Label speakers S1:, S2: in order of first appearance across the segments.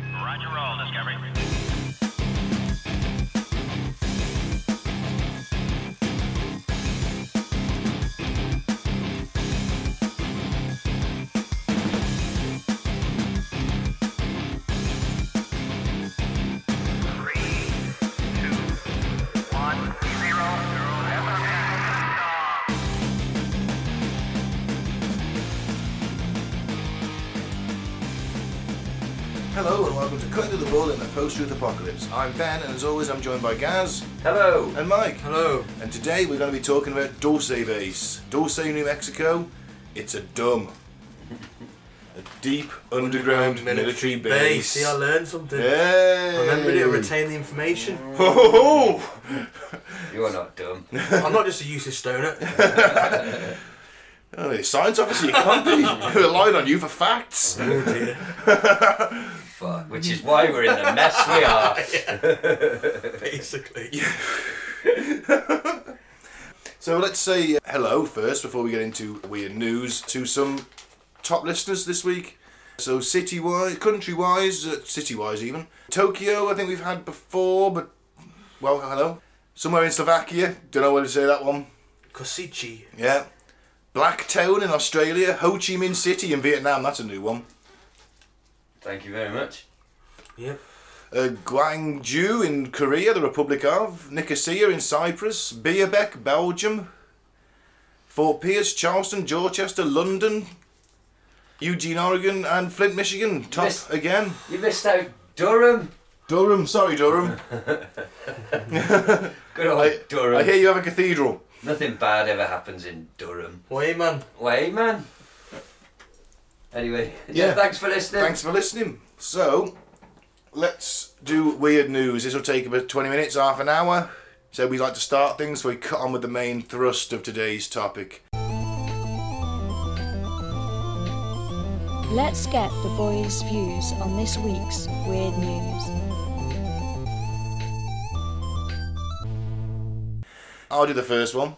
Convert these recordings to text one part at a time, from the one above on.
S1: roll, Discovery. Three, two, one, zero, zero, FM.
S2: Hello and welcome to Cutting to the Bull in the Post-Truth Apocalypse. I'm Ben and as always I'm joined by Gaz
S3: Hello.
S2: and Mike.
S3: Hello.
S2: And today we're going to be talking about Dulce Base. Dulce, New Mexico, it's a dumb. A deep underground, military, base.
S3: See, I learned something.
S2: Yay.
S3: I remembered it. Retain the information.
S2: Ho, ho, ho.
S4: You're not dumb.
S3: I'm not just a useless stoner.
S2: Oh, you're a science officer, you can't be. We're relying on you for facts.
S3: oh dear.
S4: Fuck. Which is why we're in the mess we are.
S3: Basically.
S2: So let's say uh, hello first before we get into weird news to some top listeners this week. So city wise, country wise, uh, city wise even Tokyo. I think we've had before, but well, hello. Somewhere in Slovakia. Don't know where to say that one.
S3: Kosichi.
S2: Yeah. Blacktown in Australia, Ho Chi Minh City in Vietnam. That's a new one.
S4: Thank you very much.
S3: Yep.
S2: Uh, Gwangju in Korea, the Republic of, Nicosia in Cyprus, Beerbeck, Belgium, Fort Pierce, Charleston, Dorchester, London, Eugene, Oregon, and Flint, Michigan. Top
S4: Yes.
S2: again.
S4: You missed out Durham.
S2: Durham, sorry, Durham.
S4: Good old
S2: I,
S4: Durham.
S2: I hear you have a cathedral.
S4: Nothing bad ever happens in Durham.
S3: Way man.
S4: Wait, man. Anyway,
S2: Yeah.
S4: thanks for listening.
S2: Thanks for listening. So, let's do weird news. This will take about 20 minutes, half an hour. So, we like to start things, so we cut on with the main thrust of today's topic.
S5: Let's get the boys' views on this week's weird news.
S2: I'll do the first one.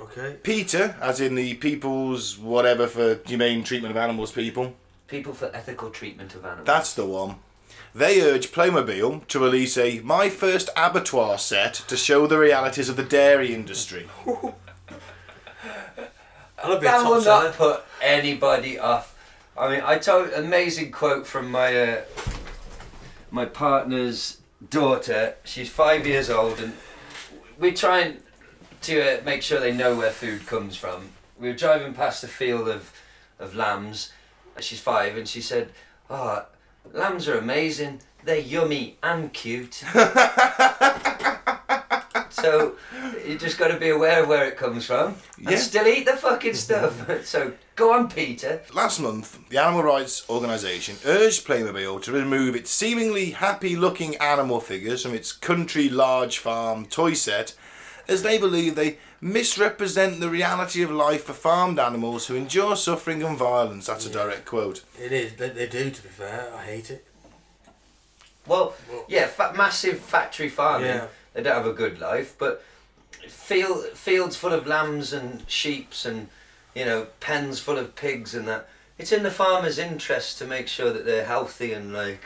S3: Okay.
S2: Peter, as in the people's whatever for humane treatment of animals, people.
S4: People for ethical treatment of animals.
S2: That's the one. They urge Playmobil to release a My First Abattoir set to show the realities of the dairy industry.
S3: That'll be a
S4: that
S3: top
S4: will
S3: seller.
S4: not put anybody off. I mean, I told amazing quote from my uh, my partner's daughter. She's five years old, and we're trying to uh, make sure they know where food comes from. We were driving past a field of of lambs. and She's five, and she said, "Oh, lambs are amazing. They're yummy and cute." so you just got to be aware of where it comes from and
S2: Yeah.
S4: still eat the fucking stuff. so go on, Peter.
S2: Last month, the animal rights organisation urged Playmobil to remove its seemingly happy looking animal figures from its country large farm toy set as they believe they misrepresent the reality of life for farmed animals who endure suffering and violence. That's a direct quote.
S3: It is. They, they do, to be fair. I hate it.
S4: Well, yeah, fa- massive factory farming.
S3: Yeah.
S4: They don't have a good life, but field, fields full of lambs and sheeps and you know pens full of pigs and that. It's in the farmer's interest to make sure that they're healthy and like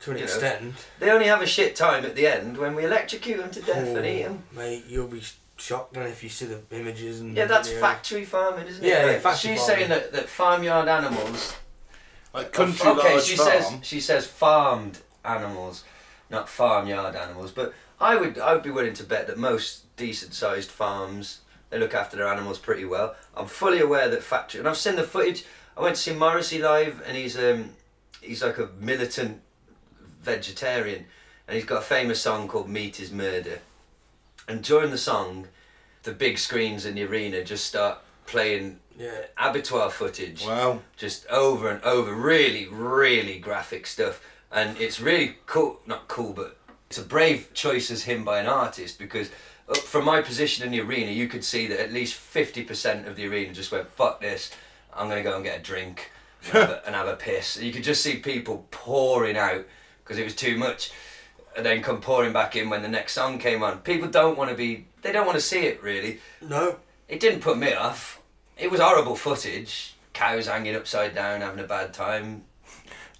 S3: To an
S4: You know.
S3: extent.
S4: they only have a shit time at the end when we electrocute them to death and eat them.
S3: Mate, you'll be shocked then if you see the images and.
S4: Yeah, that's
S3: videos.
S4: factory farming, isn't
S3: Yeah,
S4: it?
S3: yeah,
S4: mate?
S3: factory
S4: She's
S3: farming.
S4: saying that, that farmyard animals
S2: Like country
S4: okay,
S2: large
S4: she
S2: farm.
S4: says she says farmed animals, not farmyard animals. But I would I would be willing to bet that most decent sized farms they look after their animals pretty well. I'm fully aware that factory and I've seen the footage. I went to see Morrissey live and he's um he's like a militant vegetarian and he's got a famous song called Meat is Murder. And during the song, the big screens in the arena just start playing
S3: Yeah.
S4: abattoir footage
S2: Wow.
S4: just over and over really really graphic stuff and it's really cool not cool but it's a brave choice as him by an artist because up from my position in the arena you could see that at least 50% of the arena just went fuck this i'm going to go and get a drink and have a, and have a piss you could just see people pouring out because it was too much and then come pouring back in when the next song came on people don't want to be they don't want to see it really
S3: No.
S4: it didn't put me off. It was horrible footage. Cows hanging upside down, having a bad time.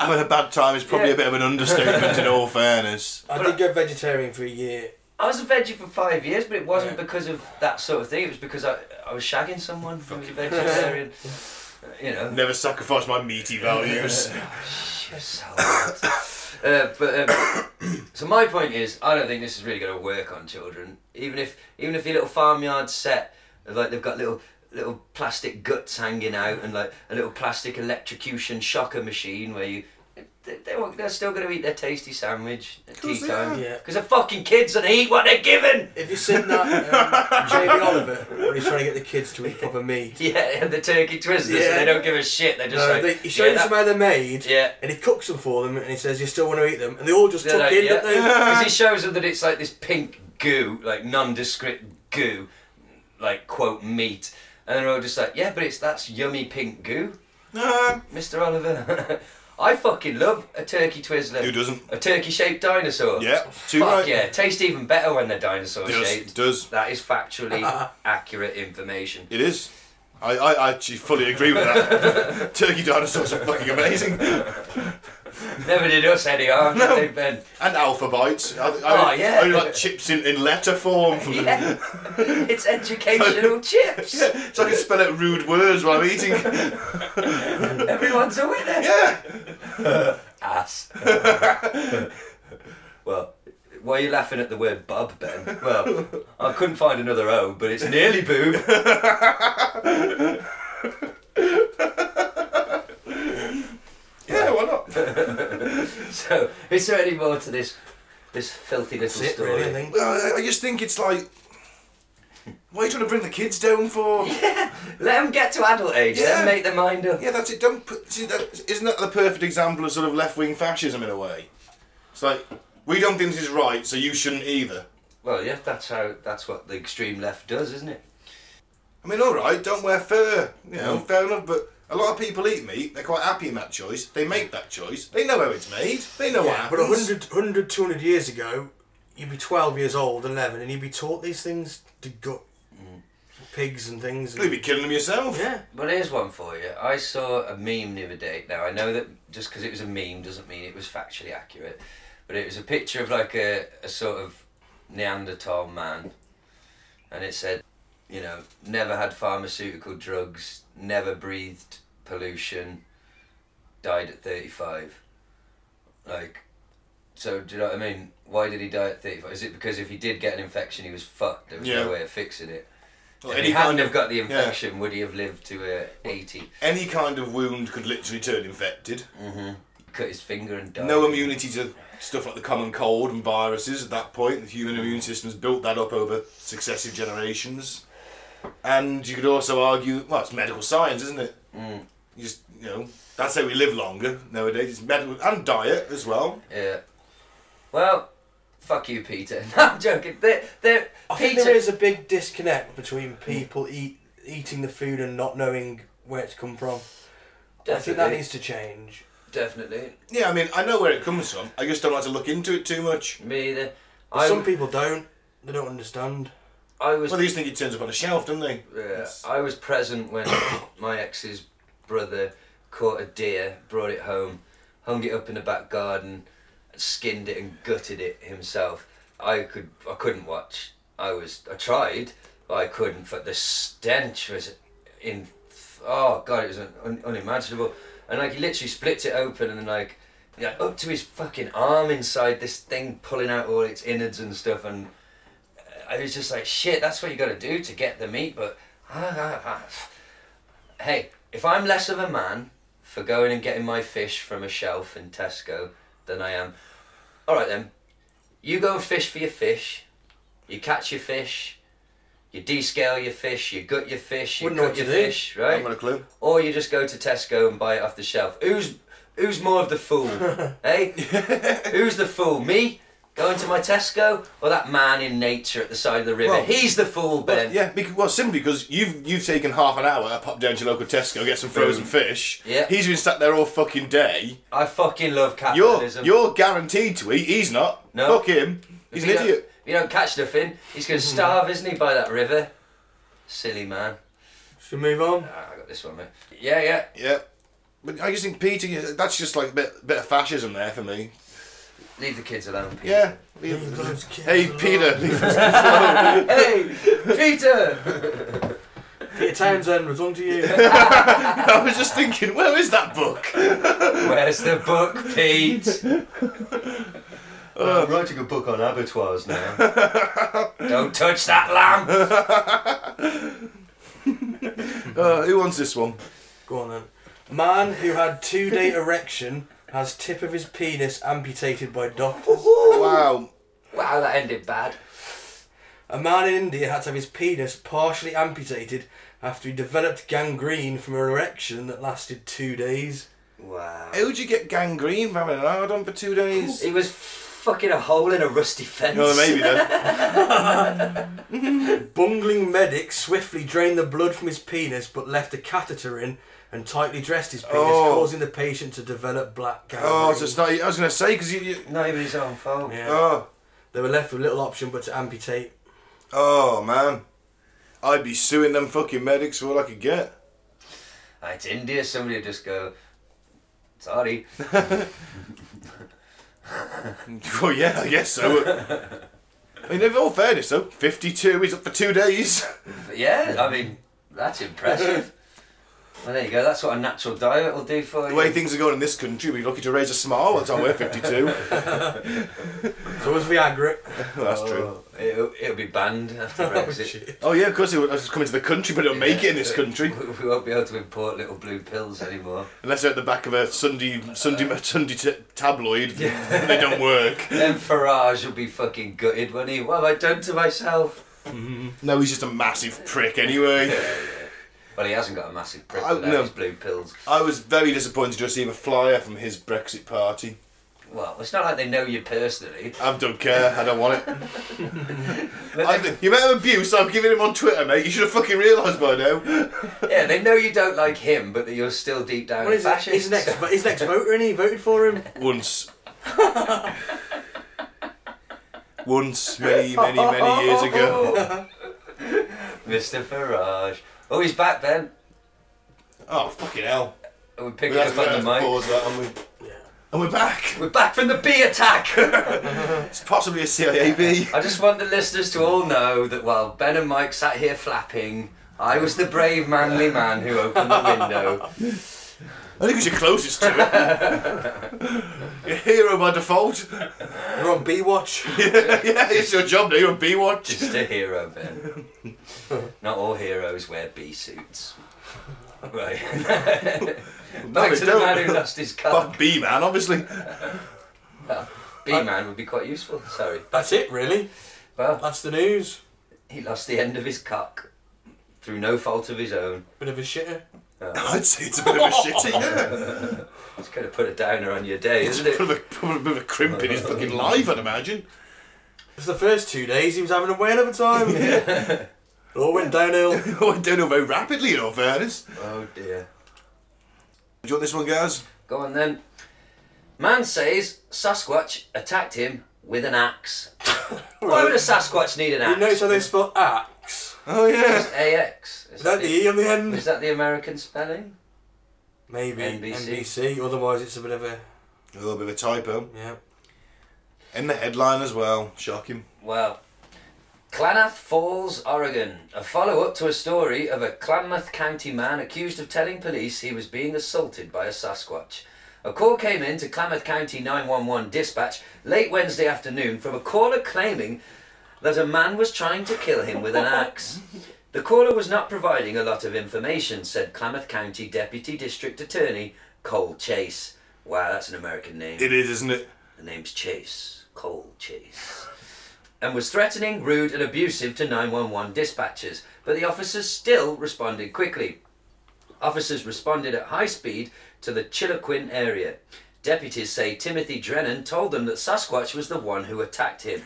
S2: Having a bad time is probably
S4: Yeah.
S2: a bit of an understatement, in all fairness.
S3: I did go vegetarian for a year.
S4: I was a veggie for five years, but it wasn't
S3: Yeah.
S4: because of that sort of thing. It was because I, I was shagging someone who was a vegetarian. you know.
S2: Never sacrifice my meaty values.
S4: You're so hot. uh, but um, so my point is, I don't think this is really going to work on children. Even if even if your little farmyard set, like they've got little little plastic guts hanging out and like a little plastic electrocution shocker machine where you. They, they won't, they're still going to eat their tasty sandwich at tea
S2: course they
S4: time.
S2: are.
S3: Yeah.
S4: Because they're fucking kids and they eat what they're given!
S3: Have you seen that um, Jamie Oliver when he's trying to get the kids to eat proper meat?
S4: Yeah, and the turkey twizzlers, so
S3: Yeah.
S4: they don't give a shit. They're just
S3: No,
S4: like.
S3: they, he
S4: yeah,
S3: shows
S4: that-
S3: them how they're made,
S4: yeah.
S3: and he cooks them for them, and he says, "You still want to eat them?" And they all just
S4: They're
S3: tuck
S4: like,
S3: in.
S4: yeah.
S3: don't they?
S4: Because he shows them that it's like this pink goo, like nondescript goo, like quote meat, and they're all just like, yeah, but it's that's yummy pink goo,
S2: Nah,
S4: Mr. Oliver. I fucking love a turkey Twizzler.
S2: Who doesn't?
S4: A turkey-shaped dinosaur.
S2: Yeah, too
S4: Fuck
S2: right.
S4: yeah, tastes even better when they're
S2: Does,
S4: dinosaur-shaped.
S2: does.
S4: That is factually accurate information.
S2: It is. I, I actually fully agree with that. Turkey dinosaurs are fucking amazing.
S4: Never did us any harm, no. they, Ben?
S2: And alpha bites. I, I,
S4: Oh, yeah.
S2: I like chips in, in letter form. From
S4: Yeah, it's educational chips.
S2: the, so I can spell out rude words while I'm eating.
S4: Everyone's a winner.
S2: Yeah.
S4: ass. well, why are you laughing at the word bub, Ben? Well, I couldn't find another O, but it's nearly boob.
S2: Yeah, why not?
S4: so, is there any more to this this filthy little
S3: That's it,
S4: story?
S3: really, I think.
S2: Well, Uh, I- I just think it's like, what are you trying to bring the kids down for? Yeah,
S4: Let them get to adult age,
S2: Yeah.
S4: then make their mind up.
S2: that's it. Don't put. See, that isn't that the perfect example of sort of left wing fascism in a way. It's like we don't think this is right, so you shouldn't either.
S4: Well, yeah, that's how that's what the extreme left does, isn't it?
S2: I mean, all right, don't wear fur. You know, fair enough. But a lot of people eat meat. They're quite happy in that choice. They make that choice. They know how it's made. They know what
S3: Yeah, but
S2: happens.
S3: 100, 100, 200 years ago, you'd be 12 years old, 11, and you'd be taught these things to gut
S4: Mm.
S3: pigs and things.
S2: You'd
S3: And,
S2: be killing them yourself.
S3: yeah.
S4: Well, here's one for you. I saw a meme the other day. Now, I know that just because it was a meme doesn't mean it was factually accurate, but it was a picture of like a, a sort of Neanderthal man, and it said, you know, never had pharmaceutical drugs, never breathed pollution, died at 35. Like, so do you know what I mean? Why did he die at 35? Is it because if he did get an infection, he was fucked? There was
S2: Yeah.
S4: no way of fixing it.
S2: Well,
S4: If
S2: any
S4: he hadn't
S2: kind
S4: have
S2: of
S4: got the
S2: yeah.
S4: infection, would he have lived to uh, 80?
S2: any kind of wound could literally turn infected.
S4: Cut his finger and died.
S2: No immunity to stuff like the common cold and viruses at that point. The human immune system's built that up over successive generations. And you could also argue, well, it's medical science, isn't it? Mm.
S4: Hmm.
S2: You just, you know, that's how we live longer nowadays. It's medical and diet as well.
S4: Yeah. Well, fuck you, Peter. No, I'm joking. They're, they're,
S3: I think
S4: Peter
S3: there is a big disconnect between people eat, eating the food and not knowing where it's come from. I think that
S4: Definitely.
S3: needs to change.
S4: Definitely.
S2: Yeah, I mean, I know where it comes from. I just don't like to look into it too much.
S4: Me either.
S3: But
S4: I,
S3: some people don't. They don't understand.
S4: I was.
S2: Well, they just think it turns up on a shelf, don't they?
S4: Yeah, I was present when my ex's brother caught a deer, brought it home, hung it up in the back garden, skinned it and gutted it himself. I could, I couldn't watch. I was, I tried, but I couldn't. But the stench was, in, oh god, it was un, un, unimaginable. And like he literally split it open and like, yeah, up to his fucking arm inside this thing, pulling out all its innards and stuff, and. I was just like, shit, that's what you got to do to get the meat. But ah, hey, if I'm less of a man for going and getting my fish from a shelf in Tesco than I am, all right then, you go and fish for your fish. You catch your fish. You descale your fish. You gut your fish. You
S3: Wouldn't know
S4: cook
S3: what
S4: your
S3: to do.
S4: fish,
S2: I
S4: right?
S2: haven't got a clue.
S4: or you just go to Tesco and buy it off the shelf. Who's who's more of the fool, eh? who's the fool? Me going to my Tesco or that man in nature at the side of the river?
S2: Well-
S4: He's the fool, Ben.
S2: Well, yeah, because, well, simply because you've you've taken half an hour, pop down to your local Tesco, get some frozen fish.
S4: Yeah.
S2: He's been sat there all fucking day.
S4: I fucking love
S2: You're
S4: capitalism.
S2: you're guaranteed to eat. He's not.
S4: No.
S2: Fuck him. He's
S4: If
S2: an
S4: you don't-
S2: idiot.
S4: If you don't catch nothing, he's going to starve, isn't he, by that river? Silly man.
S3: Should we move on?
S4: Ah, I got this one, mate. Yeah, yeah.
S2: Yeah. But I just think Peter, that's just like a bit, bit of fascism there for me.
S4: Leave the kids alone. Peter.
S2: Yeah.
S3: Leave those kids
S2: Hey,
S3: alone.
S2: Peter. leave us-
S4: Hey, Peter.
S3: Peter Townsend was on to you.
S2: I was just thinking, where is that book?
S4: Where's the book, Pete? I'm writing a book on abattoirs now. Don't touch that lamp.
S2: Uh, who wants this one?
S3: Go on then. Man who had two day erection has tip of his penis amputated by doctors.
S2: Wow.
S4: Wow, that ended bad.
S3: A man in India had to have his penis partially amputated after he developed gangrene from an erection that lasted two days.
S4: Wow.
S2: How'd you get gangrene from having an hard on for two days?
S4: It was fucking a hole in a rusty fence.
S2: No, maybe then.
S3: Bungling medic swiftly drained the blood from his penis but left a catheter in and tightly dressed his penis,
S2: Oh.
S3: causing the patient to develop black gangrene.
S2: Oh, so it's not. I was going to say, because you, you.
S4: Not even his own fault.
S3: Yeah.
S2: Oh,
S3: They were left with little option but to amputate.
S2: oh, man. I'd be suing them fucking medics for all I could get.
S4: Ah, It's India. Somebody would just go. Sorry.
S2: Well, yeah, I guess so. I mean, in all fairness, though, 52 is up for two days.
S4: But yeah, I mean that's impressive. well, there you go. That's what a natural diet will do for
S2: The
S4: you.
S2: way things are going in this country, we're lucky to raise a smile by the time we're 52. well,
S3: So was Viagra.
S2: that's true.
S4: Oh, it'll, it'll be banned after Brexit.
S2: Oh, yeah, of course, it would have come into the country, but it'll make it in this country.
S4: We- We won't be able to import little blue pills anymore.
S2: Unless they're at the back of a Sunday Sunday Sunday t- tabloid, they don't work.
S4: then Farage will be fucking gutted, won't he? What have I done to myself?
S2: No, he's just a massive prick anyway.
S4: Well, he hasn't got a massive prick
S2: I-
S4: without
S2: no.
S4: his blue pills.
S2: I was very disappointed to receive a flyer from his Brexit party.
S4: Well, it's not like they know you personally.
S2: I don't care. I don't want it. I, you met him abuse. I've given him on Twitter, mate. You should have fucking realised by now.
S4: Yeah, they know you don't like him, but that you're still deep down
S3: What
S4: a
S3: is it?
S4: fascist.
S3: His next, his next voter, and he voted for him.
S2: Once. Once, many, many, many years ago.
S4: Mr. Farage. Oh, he's back then.
S2: Oh, fucking hell.
S4: Are we picking
S2: We have
S4: up
S2: to
S4: on the mic?
S2: pause that, and, we, and we're back.
S4: We're back from the bee attack.
S2: It's possibly a CIA bee.
S4: I just want the listeners to all know that while Ben and Mike sat here flapping, I was the brave, manly man who opened the window.
S2: I think it's your closest to it. You're a hero by default.
S3: You're on B Watch.
S2: yeah, it's your job now. You're a bee watch.
S4: Just a hero, Ben. Not all heroes wear bee suits. Right.
S2: No,
S4: Back
S2: they
S4: to the man
S2: don't.
S4: who lost his
S2: Fuck
S4: cup.
S2: bee man, obviously.
S4: Bee man would be quite useful. Sorry.
S3: That's it, really.
S4: Well,
S3: That's the news.
S4: he lost the end of his cock through no fault of his own.
S3: Bit of a shitter.
S2: I'd say it's a bit of a shitty, yeah.
S4: It's going to put a downer on your day,
S2: It's a
S4: isn't
S2: bit
S4: it?
S2: of a, probably a bit of a crimp in his fucking life, I'd imagine.
S3: For the first two days, he was having a whale of a time. it all went downhill.
S2: Oh, I don't know very rapidly, in all fairness. Do
S4: Oh dear.
S2: you want this one, guys?
S4: Go on then. Man says Sasquatch attacked him with an axe. Why would a Sasquatch need an
S3: You notice
S4: axe?
S3: how they spell axe?
S2: Oh, yeah.
S4: AX. Is
S3: Is that the E on the
S4: Is
S3: end?
S4: that the American spelling?
S3: Maybe
S4: NBC.
S3: NBC. Otherwise, it's a bit of a
S2: A little bit of a typo.
S3: yeah.
S2: In the headline as well. Shocking.
S4: Well, Klamath Falls, Oregon. A follow up to a story of a Klamath County man accused of telling police he was being assaulted by a Sasquatch. A call came in to Klamath County 911 dispatch late Wednesday afternoon from a caller claiming that a man was trying to kill him with an axe. The caller was not providing a lot of information, said Klamath County Deputy District Attorney Cole Chase. Wow, that's an American name.
S2: It is, isn't it?
S4: The name's Chase, Cole Chase. And was threatening, rude, and abusive to 911 dispatchers, but the officers still responded quickly. Officers responded at high speed to the Chiloquin area. Deputies say Timothy Drennan told them that Sasquatch was the one who attacked him.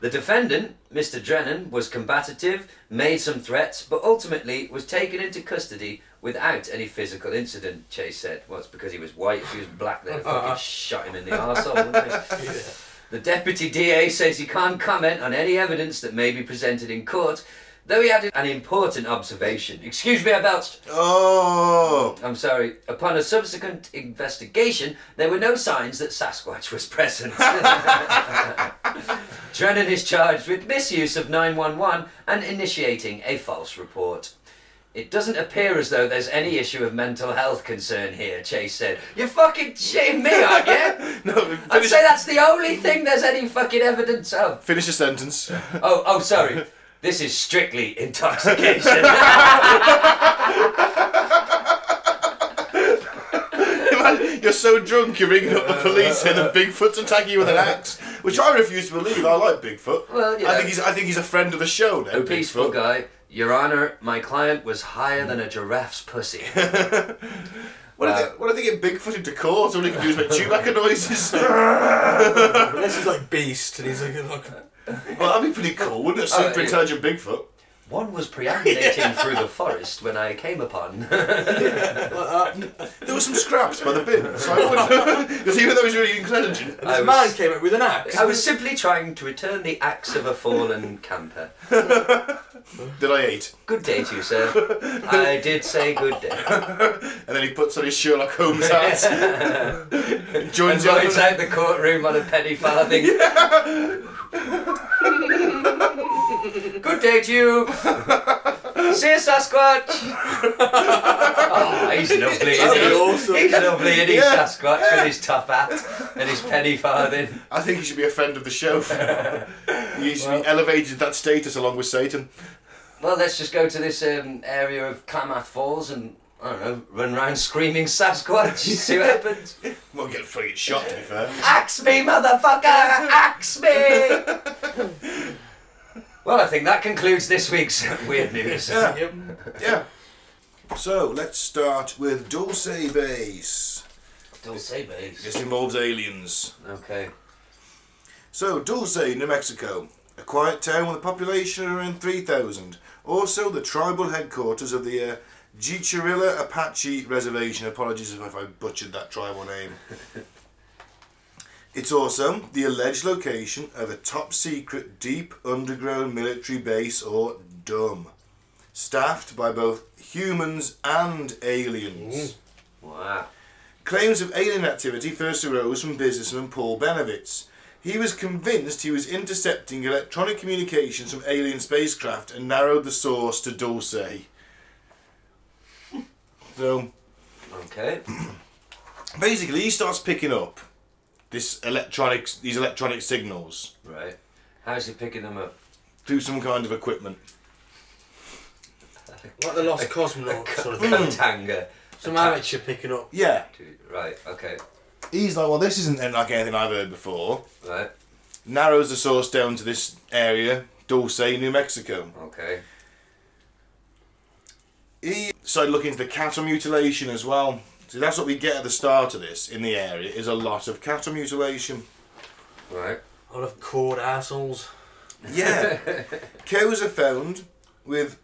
S4: the defendant, Mr. Drennan, was combative, made some threats, but ultimately was taken into custody without any physical incident, Chase said. Well, it's because he was white. If he was black, they'd have fucking shot him in the arsehole, wouldn't they? The deputy DA says he can't comment on any evidence that may be presented in court. Though he added an important observation. Excuse me, I belched.
S2: Oh,
S4: I'm sorry. Upon a subsequent investigation, there were no signs that Sasquatch was present. Drennan is charged with misuse of 911 and initiating a false report. It doesn't appear as though there's any issue of mental health concern here, Chase said. You're fucking shitting me, aren't you?
S2: no!
S4: I'd
S2: Finish,
S4: say that's the only thing there's any fucking evidence of.
S2: finish your sentence.
S4: Oh, oh, sorry. This is strictly intoxication.
S2: Man, You're so drunk, you're ringing up the police, and then Bigfoot's attacking you with an axe, which I refuse to believe. I like Bigfoot.
S4: Well, you
S2: I
S4: know.
S2: think he's I think he's a friend of the show. Then,
S4: a peaceful
S2: Bigfoot.
S4: guy. Your Honour, my client was higher than a giraffe's pussy.
S2: What, do they, what do they get Bigfoot into court? All he can do is make Chewbacca noises.
S3: This is like Beast, and he's like, like
S2: Well, that'd be pretty cool, wouldn't it?
S4: Oh,
S2: Super
S4: yeah.
S2: intelligent Bigfoot.
S4: One was preambulating through the forest when I came upon.
S2: There were some scraps by the bin, so I wouldn't. Because even though he's really intelligent,
S3: this
S4: was-
S3: man came up with an axe.
S4: I was simply trying to return the axe of a fallen camper.
S2: did I eat?
S4: Good day to you, sir. I did say good day.
S2: And then he puts on his Sherlock Holmes hat,
S4: And
S2: joins the
S4: rides
S2: other.
S4: out the courtroom on a penny farthing. good day to you. See you, Sasquatch. oh, he's lovely, isn't he?
S3: That'd be awesome.
S4: He's lovely, isn't he,
S2: Yeah.
S4: Sasquatch, with his top hat and his penny farthing.
S2: I think he should be a friend of the show. he should be elevated to that status along with Satan.
S4: Well, let's just go to this um, area of Klamath Falls and, I don't know, run around screaming Sasquatch, see what happens.
S2: Well, get fucking shot, to be fair.
S4: Axe me, motherfucker! Axe me! well, I think that concludes this week's Weird News.
S3: Yep.
S2: Yeah. So let's start with Dulce Base.
S4: Dulce Bays.
S2: This involves aliens.
S4: Okay.
S2: So, Dulce, New Mexico, a quiet town with a population of around 3,000. Also, the tribal headquarters of the uh, Jichirilla Apache Reservation. Apologies if I butchered that tribal name. it's also the alleged location of a top secret deep underground military base or DUM, staffed by both humans and aliens.
S4: Wow.
S2: Claims of alien activity first arose from businessman Paul Benevitz. He was convinced he was intercepting electronic communications from alien spacecraft and narrowed the source to Dulce. So
S4: Okay.
S2: basically, he starts picking up this electronics, these electronic signals
S4: Right. How's he picking them up?
S2: through some kind of equipment.
S3: Like the lost
S4: A
S3: cosmonaut sort of thing.
S4: Katanga.
S3: Some amateur picking up.
S2: Yeah,
S4: Right, okay.
S2: he's like, well, this isn't like anything I've heard before.
S4: Right,
S2: Narrows the source down to this area, Dulce, New Mexico.
S4: okay.
S2: he started looking into the cattle mutilation as well. So that's what we get at the start of this in the area is a lot of cattle mutilation.
S4: Right.
S3: A lot of cord assholes.
S2: Yeah. Cows are found with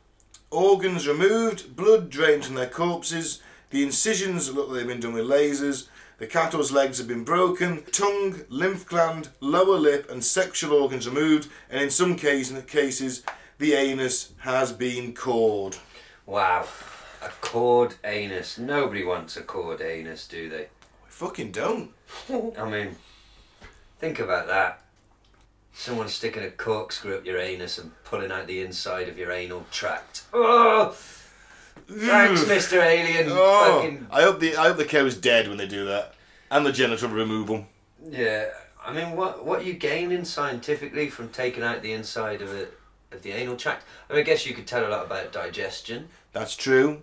S2: organs removed, blood drained from their corpses, the incisions look like they've been done with lasers, the cattle's legs have been broken, tongue, lymph gland, lower lip, and sexual organs removed, and in some case, cases, the anus has been cored.
S4: Wow. A cord anus. Nobody wants a cord anus, do they?
S2: Fucking don't.
S4: I mean, think about that. Someone sticking a corkscrew up your anus and pulling out the inside of your anal tract. Oh, thanks, Mr. Alien.
S2: Oh,
S4: Fucking,
S2: I hope the I hope the cow's dead when they do that, and the genital removal.
S4: yeah. I mean, what what are you gaining scientifically from taking out the inside of a of the anal tract? I mean, I guess you could tell a lot about digestion.
S2: That's true.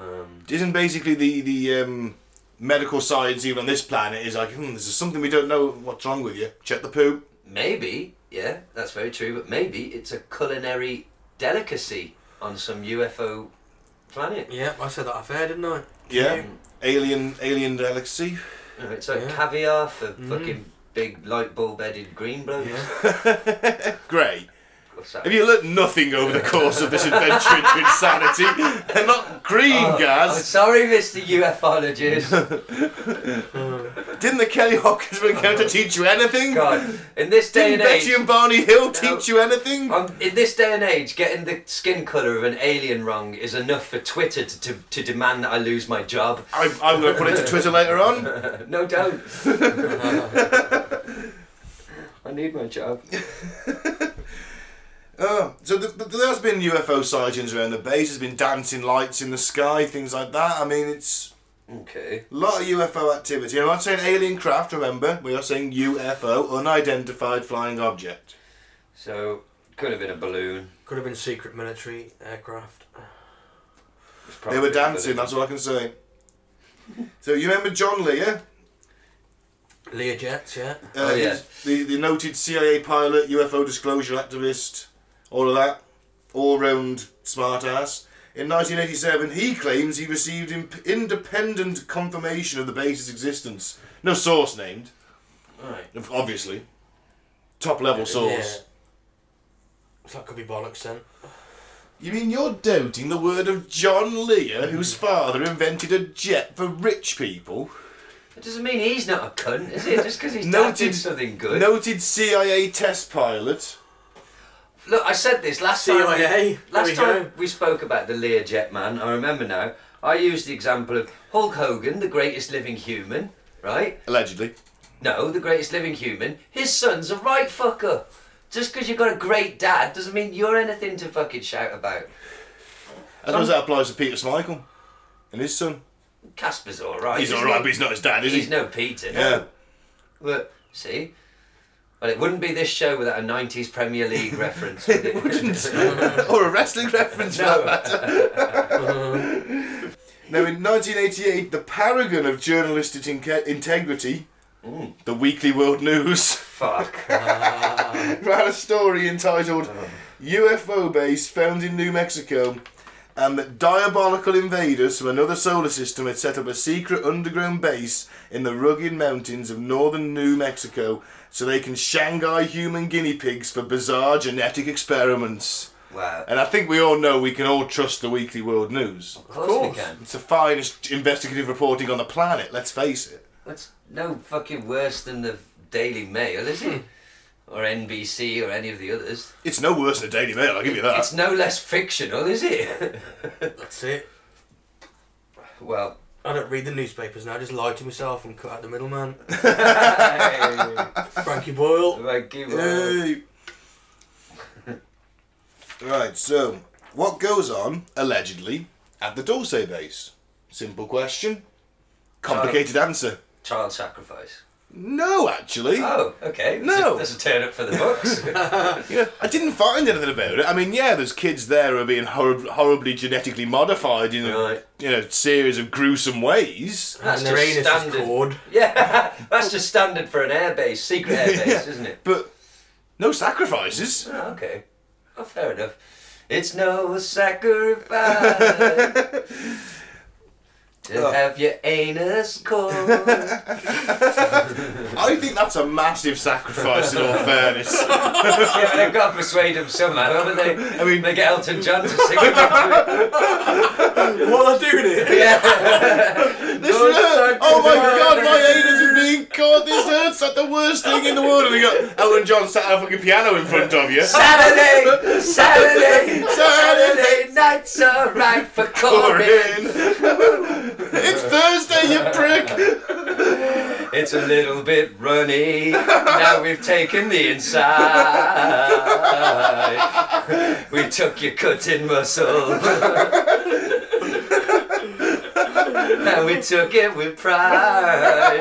S4: Um,
S2: Isn't basically the the um, medical science even on this planet is like, hmm, this is something we don't know what's wrong with you. Check the poop.
S4: maybe, yeah, that's very true. But maybe it's a culinary delicacy on some UFO planet.
S3: Yep, I said that off air, didn't I?
S2: Yeah, alien alien delicacy.
S4: You know, it's like
S3: Yeah.
S4: caviar
S2: Mm.
S4: for fucking big light bulb headed green blokes.
S3: Yeah.
S2: Grey.
S4: of sound.
S2: Have you learnt nothing over the course of this adventure into insanity? They're not green,
S4: Oh, I'm
S2: Gaz.
S4: sorry, Mr. UFOlogist.
S2: Didn't the Kelly Hawkins encounter teach you anything?
S4: God, in this day
S2: Didn't
S4: and
S2: Betty
S4: age,
S2: and Barney Hill teach you anything?
S4: um, in this day and age, getting the skin colour of an alien wrong is enough for Twitter to, to, to demand that I lose my job.
S2: I'm, I'm going to put it to Twitter later on.
S4: No, don't. I need my job.
S2: Oh, so th th there's been UFO sightings around the base. There's been dancing lights in the sky, things like that. I mean, it's
S4: Okay.
S2: a lot of UFO activity. I'm not saying alien craft. Remember, we are saying UFO, unidentified flying object.
S4: So, could have been a balloon.
S3: Could have been secret military aircraft.
S4: It's
S2: They
S4: probably
S2: were
S4: a
S2: dancing.
S4: balloon.
S2: That's all I can say. So you remember John Lear?
S3: Lear jets, yeah.
S4: Oh, yeah.
S2: he's Uh, The, the noted CIA pilot, UFO disclosure activist, all of that, all round smartass. In 1987, he claims he received imp- independent confirmation of the base's existence. No source named,
S3: Right.
S2: ob- obviously. Top level source.
S3: So that could be bollocks then.
S2: You mean you're doubting the word of John Lear,
S4: Mm.
S2: whose father invented a jet for rich people?
S4: It doesn't mean he's not a cunt, is it? Just because he's
S2: Noted-
S4: dancing something good.
S2: Noted CIA test pilot.
S4: Look, I said this last time.
S3: CIA.
S4: Last
S3: There we
S4: time
S3: go.
S4: we spoke about the Learjet man, I remember now. I used the example of Hulk Hogan, the greatest living human, right?
S2: Allegedly.
S4: No, the greatest living human. His son's a right fucker. Just because you've got a great dad doesn't mean you're anything to fucking shout about.
S2: I suppose that applies to Peter Smichael and his son.
S4: Casper's alright.
S2: He's alright, but he's not his dad, is
S4: He's
S2: he?
S4: no Peter. no.
S2: Yeah.
S4: But, see? Well, it wouldn't be this show without a 90s Premier League reference, would it?
S2: or a wrestling reference for that matter. now, in 1988, the paragon of journalistic inke- integrity, the Weekly World News,
S4: Fuck.
S2: ran a story entitled
S4: Uh-huh.
S2: UFO Base Found in New Mexico. And that diabolical invaders from another solar system had set up a secret underground base in the rugged mountains of northern New Mexico so they can Shanghai human guinea pigs for bizarre genetic experiments.
S4: Wow.
S2: And I think we all know we can all trust the Weekly World News.
S4: Of course,
S3: course.
S4: we can.
S2: It's the finest investigative reporting on the planet, let's face it.
S4: That's no fucking worse than the Daily Mail, is it?
S2: Hmm.
S4: or NBC or any of the others.
S2: It's no worse than the Daily Mail, I'll give you that.
S4: It's no less fictional, is it?
S3: That's it.
S4: well,
S3: I don't read the newspapers now, I just lie to myself and cut out the middleman.
S4: hey,
S3: Frankie Boyle.
S4: thank you. well,
S2: Yay. right, so what goes on, allegedly, at the Dorsey base? Simple question. Complicated
S4: Oh.
S2: answer.
S4: Child sacrifice.
S2: No, actually.
S4: Oh, okay. There's
S2: No.
S4: a, there's a turn up for the books.
S2: Yeah, I didn't find anything about it. I mean, yeah, there's kids there who are being horrib- horribly genetically modified in a
S4: Right.
S2: you know, series of gruesome ways.
S4: That's
S3: and their
S4: just
S3: anus
S4: standard.
S3: is cord.
S4: yeah, that's just standard for an airbase, secret airbase,
S2: Yeah,
S4: isn't it?
S2: But no sacrifices.
S4: Oh, okay. Oh, fair enough. It's no sacrifice to have your anus cold.
S2: I think that's a massive sacrifice in all fairness.
S4: yeah, but they've got to persuade them somehow, haven't they?
S2: I mean-
S4: they get Elton John to sing along to it.
S3: While I'm doing it.
S4: Yeah.
S2: This hurts. Oh my god, my anus is being caught. This hurts like the worst thing in the world. And we got Elton John sat on a fucking piano in front of you.
S4: Saturday, Saturday,
S2: Saturday
S4: Saturday night's alright for
S2: You're
S4: Corin.
S2: in. it's Thursday, you prick.
S4: It's a little bit runny. Now we've taken the inside. We took your cutting muscle. and we took it with pride.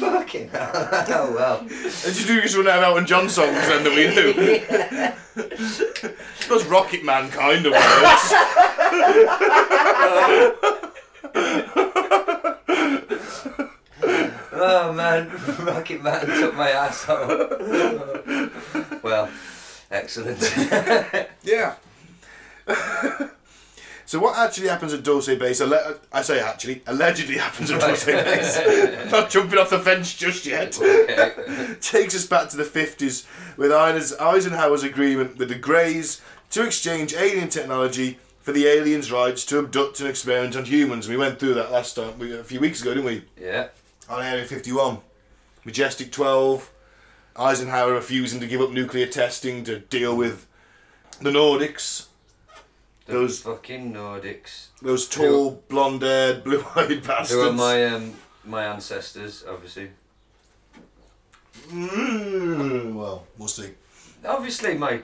S4: Fucking hell. Oh, well.
S2: And you do just run out of Elton John songs then that we knew. Suppose Rocket Man kind of works.
S4: Oh man, Rocket Man took my ass out. well, excellent.
S2: Yeah. So what actually happens at Dorsey Base? alle- I say actually, allegedly happens at Dorsey Base. Not jumping off the fence just yet. Takes us back to the 50s with Eisen- Eisenhower's agreement with the Greys to exchange alien technology for the aliens' rights to abduct and experiment on humans. We went through that last time, we- a few weeks ago, didn't we?
S4: Yeah.
S2: on Area 51. Majestic 12, Eisenhower refusing to give up nuclear testing to deal with the Nordics. Those
S4: Fucking Nordics.
S2: those tall, blonde haired, blue eyed bastards.
S4: Who are my um, my ancestors, obviously.
S2: Mm, well, we'll see.
S4: Obviously, my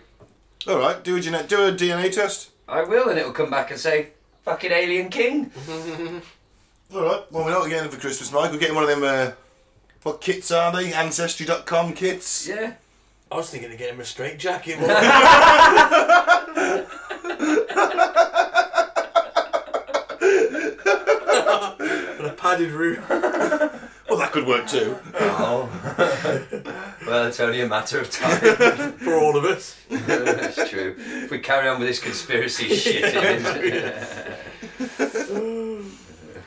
S2: Alright, do a, gene- do a DNA test.
S4: I will, and it'll come back and say, "Fucking alien king."
S2: Alright, well, we're not getting them for Christmas, Mike. We're getting one of them, uh, what kits are they? Ancestry.com kits?
S4: Yeah.
S3: I was thinking of getting him a straight jacket. But and a padded room.
S2: Well, Oh, that could work too.
S3: Oh.
S4: Well, it's only a matter of time.
S3: for all of us.
S4: That's true. If we carry on with this conspiracy shit, it is.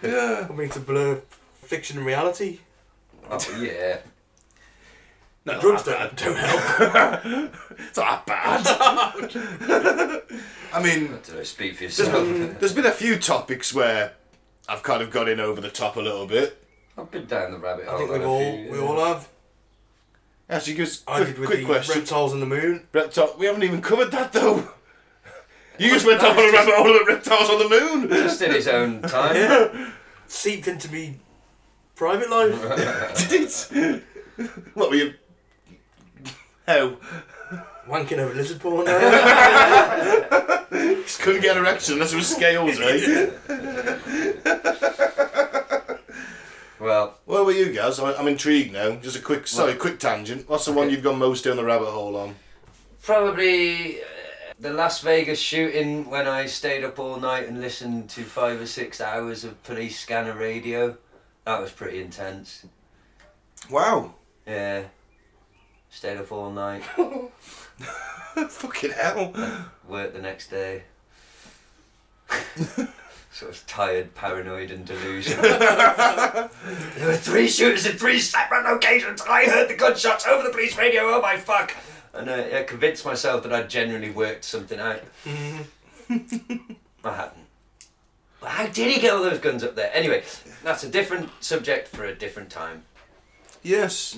S3: I mean, to blur fiction and reality.
S4: oh, yeah.
S2: No,
S3: Drugs don't, don't help.
S2: it's not that bad. I mean,
S4: Did I speak for
S2: There's
S4: yourself?
S2: been, there's been a few topics where I've kind of got in over the top a little bit.
S4: I've been down the rabbit hole.
S3: I think
S4: on
S3: we've
S4: a
S3: all
S4: few,
S3: we
S4: uh,
S3: all have.
S2: Actually, give us
S3: I did
S2: quick,
S3: with
S2: quick
S3: the
S2: question.
S3: reptiles on the moon.
S2: Reptile. We haven't even covered that though. You just went off on a rabbit hole about reptiles on the moon.
S4: Just in his own time.
S3: Seeped into me private life.
S2: Did it? What were you? How?
S3: Wanking over lizard porn. now.
S2: Just couldn't get an erection unless it was scales, eh?
S4: Well,
S2: Where were you guys? I- I'm intrigued now. Just a quick, sorry, quick tangent. What's the one you've gone most down the rabbit hole on?
S4: probably uh, the Las Vegas shooting when I stayed up all night and listened to five or six hours of police scanner radio. That was pretty intense.
S2: Wow.
S4: Yeah. Stayed up all night,
S2: Fucking hell.
S4: worked the next day. sort of tired, paranoid, and delusional. there were three shooters in three separate locations, and I heard the gunshots over the police radio. Oh my fuck! And I, I convinced myself that I'd genuinely worked something out. I hadn't. But how did he get all those guns up there? Anyway, that's a different subject for a different time.
S2: Yes.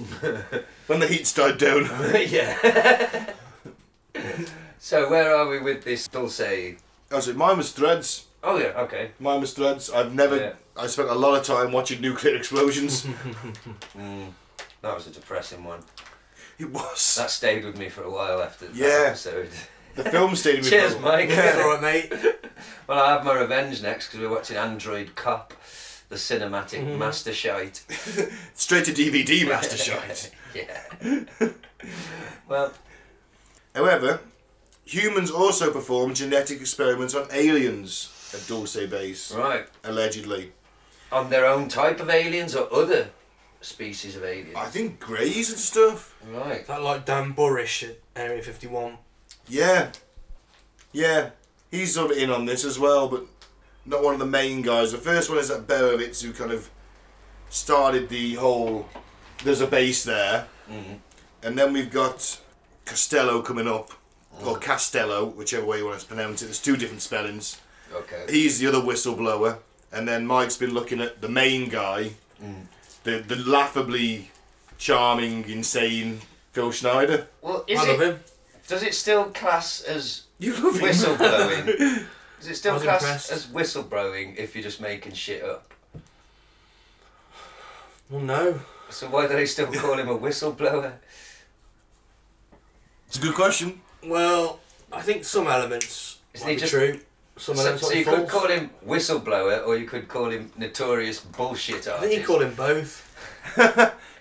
S2: when the heat's died down.
S4: yeah. so where are we with this Dulce?
S2: I said, mine was threads.
S4: Oh yeah, okay.
S2: Mine was threads. I've never.
S4: Yeah.
S2: I spent a lot of time watching nuclear explosions.
S4: That was a depressing one.
S2: it was.
S4: That stayed with me for a while after that
S2: Yeah.
S4: episode.
S2: The film stayed with
S4: Cheers,
S2: me. for-
S4: Mike.
S3: That's all right, mate.
S4: Well, I have my revenge next because we're watching Android Cop, the cinematic
S3: Mm-hmm.
S4: master shite.
S2: Straight to DVD, Master Shite.
S4: Yeah. well,
S2: However, humans also perform genetic experiments on aliens at Dulce Base,
S4: right.
S2: allegedly.
S4: On their own type of aliens or other species of aliens.
S2: I think greys and stuff.
S4: Right.
S3: That like Dan Burrish at Area 51.
S2: Yeah. Yeah. He's sort of in on this as well, but not one of the main guys. The first one is that Berowitz, who kind of started the whole. There's a base there. And then we've got Costello coming up, or Castello, whichever way you want to pronounce it. There's two different spellings.
S4: Okay.
S2: He's the other whistleblower. And then Mike's been looking at the main guy, Mm. the, the laughably charming, insane Phil Schneider.
S4: Well, is
S3: I love
S4: it?
S3: him.
S4: Does it still class as
S2: You love him.
S4: whistleblowing? Does it
S3: I
S4: still
S3: was
S4: class
S3: impressed.
S4: as whistleblowing if you're just making shit up?
S3: Well, no.
S4: So why do they still call him a whistleblower?
S2: It's a good question.
S3: Well, I think some elements
S4: Isn't
S3: might
S4: he
S3: be
S4: just-
S3: true. Some
S4: So,
S3: elements
S4: so
S3: might be
S4: you could
S3: false.
S4: call him whistleblower, or you could call him notorious bullshit
S3: I
S4: artist.
S3: think you call him both.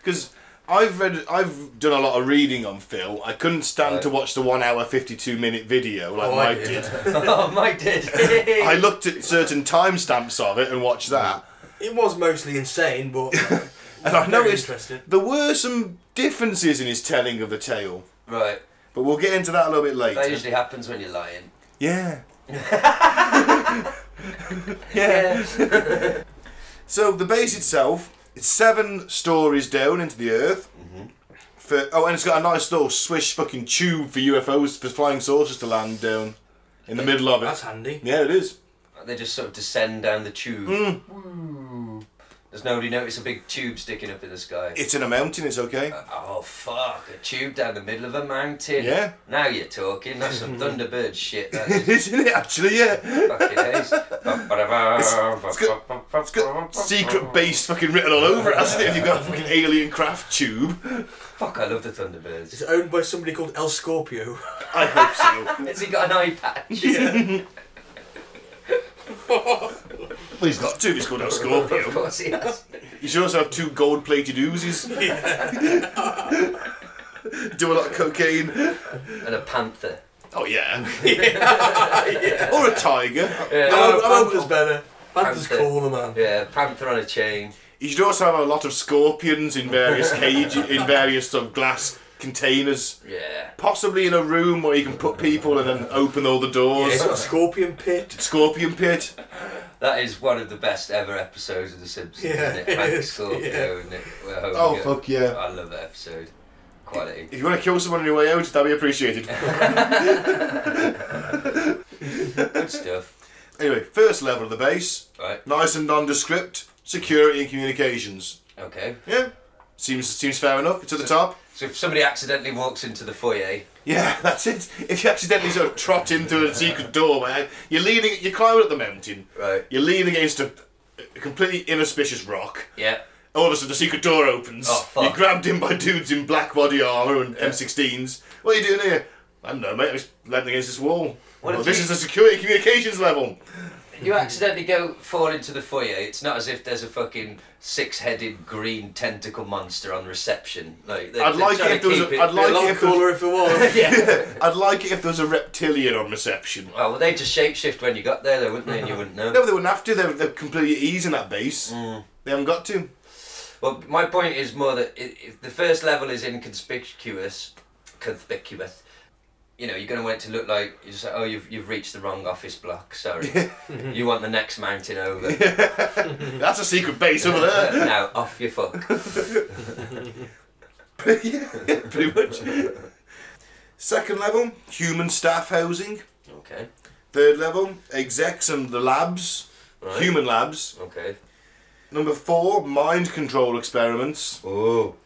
S2: Because I've read, I've done a lot of reading on Phil. I couldn't stand to watch the one hour fifty-two minute video like
S3: Oh, I
S2: Mike
S3: did.
S2: did.
S4: oh, Mike did.
S2: I looked at certain timestamps of it and watched that,
S3: It was mostly insane, but
S2: and I
S3: very
S2: noticed
S3: interesting.
S2: there were some differences in his telling of the tale.
S4: right.
S2: But we'll get into that a little bit
S4: That
S2: later.
S4: usually happens when you're lying.
S2: Yeah. yeah. so the base itself, it's seven stories down into the earth. For oh, and it's got a nice little swish fucking tube for UFOs for flying saucers to land down in the middle of
S3: That's
S2: it.
S3: handy.
S2: Yeah, it is.
S4: They just sort of descend down the tube.
S2: Mm.
S4: Woo. Does nobody notice a big tube sticking up in the sky?
S2: It's in a mountain. It's okay.
S4: Oh fuck! A tube down the middle of a mountain.
S2: Yeah.
S4: Now you're talking. That's some Thunderbird shit. That is
S2: Isn't it actually? Yeah.
S4: fucking ace.
S2: It's got, it's got secret base fucking written all over it, hasn't it? If you've got a fucking alien craft tube.
S4: Fuck! I love the Thunderbirds.
S3: It's owned by somebody called El Scorpio.
S2: I hope so.
S4: Has he got an eye patch?
S2: Well, he's got two. He's called El
S4: Of
S2: Scorpio.
S4: course he has.
S2: You should also have two gold-plated Uzis. Do a lot of cocaine.
S4: And a panther.
S2: Oh yeah. Or a tiger.
S3: No,
S4: Yeah,
S3: Panther's better. Panther's
S4: Panther.
S3: cooler, man.
S4: yeah, panther on a chain.
S2: You should also have a lot of scorpions in various cage in various sort of glass containers.
S4: Yeah.
S2: Possibly in a room where you can put people and then open all the doors.
S3: It's got a scorpion pit.
S2: Scorpion pit.
S4: That is one of the best ever episodes of The Simpsons,
S3: Yeah,
S4: isn't it?
S3: it
S4: Frank
S3: is,
S4: Scorpio
S3: yeah.
S4: and Nick Hogan.
S2: Oh, fuck yeah.
S4: I love that episode. Quality.
S2: If you want to kill someone on your way out, that'd be appreciated.
S4: Good stuff.
S2: anyway, first level of the base.
S4: Right.
S2: Nice and nondescript. Security and communications.
S4: Okay.
S2: Yeah. Seems seems fair enough. It's at the top.
S4: So if somebody accidentally walks into the foyer,
S2: Yeah, that's it. If you accidentally sort of trot in through a secret doorway, you're leaning, you're climbing up the mountain.
S4: Right.
S2: You're leaning against a, a completely inauspicious rock.
S4: yeah.
S2: All of a sudden, the secret door opens.
S4: Oh, fuck.
S2: You're grabbed in by dudes in black body armour and M16s. What are you doing here? I don't know, mate. I was leaning against this wall.
S4: What
S2: Well,
S4: if
S2: this
S4: you-
S2: is the security communications level.
S4: You accidentally go fall into the foyer. It's not as if there's a fucking six-headed green tentacle monster on reception. Like they
S2: I'd like it if there was a- I'd
S3: A
S2: like-
S3: lot
S2: if the-
S3: cooler if it was.
S4: yeah.
S2: I'd like it if there was a reptilian on reception.
S4: Oh, well, they just shapeshift when you got there, though, wouldn't they? And you wouldn't know.
S2: No, they wouldn't have to. They're, they're completely at ease in that base.
S4: Mm.
S2: They haven't got to.
S4: Well, my point is more that i if the first level is inconspicuous, conspicuous, you know, you're going to want it to look like you just say, oh, you've you've reached the wrong office block. Sorry, you want the next mountain over.
S2: That's a secret base over there.
S4: now off your fuck.
S2: yeah, pretty much. Second level, human staff housing.
S4: Okay.
S2: Third level, execs and the labs,
S4: Right.
S2: human labs.
S4: Okay.
S2: Number four, mind control experiments.
S4: Oh.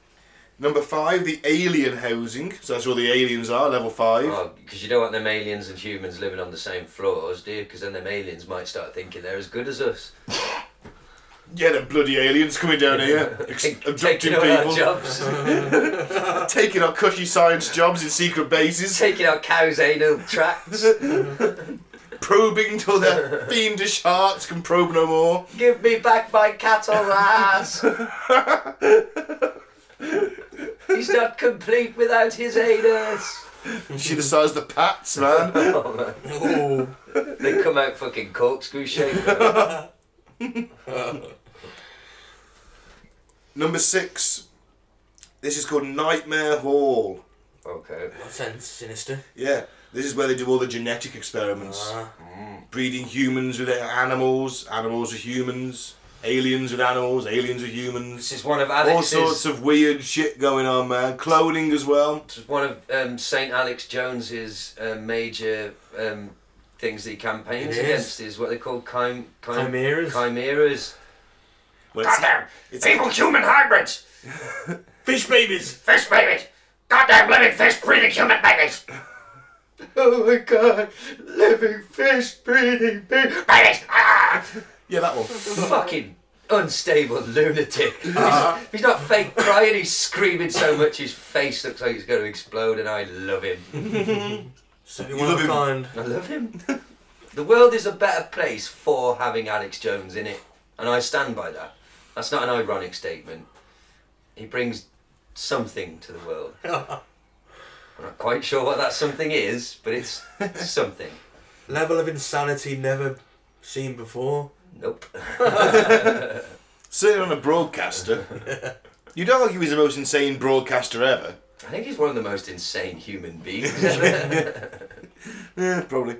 S2: Number five, the alien housing. So that's where the aliens are, level five.
S4: Oh, because you don't want them aliens and humans living on the same floors, do you? Because then them aliens might start thinking they're as good as us.
S2: Yeah, the bloody aliens coming down here, ex-
S4: Take-
S2: abducting
S4: taking all our
S2: people,
S4: jobs,
S2: taking our cushy science jobs in secret bases,
S4: taking our cows' anal tracts.
S2: probing till their fiendish hearts can probe no more.
S4: Give me back my cat or ass. He's not complete without his anus.
S2: She decides the pats, man.
S3: Ooh.
S4: They come out fucking corkscrew shaped.
S2: Number six. This is called Nightmare Hall.
S4: okay.
S3: That sounds sinister.
S2: Yeah, this is where they do all the genetic experiments,
S4: Ah.
S2: Mm. breeding humans with animals, animals with humans, aliens with animals, aliens with
S4: This
S2: humans.
S4: is one of
S2: All
S4: Alex's.
S2: sorts of weird shit going on, man. Cloning as well.
S4: This is one of um, Saint Alex Jones's uh, major um, things that he campaigns
S3: It is.
S4: against is what they call chim- chim-
S3: Chimeras.
S4: Chimeras.
S2: Well, it's-
S4: Goddamn!
S2: It's-
S4: evil human hybrids.
S3: Fish babies!
S4: Fish babies. Goddamn living fish breeding human babies. Oh my god! Living fish breeding babies. Ah!
S2: yeah, that one.
S4: Fucking unstable lunatic. He's- He's, not fake crying. He's screaming so much his face looks like it's going to explode, and I love him.
S3: Certainly one of a
S2: him.
S3: kind.
S4: I love him. the world is a better place for having Alex Jones in it, and I stand by that. That's not an ironic statement. He brings something to the world. I'm not quite sure what that something is, but it's something.
S3: Level of insanity never seen before.
S4: Nope.
S2: Sitting on a broadcaster. You'd argue he's the most insane broadcaster ever.
S4: I think he's one of the most insane human beings.
S2: Yeah, probably.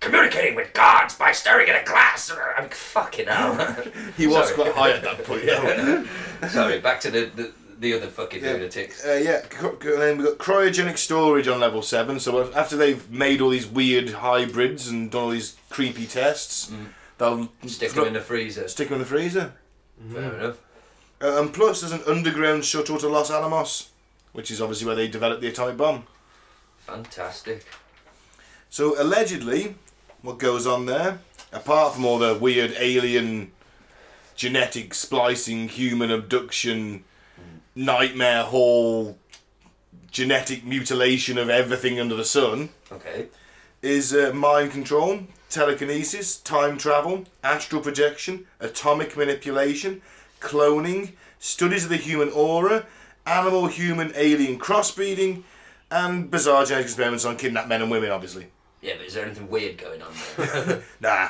S4: communicating with gods by staring at a glass. I'm fucking hell.
S2: He was
S4: Sorry.
S2: quite high at that point, though.
S4: Sorry, back to the, the, the other fucking lunatics.
S2: Uh, yeah, co- co- and then we've got cryogenic storage on level 7. So after they've made all these weird hybrids and done all these creepy tests, they'll
S4: Mm. Stick
S2: thro-
S4: them in the freezer.
S2: stick 'em in the freezer.
S4: Fair enough.
S2: Uh, and plus, there's an underground shuttle to Los Alamos, which is obviously where they developed the atomic bomb.
S4: Fantastic.
S2: So allegedly, what goes on there, apart from all the weird alien genetic splicing, human abduction, nightmare hall, genetic mutilation of everything under the sun,
S4: Okay.
S2: is uh, mind control, telekinesis, time travel, astral projection, atomic manipulation, cloning, studies of the human aura, animal human alien crossbreeding, and bizarre genetic experiments on kidnapped men and women, obviously.
S4: Yeah, but is there anything weird going on there?
S2: Nah.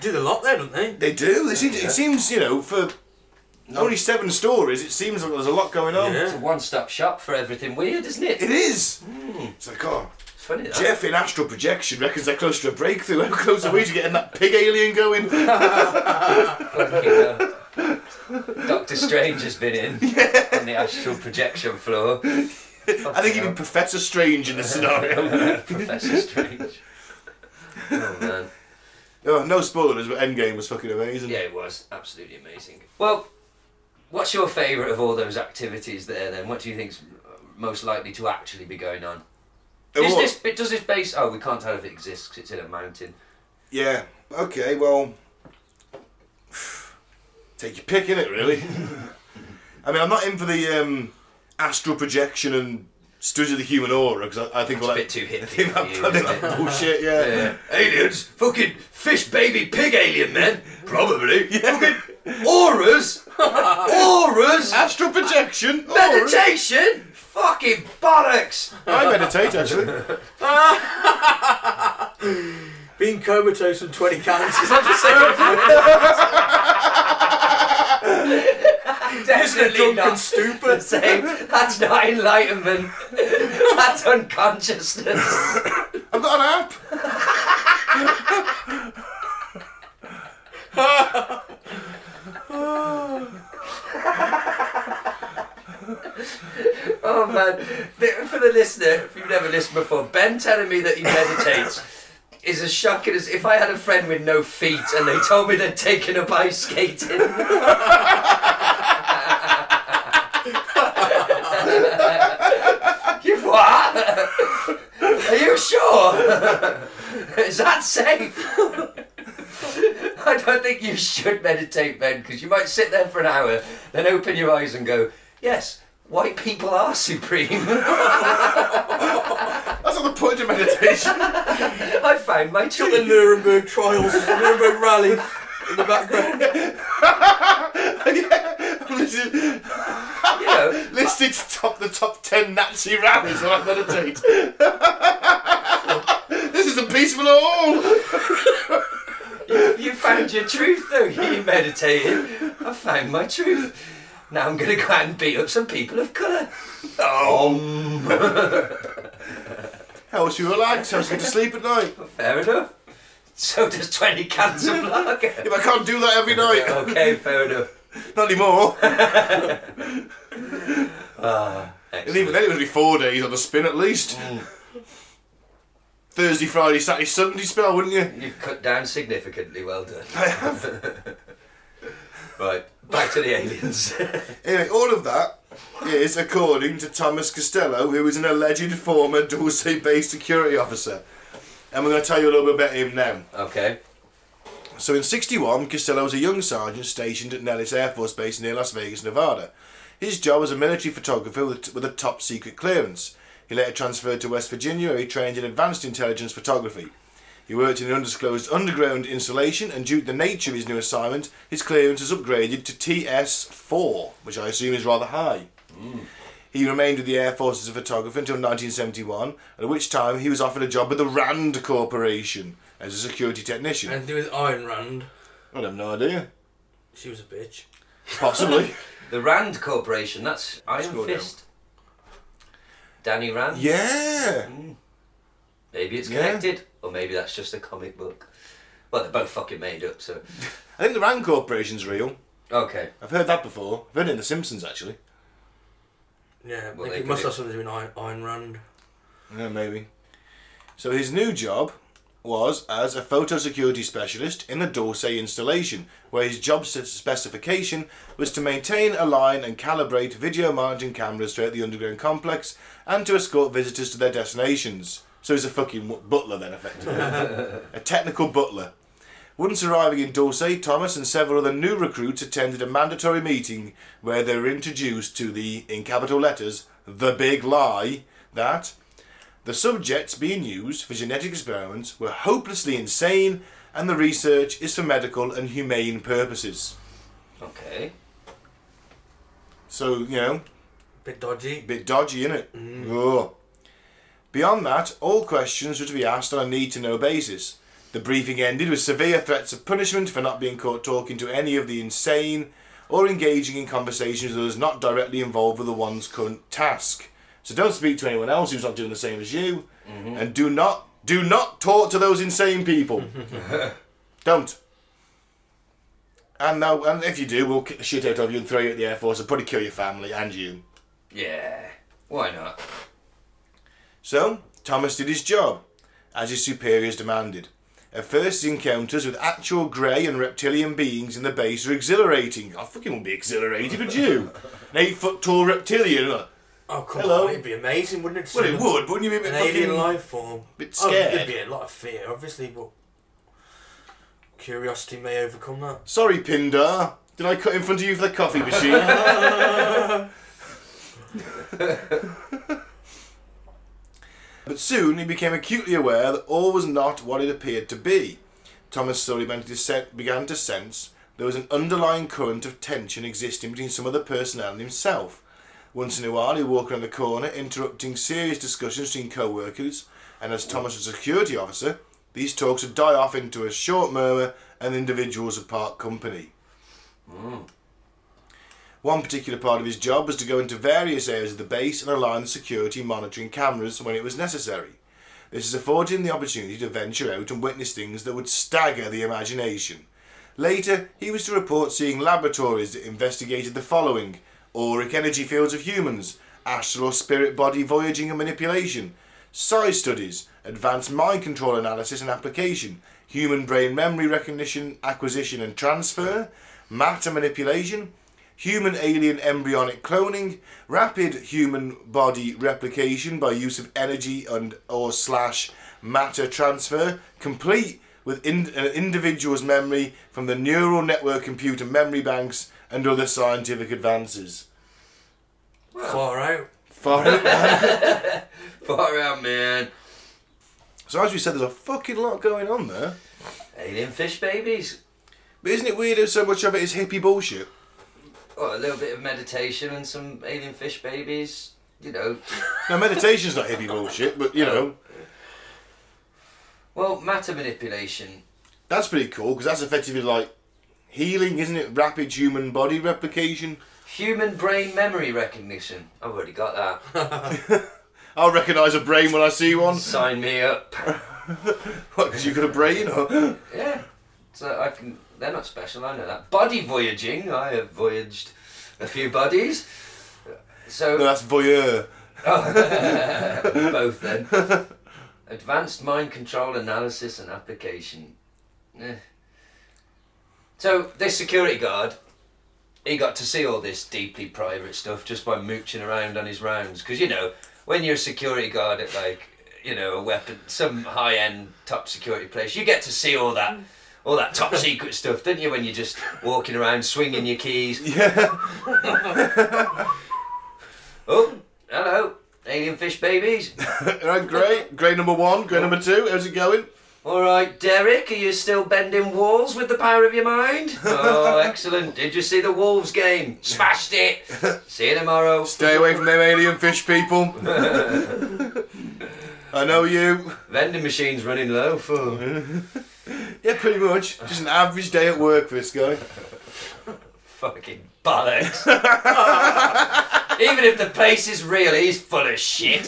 S3: did a lot there, didn't they?
S2: They do. They seem, It seems, you know, for only seven stories, it seems like there's a lot going on.
S3: Yeah.
S4: it's a one-stop shop for everything weird, isn't it?
S2: It is. It's like, oh,
S4: It's funny that.
S2: Jeff in astral projection reckons they're close to a breakthrough. How close are we to getting that pig alien going?
S4: Fucking hell. Doctor Strange has been in on the astral projection floor.
S2: I think even Professor Strange in this scenario.
S4: Professor Strange. Oh man.
S2: oh, no spoilers, but Endgame was fucking amazing.
S4: Yeah, it was absolutely amazing. Well, what's your favourite of all those activities there? Then, what do you think's most likely to actually be going on?
S2: It
S4: Is
S2: was-
S4: this bit? Does this base? Oh, we can't tell if it exists 'cause it's in a mountain.
S2: Yeah. Okay. Well, take your pick in it, really. I mean, I'm not in for the um, astral projection and study of the human aura because I, I think all
S4: It's a
S2: that
S4: bit too hippie.
S2: I think
S4: for you, isn't
S2: that,
S4: it?
S2: that bullshit, Oh, yeah.
S4: Yeah. Aliens? Fucking fish baby pig alien men? Probably. Fucking auras? auras?
S2: Astral projection. Aura.
S4: Meditation? Fucking bollocks!
S2: I meditate actually.
S3: Being comatose from 20 cans is
S4: That's the same as-
S3: just a
S4: Definitely
S3: drunken
S4: not.
S3: stupor.
S4: Same. That's not enlightenment. That's unconsciousness.
S2: I've got an app.
S4: Oh man, The- for the listener, if you've never listened before, Ben telling me that he meditates is as shocking as if I had a friend with no feet and they told me they'd taken up ice skating. you what? Are you sure? is that safe? I don't think you should meditate, Ben, because you might sit there for an hour, then open your eyes and go, yes, white people are supreme.
S2: That's not the point of meditation.
S4: I found my
S3: Got the
S4: children.
S3: Nuremberg trials, Nuremberg rally in the background.
S2: yeah. Listen-
S4: You know,
S2: Listed to top the top ten Nazi rallies when I meditate. this is a peaceful all.
S4: you found your truth though. You meditated. I found my truth. Now I'm going to go out and beat up some people of colour. Um,
S2: Helps you relax. Helps you get to sleep at night.
S4: fair enough. So does 20 cans of lager.
S2: If I can't do that every night,
S4: Okay, fair enough.
S2: not anymore. And even
S4: Excellent.
S2: then, it would be four days on the spin at least. Thursday, Friday, Saturday, Sunday spell, wouldn't you?
S4: You've cut down significantly, well done. I have. right, back to the aliens.
S2: Anyway, all of that is according to Thomas Costello, who is an alleged former Dorset based security officer. And we're going to tell you a little bit about him now.
S4: okay.
S2: So in 61, Costello was a young sergeant stationed at Nellis Air Force Base near Las Vegas, Nevada. His job was a military photographer with, with a top secret clearance. He later transferred to West Virginia where he trained in advanced intelligence photography. He worked in an undisclosed underground installation and due to the nature of his new assignment, his clearance was upgraded to TS4, which I assume is rather high. He remained with the Air Force as a photographer until 1971, at which time he was offered a job with the RAND Corporation as a security technician.
S3: And do with Iron Rand.
S2: I have no idea.
S3: She was a bitch.
S2: Possibly.
S4: The Rand Corporation, that's Iron
S2: go down.
S4: Fist. Danny Rand?
S2: yeah.
S4: Maybe it's
S2: Yeah.
S4: connected, or maybe that's just a comic book. Well, they're both fucking made up, so.
S2: I think the Rand Corporation's real.
S4: Okay.
S2: I've heard that before. I've heard it in The Simpsons actually.
S3: Yeah,
S4: Well,
S3: I
S4: they
S3: think it
S4: could
S3: must
S4: do-
S3: have something to do with Ayn, Ayn Rand.
S2: Yeah, maybe. So his new job was as a photo security specialist in a Dorsey installation, where his job s- specification was to maintain, align, and calibrate video monitoring cameras throughout the underground complex and to escort visitors to their destinations. So he's a fucking w- butler, then, effectively. a technical butler. Once arriving in Dorsey, Thomas and several other new recruits attended a mandatory meeting where they were introduced to the, in capital letters, the big lie that the subjects being used for genetic experiments were hopelessly insane, and the research is for medical and humane purposes.
S4: Okay.
S2: So, you know,
S3: Bit dodgy.
S2: bit dodgy, innit? Oh. Beyond that, all questions were to be asked on a need to know basis. The briefing ended with severe threats of punishment for not being caught talking to any of the insane or engaging in conversations with others not directly involved with the one's current task. So don't speak to anyone else who's not doing the same as you, and do not do not talk to those insane people. don't. And now, and if you do, we'll kick the shit out of you and throw you at the air force and probably kill your family and you.
S4: Yeah. Why not?
S2: So, Thomas did his job, as his superiors demanded. At first, his encounters with actual grey and reptilian beings in the base are exhilarating. I fucking wouldn't be exhilarated, would you? An eight foot tall reptilian. uh,
S3: Oh, come
S2: Hello.
S3: on. It'd be amazing, wouldn't it? to
S2: Well,
S3: see
S2: it would, wouldn't you? be a bit
S3: An alien
S2: fucking-
S3: life form.
S2: bit
S3: Oh,
S2: scared.
S3: there'd be a lot of fear, obviously, but curiosity may overcome that.
S2: Sorry, Pindar. Did I cut in front of you for the coffee machine? but soon he became acutely aware that all was not what it appeared to be. Thomas slowly began to, sen- began to sense there was an underlying current of tension existing between some of the personnel and himself. Once in a while, he'd walk around the corner, interrupting serious discussions between co workers, and as Thomas was a security officer, these talks would die off into a short murmur and individuals would part company. One particular part of his job was to go into various areas of the base and align the security monitoring cameras when it was necessary. This has afforded him the opportunity to venture out and witness things that would stagger the imagination. Later, he was to report seeing laboratories that investigated the following auric energy fields of humans, astral or spirit body voyaging and manipulation, size studies, advanced mind control analysis and application, human brain memory recognition, acquisition and transfer, matter manipulation, human alien embryonic cloning, rapid human body replication by use of energy and or slash matter transfer, complete with in, an individual's memory from the neural network computer memory banks and other scientific advances.
S3: Far out.
S2: Far out.
S4: Far out, man.
S2: so as we said, there's a fucking lot going on there.
S4: Alien fish babies.
S2: But isn't it weird how so much of it is hippie bullshit?
S4: Oh, a little bit of meditation and some alien fish babies. You know,
S2: Now meditation's not hippie bullshit, but you know
S4: well, matter manipulation.
S2: that's pretty cool because that's effectively like healing, isn't it? Rapid human body replication.
S4: Human brain memory recognition. I've already got that.
S2: I'll recognise a brain when I see one.
S4: Sign me up.
S2: What? Because you got a brain? Or...
S4: Yeah. So I can. They're not special. I know that. Body voyaging. I have voyaged a few bodies. So
S2: No, that's voyeur.
S4: both then. Advanced mind control analysis and application. Eh. So this security guard, he got to see all this deeply private stuff just by mooching around on his rounds. Because you know, when you're a security guard at like you know a weapon, some high-end top security place, you get to see all that. All that top secret stuff, don't you? When you're just walking around swinging your keys.
S2: Yeah.
S4: Oh, hello, alien fish babies.
S2: Right, great. Grade number one, grade number two. How's it going?
S4: All right, Derek, are you still bending walls with the power of your mind? Oh, excellent. Did you see the Wolves game? Smashed it. See you tomorrow.
S2: Stay away from them alien fish people. I know you.
S4: Vending machine's running low. Fool.
S2: Yeah, pretty much. Just an average day at work for this guy.
S4: Fucking bollocks. Even if the place is real, he's full of shit.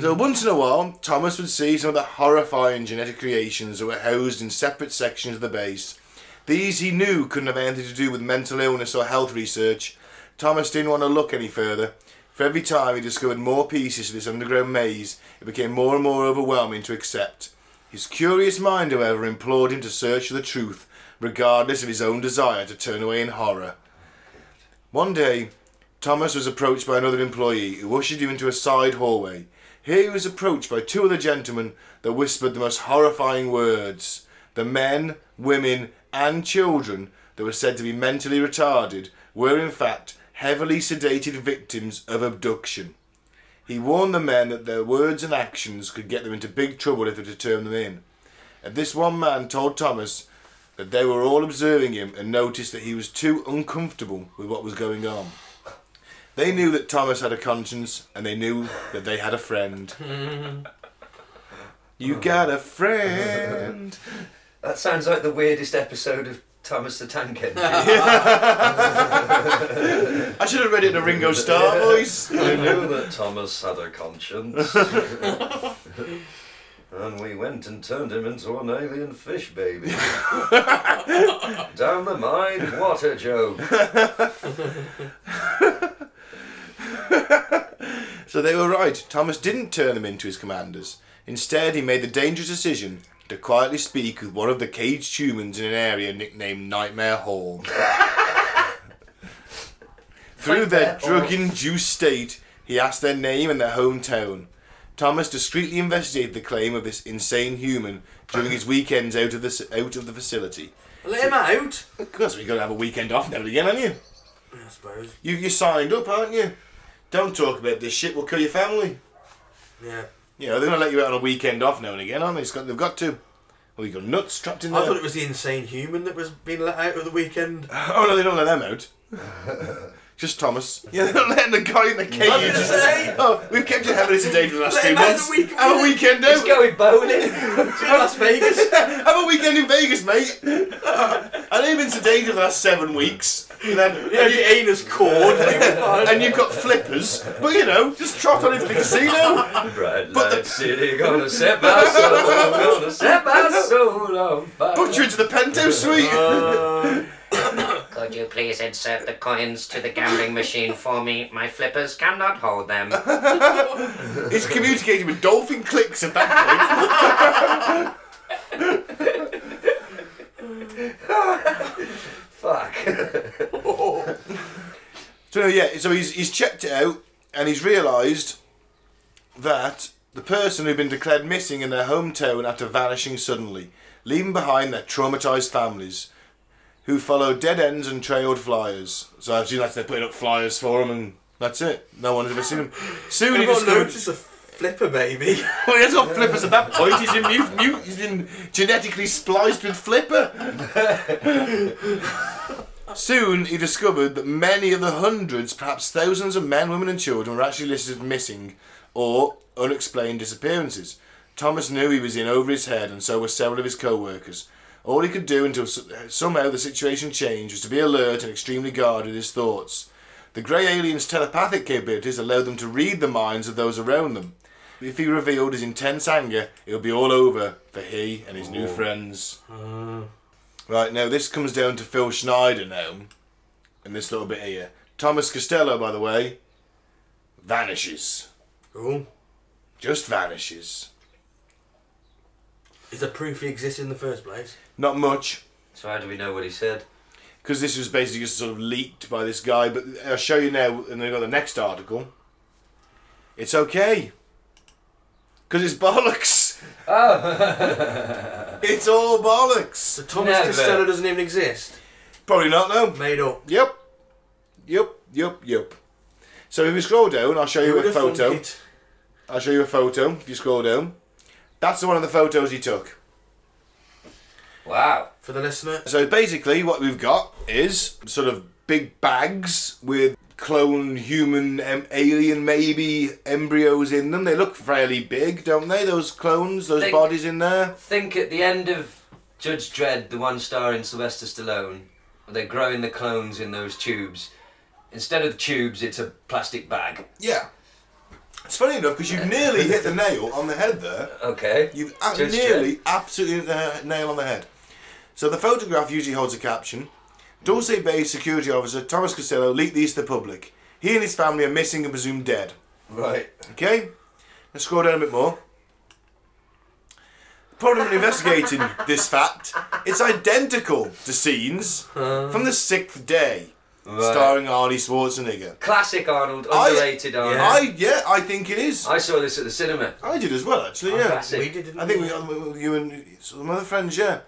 S2: So once in a while, Thomas would see some of the horrifying genetic creations that were housed in separate sections of the base. These he knew couldn't have anything to do with mental illness or health research. Thomas didn't want to look any further. For every time he discovered more pieces of this underground maze, it became more and more overwhelming to accept. His curious mind, however, implored him to search for the truth, regardless of his own desire to turn away in horror. One day, Thomas was approached by another employee who ushered him into a side hallway. Here he was approached by two other gentlemen that whispered the most horrifying words. The men, women, and children that were said to be mentally retarded were, in fact, heavily sedated victims of abduction. He warned the men that their words and actions could get them into big trouble if they were to turn them in. And this one man told Thomas that they were all observing him and noticed that he was too uncomfortable with what was going on. They knew that Thomas had a conscience and they knew that they had a friend. you got a friend.
S4: That sounds like the weirdest episode of Thomas the Tank Engine.
S2: I should have read it in a Ringo Starr voice.
S4: I knew that Thomas had a conscience. and we went and turned him into an alien fish baby. Down the mine, what a joke.
S2: So they were right. Thomas didn't turn them into his commanders. Instead, he made the dangerous decision to quietly speak with one of the caged humans in an area nicknamed Nightmare Hall. Through their drug induced state, he asked their name and their hometown. Thomas discreetly investigated the claim of this insane human during his weekends out of the, s- out of the facility.
S3: Let him out.
S2: Of course, we've got to have a weekend off now and again, haven't you?
S3: I suppose.
S2: you? You signed up, aren't you? Don't talk about this shit, we'll kill your family.
S3: Yeah.
S2: You know, they're going to let you out on a weekend off now and again, aren't they? It's got, they've got to. Well, you got nuts trapped in
S3: I
S2: there.
S3: thought it was the insane human that was being let out of the weekend.
S2: Oh, no, they don't let them out. Just Thomas. Yeah, they're not letting the guy in the cage.
S3: was gonna say.
S2: Oh, we've kept you heavily sedated for the last
S3: Let
S2: two
S3: him out
S2: months.
S3: the weekend.
S2: Have a weekend
S4: He's
S2: out.
S4: going bowling.
S3: Las Vegas.
S2: Have a weekend in Vegas, mate. and they've been sedated for the last seven weeks. And then.
S3: Yeah, the anus cord.
S2: And you've got flippers, but you know, just trot on into the casino.
S4: Bright
S2: But the-
S4: light city, gonna set my soul, gonna set my soul on fire.
S2: Put you into the penthouse suite. Uh,
S6: Could you please insert the coins to the gambling machine for me? My flippers cannot hold them.
S2: It's communicating with dolphin clicks at that point.
S4: Fuck.
S2: So yeah, so he's he's checked it out and he's realised that the person who'd been declared missing in their hometown after vanishing suddenly, leaving behind their traumatised families, who followed dead ends and trailed flyers. So I've seen that they're putting up flyers for him, and that's it. No one's ever seen him. Soon he
S3: Everyone
S2: discovered.
S3: noticed a flipper baby.
S2: Well, he has got flippers at that point. He's in mute, mute. He's in genetically spliced with flipper. Soon he discovered that many of the hundreds, perhaps thousands of men, women, and children were actually listed as missing or unexplained disappearances. Thomas knew he was in over his head, and so were several of his co workers. All he could do until s- uh, somehow the situation changed was to be alert and extremely guarded with his thoughts. The grey alien's telepathic capabilities allowed them to read the minds of those around them. If he revealed his intense anger, it would be all over for he and his new friends.
S3: Uh,
S2: Right, now this comes down to Phil Schneider now, and this little bit here. Thomas Costello, by the way, vanishes.
S3: Cool.
S2: Just vanishes.
S3: Is there proof he exists in the first place?
S2: Not much,
S4: So how do we know what he said?
S2: because this was basically just sort of leaked by this guy, but I'll show you now, and then I've got the next article. It's okay. Because it's bollocks.
S3: Oh.
S2: it's all bollocks.
S3: So Thomas
S4: Never.
S3: Costello doesn't even exist.
S2: Probably not, though.
S3: Made up.
S2: Yep. Yep. Yep. Yep. So if you scroll down, I'll show you a
S3: Who'da thunk
S2: photo.
S3: it?
S2: I'll show you a photo if you scroll down. That's the one of the photos he took.
S4: Wow.
S3: For the listener,
S2: So basically, what we've got is sort of big bags with clone, human, em- alien, maybe embryos in them. They look fairly big, don't they? Those clones, those
S4: They-
S2: bodies in there.
S4: think at the end of Judge Dredd, the one starring Sylvester Stallone, where they're growing the clones in those tubes. Instead of tubes, it's a plastic bag.
S2: Yeah. It's funny enough because you've nearly hit the nail on the head there.
S4: Okay.
S2: You've a-
S4: Just
S2: nearly,
S4: check.
S2: absolutely hit the nail on the head. So the photograph usually holds a caption. Dulce Bay security officer Thomas Costello leaked these to the public. He and his family are missing and presumed dead.
S4: Right.
S2: Okay, let's scroll down a bit more. Problem in investigating this fact, it's identical to scenes from the sixth day, starring Arnie Schwarzenegger.
S4: Classic Arnold, underrated Arnold.
S3: Yeah.
S2: I yeah, I think it is. I,
S4: I saw this at the cinema.
S2: did as well, actually. Yeah,
S4: that's it.
S3: We did.
S2: I think we, um, you and some other friends, yeah.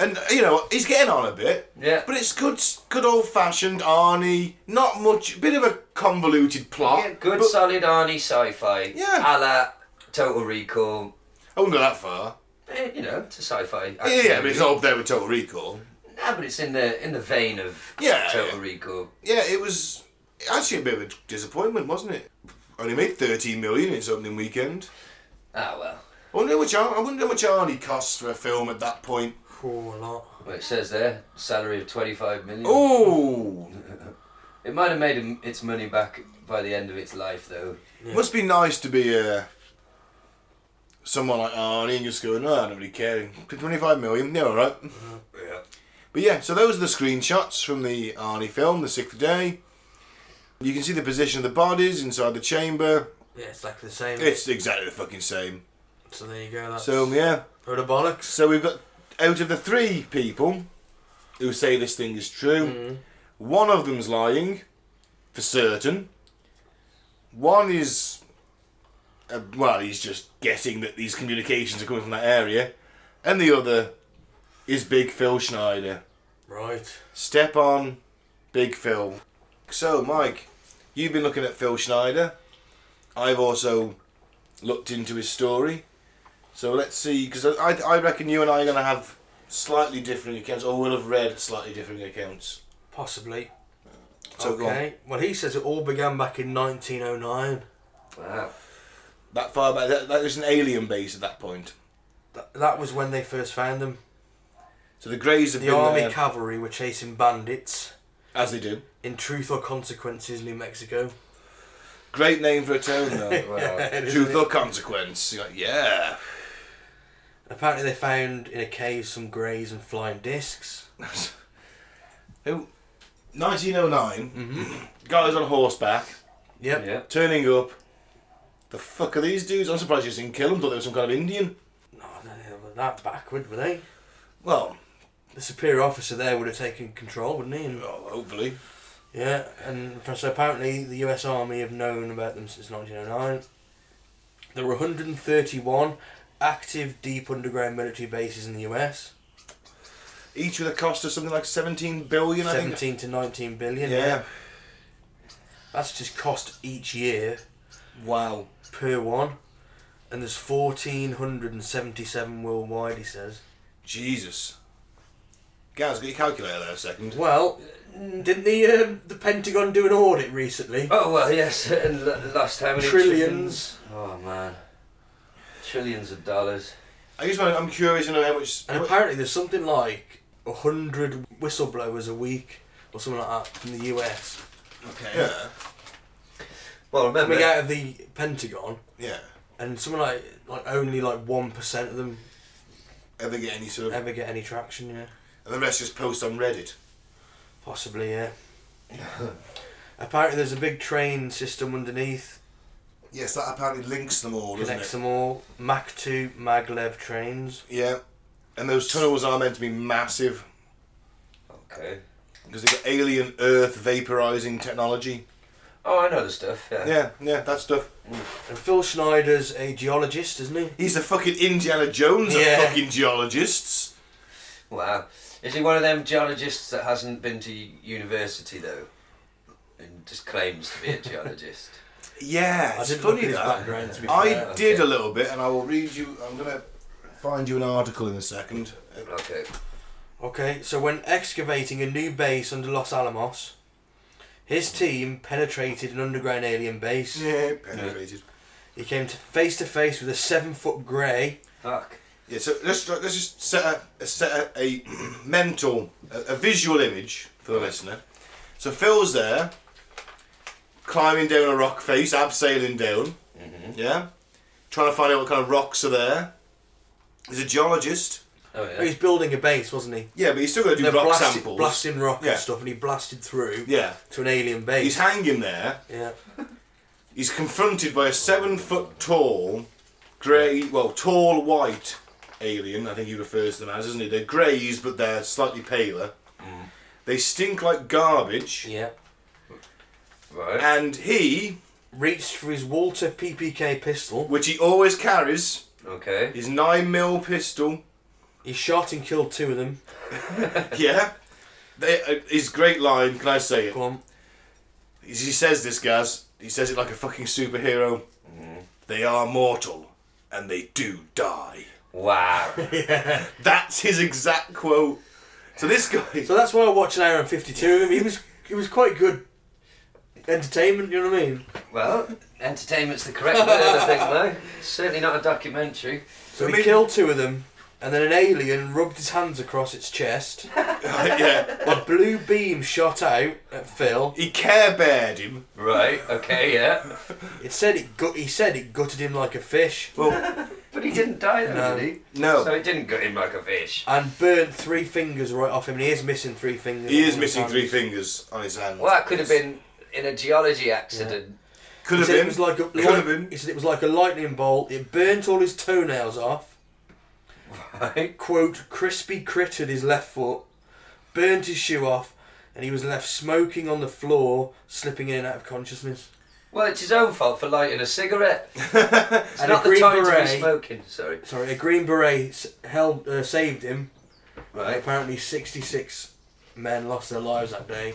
S2: And uh, you know he's getting on a bit,
S4: Yeah.
S2: But it's good, good old fashioned Arnie. Not much, bit of a convoluted plot.
S4: Yeah, good
S2: but
S4: solid Arnie sci-fi.
S2: Yeah.
S4: A la Total Recall.
S2: I wouldn't go that far.
S4: Eh, you know, it's a sci-fi.
S2: Yeah,
S4: action
S2: but it's
S4: movie.
S2: not up there with Total Recall.
S4: Nah, but it's in the in the vein of
S2: Yeah,
S4: Total
S2: yeah.
S4: Recall.
S2: Yeah, it was actually a bit of a disappointment, wasn't it? Only made thirteen million in its opening weekend.
S4: Ah well.
S2: I wonder how much Ar- I wonder how much Arnie cost for a film at that point.
S3: Oh, a lot.
S4: Well, it says there salary of twenty-five million.
S2: Oh,
S4: It might have made him- its money back by the end of its life though.
S2: must be nice to be uh, someone like Arnie and just go, no, I don't really care. Twenty five million, yeah, all right.
S4: Yeah.
S2: But yeah, so those are the screenshots from the Arnie film, The Sixth Day. You can see the position of the bodies inside the chamber.
S3: Yeah, it's like the same.
S2: It's exactly the fucking same.
S3: so there you go. That's
S2: So yeah.
S3: Load of bollocks.
S2: So we've got out of the three people who say this thing is true, one of them's lying for certain. One is uh, well, he's just guessing that these communications are coming from that area, and the other is Big Phil Schneider.
S3: Right.
S2: Step on, Big Phil. So Mike, you've been looking at Phil Schneider. I've also looked into his story. So let's see, because I, I reckon you and I are going to have slightly different accounts, or we'll have read slightly different accounts.
S3: Possibly.
S2: So go on.
S3: okay. Well, he says it all began back in 1909.
S4: Wow.
S2: That far back, that, that was an alien base at that point.
S3: That, that was when they first found them.
S2: So the Greys have
S3: The
S2: been
S3: army
S2: there,
S3: cavalry were chasing bandits
S2: as they do.
S3: in Truth or Consequences, New Mexico.
S2: Great name for a town, though.
S4: Wow.
S2: Truth or consequence? You're like, yeah.
S3: Apparently, they found in a cave some greys and flying discs.
S2: Who- 1909.
S3: Mm-hmm.
S2: Guys on horseback.
S3: Yep.
S4: yeah.
S2: turning up. The fuck are these dudes? I'm surprised you didn't kill them. Thought they were some kind of Indian.
S3: No, Oh, they were that backward, were they?
S2: Well,
S3: The superior officer there would have taken control, wouldn't he? And-
S2: oh, hopefully.
S3: yeah, and so apparently the US Army have known about them since 1909. There were 131 active deep underground military bases in the US,
S2: Each with a cost of something like 17 billion, I think.
S3: 17 to 19 billion.
S2: Yeah.
S3: That's just cost each year
S2: Wow.
S3: per one. And there's 1,477 worldwide, he says.
S2: Jesus. Gaz, get your calculator there a second.
S3: Well, didn't the um, the Pentagon do an audit recently?
S4: Oh well, yes, and l- lost how many
S3: Trillions.
S4: trillions? Oh man, trillions of dollars.
S2: I just want. I'm curious to know how much.
S3: And apparently, there's something like a hundred whistleblowers a week or something like that from the US
S2: Okay. Yeah.
S4: Well, remember,
S3: coming out of the Pentagon,
S2: Yeah.
S3: and something like like only like one percent of them
S2: Ever get any sort of?
S3: ever get any traction. Yeah,
S2: And the rest just post on Reddit.
S3: possibly. Yeah. apparently, there's a big train system underneath
S2: Yes, that apparently links them all, doesn't
S3: connects
S2: it?
S3: them all. Mach two maglev trains.
S2: Yeah. And those tunnels are meant to be massive
S4: okay.
S2: because they've got alien Earth vaporizing technology.
S4: Oh, I know the stuff. Yeah.
S2: Yeah, yeah, that stuff.
S3: And Phil Schneider's a geologist, isn't he?
S2: He's a fucking Indiana Jones of
S3: Yeah.
S2: fucking geologists.
S4: Wow. Is he one of them geologists that hasn't been to u- university though, and just claims to be a geologist?
S2: Yeah,
S3: I
S2: it's
S3: didn't
S2: funny
S3: look at his
S2: that.
S3: background to be
S2: I
S3: fair.
S2: did
S4: okay.
S2: a little bit, and I will read you. I'm gonna find you an article in a second.
S4: Okay.
S3: Okay, so when excavating a new base under Los Alamos, his team penetrated an underground alien base.
S2: Yeah, penetrated.
S3: He came to face to face with a seven foot grey.
S4: Fuck.
S2: Yeah, so let's let's just set a, a set a, a mental, a, a visual image for the listener. So Phil's there, climbing down a rock face, abseiling down.
S3: Mm-hmm.
S2: Yeah? Trying to find out what kind of rocks are there. He's a geologist.
S4: Oh
S3: He was
S4: yeah.
S3: building a base, wasn't he?
S2: Yeah, but he's still got to do
S3: They're
S2: rock
S3: blasting,
S2: samples.
S3: blasting rock
S2: Yeah.
S3: and stuff, and he blasted through
S2: Yeah.
S3: to an alien base.
S2: He's hanging there.
S3: yeah,
S2: He's confronted by a seven foot tall, grey, well, tall white alien, I think he refers to them as, isn't he? They're greys, but they're slightly paler. They stink like garbage.
S3: yeah.
S4: Right.
S2: And he,
S3: Reached for his Walter PPK pistol.
S2: which he always carries,
S4: Okay.
S2: his 9mm pistol,
S3: He shot and killed two of them.
S2: yeah. They, uh, his great line, can I say it?
S3: Go on.
S2: He says this, Gaz. He says it like a fucking superhero. They are mortal, and they do die.
S4: Wow.
S2: That's his exact quote. So this guy,
S3: So that's why I watched an hour and fifty-two of him. He was he was quite good entertainment. You know what I mean?
S4: Well, entertainment's the correct word, I think, though. Certainly not a documentary.
S3: So
S2: I
S3: he
S2: mean-
S3: killed two of them, and then an alien rubbed his hands across its chest.
S2: yeah,
S3: a blue beam shot out at Phil.
S2: he care beared him.
S4: Right. Okay. Yeah.
S3: It said it gut. He said it gutted him like a fish,
S2: Well,
S4: But he didn't die, though,
S3: No.
S4: did he?
S2: No.
S4: So it didn't gut him like a fish.
S3: and burnt three fingers right off him. And he is missing three fingers.
S2: he
S3: on
S2: is
S3: his
S2: missing
S3: hand.
S2: three fingers on his hand.
S4: Well, that could have been in a geology accident.
S2: Could
S3: He
S2: have
S3: said
S2: been.
S3: it was like a
S2: could
S3: light-
S2: have been.
S3: He said it was like a lightning bolt. It burnt all his toenails off.
S4: Right.
S3: Quote: crispy crittered his left foot, burnt his shoe off, and he was left smoking on the floor, slipping in and out of consciousness.
S4: Well, it's his own fault for lighting a cigarette. It's
S3: And
S4: not the
S3: a green
S4: time to
S3: beret.
S4: be smoking. Sorry.
S3: Sorry, a green beret s- held uh, saved him.
S4: Right.
S3: Apparently, sixty-six men lost their lives that day.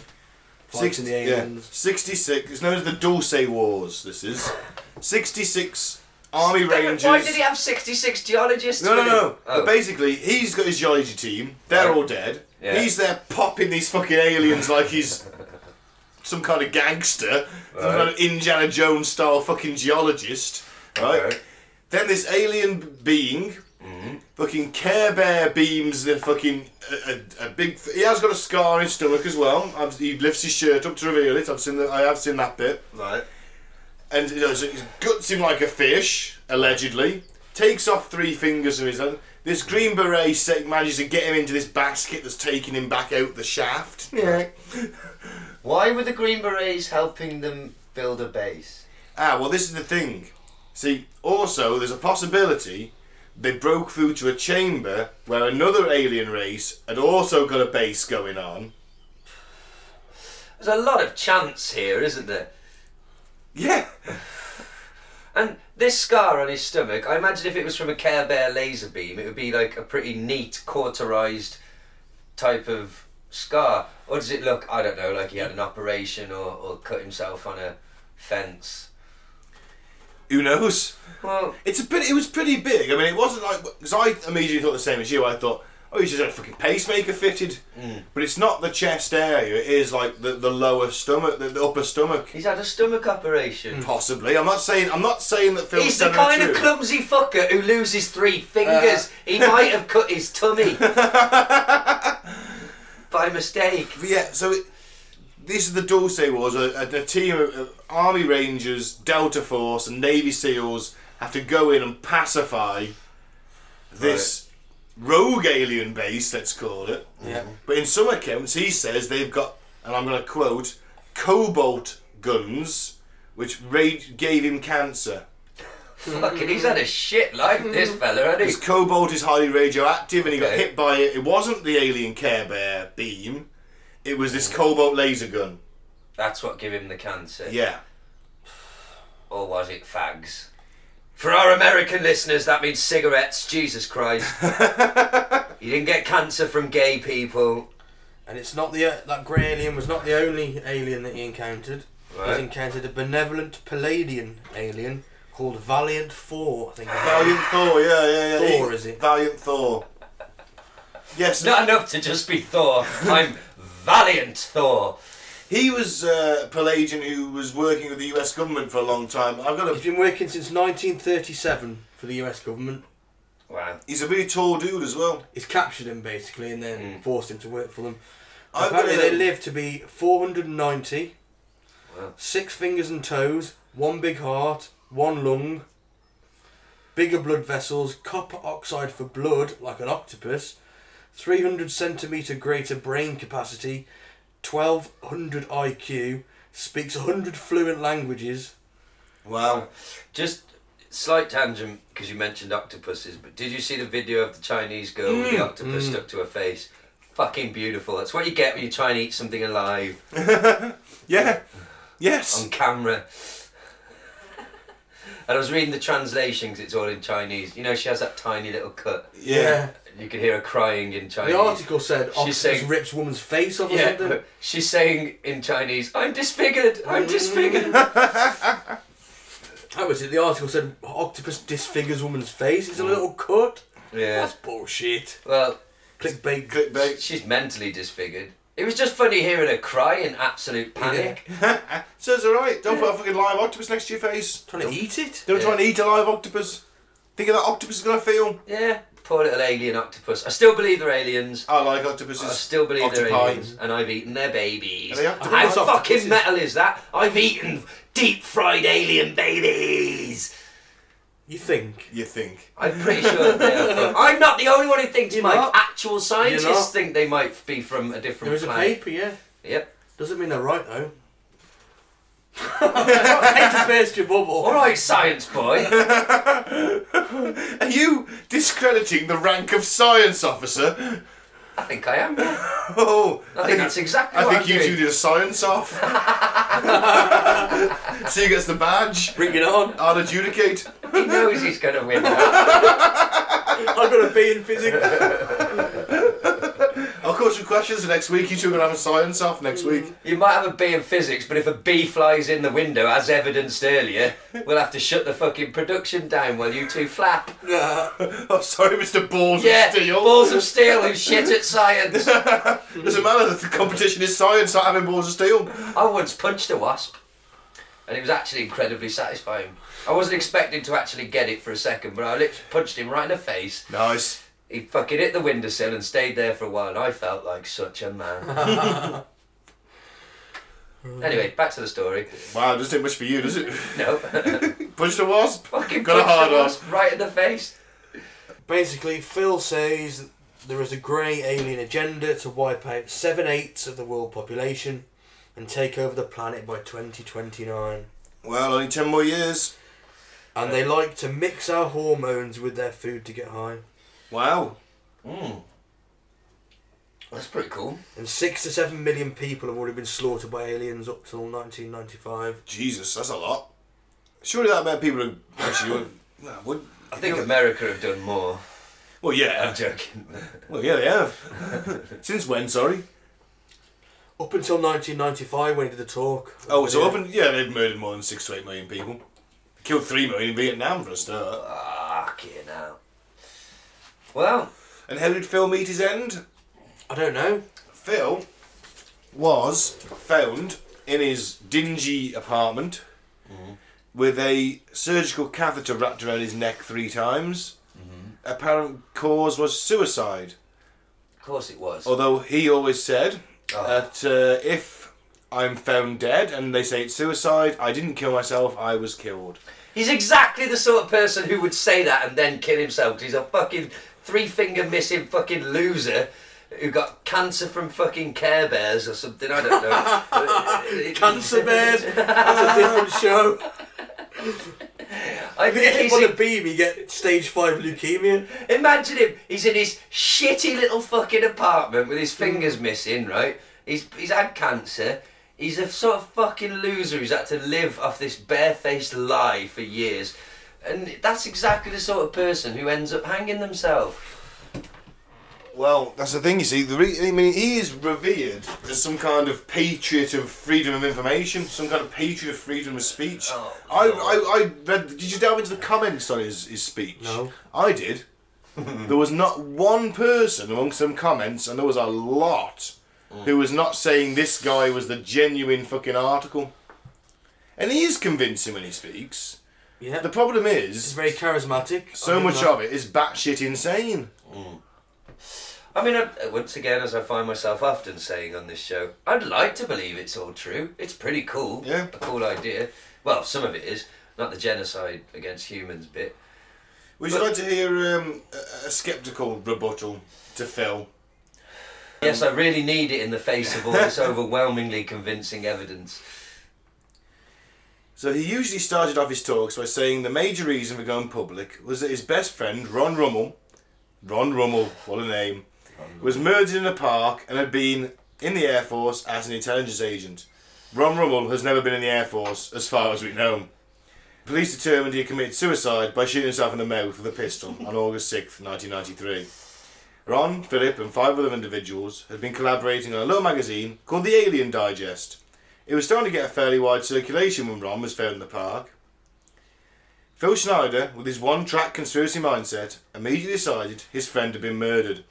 S2: Six-
S3: Fighting the
S2: yeah,
S3: aliens.
S2: 66. It's known as the Dulce Wars, this is. 66 Army Rangers.
S4: Why did he have 66 geologists?
S2: No, no,
S4: with
S2: no.
S4: him? Oh.
S2: But basically, he's got his geology team. They're
S4: Right.
S2: all dead.
S4: Yeah.
S2: He's there popping these fucking aliens like he's some kind of gangster, some
S4: Right.
S2: kind of Indiana Jones style fucking geologist, right?
S4: Right. Mm-hmm.
S2: Then this alien being. Fucking Care Bear beams the fucking a, a, a big. He has got a scar on his stomach as well. I've, he lifts his shirt up to reveal it. I've seen that. I have seen that bit
S4: Right.
S2: and you know, so he guts him like a fish, allegedly. Takes off three fingers of his hand. This green beret set manages to get him into this basket that's taking him back out the shaft. Yeah.
S4: Why were the Green Berets helping them build a base?
S2: Ah, well, this is the thing. See, also, there's a possibility they broke through to a chamber where another alien race had also got a base going on.
S4: There's a lot of chance here, isn't there?
S2: Yeah.
S4: And this scar on his stomach, I imagine if it was from a Care Bear laser beam, it would be like a pretty neat, cauterized type of scar. Or does it look, I don't know, like he had an operation or, or cut himself on a fence?
S2: Who knows?
S4: Well,
S2: It's a bit. It was pretty big. I mean, it wasn't like because I immediately thought the same as you. I thought, oh, he's just had a fucking pacemaker fitted.
S4: Mm.
S2: But it's not the chest area. It is like the, the lower stomach, the, the upper stomach,
S4: he's had a stomach operation.
S2: possibly. I'm not saying. I'm not saying Hmm. that Uh. Phil's
S4: He's the
S2: telling
S4: kind of
S2: truth.
S4: clumsy fucker who loses three fingers. he might have cut his tummy by mistake.
S2: But yeah. So it, this is the Dulce Wars. A, a, a team of of Army Rangers, Delta Force, and Navy SEALs have to go in and pacify this rogue alien base. Let's call it.
S3: Yeah.
S2: But in some accounts, he says they've got, and I'm going to quote, cobalt guns, which ra- gave him cancer.
S4: Fucking, he's had a shit life,
S2: Hmm.
S4: this fella, hasn't he?
S2: Because cobalt is highly radioactive, and he got
S4: Okay.
S2: hit by it. It wasn't the alien Care Bear beam; it was this cobalt laser gun.
S4: That's what gave him the cancer.
S2: Yeah.
S4: Or was it fags? For our American listeners, that means cigarettes. Jesus Christ. you didn't get cancer from gay people.
S3: And it's not the uh, that grey alien was not the only alien that he encountered.
S4: Right.
S3: He's encountered a benevolent Palladian alien called Valiant Four. I think.
S2: Valiant Thor. Yeah, yeah, yeah.
S3: Thor,
S2: He-
S3: is it?
S2: Valiant Thor. Yes.
S4: Not enough to just be Thor. I'm valiant Thor.
S2: He was uh, a Pelagian who was working with the U.S. government for a long time. I've got a.
S3: He's been working since 1937 for the U.S. government.
S4: Wow.
S2: He's a really tall dude as well.
S3: He's captured him basically and then forced him to work for them.
S2: I've got
S3: Apparently,
S2: a-
S3: they lived to be 490,
S4: Wow.
S3: six fingers and toes, one big heart, one lung, bigger blood vessels, copper oxide for blood, like an octopus, 300 centimetre greater brain capacity, 1200 IQ, speaks 100 fluent languages.
S2: Wow.
S4: Just slight tangent because you mentioned octopuses, but did you see the video of the Chinese girl with
S2: Mm,
S4: the octopus stuck to her face? Fucking beautiful. That's what you get when you try and eat something alive
S2: Yeah. Yes.
S4: on camera. And I was reading the translations, it's all in Chinese. You know, she has that tiny little cut.
S2: yeah.
S4: You can hear her crying in Chinese.
S3: The article said octopus
S4: saying-
S3: rips woman's face off or
S4: Yeah,
S3: something.
S4: she's saying in Chinese, I'm disfigured, I'm disfigured.
S3: That was it. The article said octopus disfigures woman's face. It's a little cut.
S4: Mm. yeah.
S3: That's bullshit.
S4: Well,
S3: Clickbait.
S2: Clickbait.
S4: she's mentally disfigured. It was just funny hearing her cry in absolute panic.
S2: Says alright. Don't put a fucking live octopus next to your face.
S3: Trying to eat it?
S2: Don't try and eat a live octopus. Think of that octopus is gonna feel.
S4: Yeah. poor little alien octopus. I still believe they're aliens.
S2: I like
S4: I
S2: octopuses.
S4: still believe they're
S2: Octopi.
S4: aliens, and I've eaten their babies.
S2: Are they
S4: How
S2: octopuses?
S4: fucking metal is that? I've eaten deep fried alien babies.
S3: You think?
S2: You think?
S4: I'm pretty sure they are. From, I'm not the only one who thinks. Mike,
S3: not.
S4: actual scientists
S3: not.
S4: think they might be from a different
S3: There is a
S4: planet.
S3: paper, yeah.
S4: Yep.
S3: Doesn't mean they're right though. Hate to burst your bubble.
S4: All right, science boy.
S2: Are you discrediting the rank of science officer?
S4: I think I am. yeah.
S2: Oh,
S4: I think that's exactly
S2: I
S4: what
S2: think
S4: I'm
S2: you
S4: doing.
S2: two did a science off. so you gets the badge.
S3: Bring it on.
S2: I'll adjudicate.
S4: He knows he's going to win that.
S3: I've got a B in physics.
S2: I'll call some questions next week. You two are gonna have a science off next week.
S4: You might have a B in physics, but if a bee flies in the window, as evidenced earlier, we'll have to shut the fucking production down while you two flap.
S2: Oh, sorry, Mr. Balls
S4: Yeah,
S2: of Steel.
S4: balls of steel who shit at science.
S2: Doesn't matter that the competition is science, not having balls of steel.
S4: I once punched a wasp, and it was actually incredibly satisfying. I wasn't expecting to actually get it for a second, but I literally punched him right in the face.
S2: Nice.
S4: He fucking hit the windowsill and stayed there for a while, and I felt like such a man. anyway, back to the story.
S2: Wow, doesn't do much for you, does it?
S4: No.
S2: Punched a wasp.
S4: fucking
S2: Got a
S4: punched
S2: hard
S4: the
S2: on.
S4: wasp right in the face.
S3: Basically, Phil says there is a grey alien agenda to wipe out seven eighths of the world population and take over the planet by 2029.
S2: Well, only ten more years.
S3: And they like to mix our hormones with their food to get high.
S2: Wow.
S4: That's pretty cool.
S3: And six to seven million people have already been slaughtered by aliens up till 1995.
S2: Jesus, that's a lot. Surely that meant people who actually would. well, would
S4: I think America have done more.
S2: Well,
S4: I'm
S2: yeah.
S4: joking.
S2: Well, yeah, they have. Since when? Sorry.
S3: Up until 1995, when he did the talk.
S2: Oh, it's open. Yeah, they've murdered more than six to eight million people. Killed three million in Vietnam for a start.
S4: Fucking hell. Well,
S2: And how did Phil meet his end?
S3: I don't know.
S2: Phil was found in his dingy apartment with a surgical catheter wrapped around his neck three times. Apparent cause was suicide.
S4: of course it was.
S2: Although he always said
S4: Oh.
S2: that uh, if I'm found dead and they say it's suicide, I didn't kill myself, I was killed.
S4: He's exactly the sort of person who would say that and then kill himself. 'cause He's a fucking three finger missing fucking loser who got cancer from fucking Care Bears or something. I don't know.
S3: Cancer Bears! That's a different show.
S4: I think
S3: If you
S4: he's
S3: want
S4: in,
S3: to beam, you get stage 5 leukemia.
S4: imagine him. He's in his shitty little fucking apartment with his fingers missing. Right? He's he's had cancer. He's a sort of fucking loser who's had to live off this barefaced lie for years. And that's exactly the sort of person who ends up hanging themselves.
S2: Well, that's the thing, you see. The re- I mean, he is revered as some kind of patriot of freedom of information, some kind of patriot of freedom of speech.
S4: Oh,
S2: I,
S4: no.
S2: I, I read. Did you delve into the comments on his, his speech?
S3: No.
S2: I did. there was not one person amongst them comments, and there was a lot, who was not saying this guy was the genuine fucking article. And he is convincing when he speaks.
S3: Yeah.
S2: The problem
S3: It's
S2: is,
S3: very charismatic.
S2: so much of it is batshit insane.
S4: I mean, I, once again, as I find myself often saying on this show, I'd like to believe it's all true. It's pretty cool.
S2: Yeah.
S4: A cool idea. Well, some of it is. not the genocide against humans bit.
S2: Would you like to hear um, a, a sceptical rebuttal to Phil?
S4: Yes, I really need it in the face of all this overwhelmingly convincing evidence.
S2: So he usually started off his talks by saying the major reason for going public was that his best friend Ron Rummel, Ron Rummel, what a name, was murdered in a park and had been in the Air Force as an intelligence agent. Ron Rummel has never been in the Air Force, as far as we know. Police determined he had committed suicide by shooting himself in the mouth with a pistol on August 6th, 1993. Ron, Philip, and five other individuals had been collaborating on a little magazine called The Alien Digest. It was starting to get a fairly wide circulation when Ron was found in the park. Phil Schneider, with his one track conspiracy mindset, immediately decided his friend had been murdered.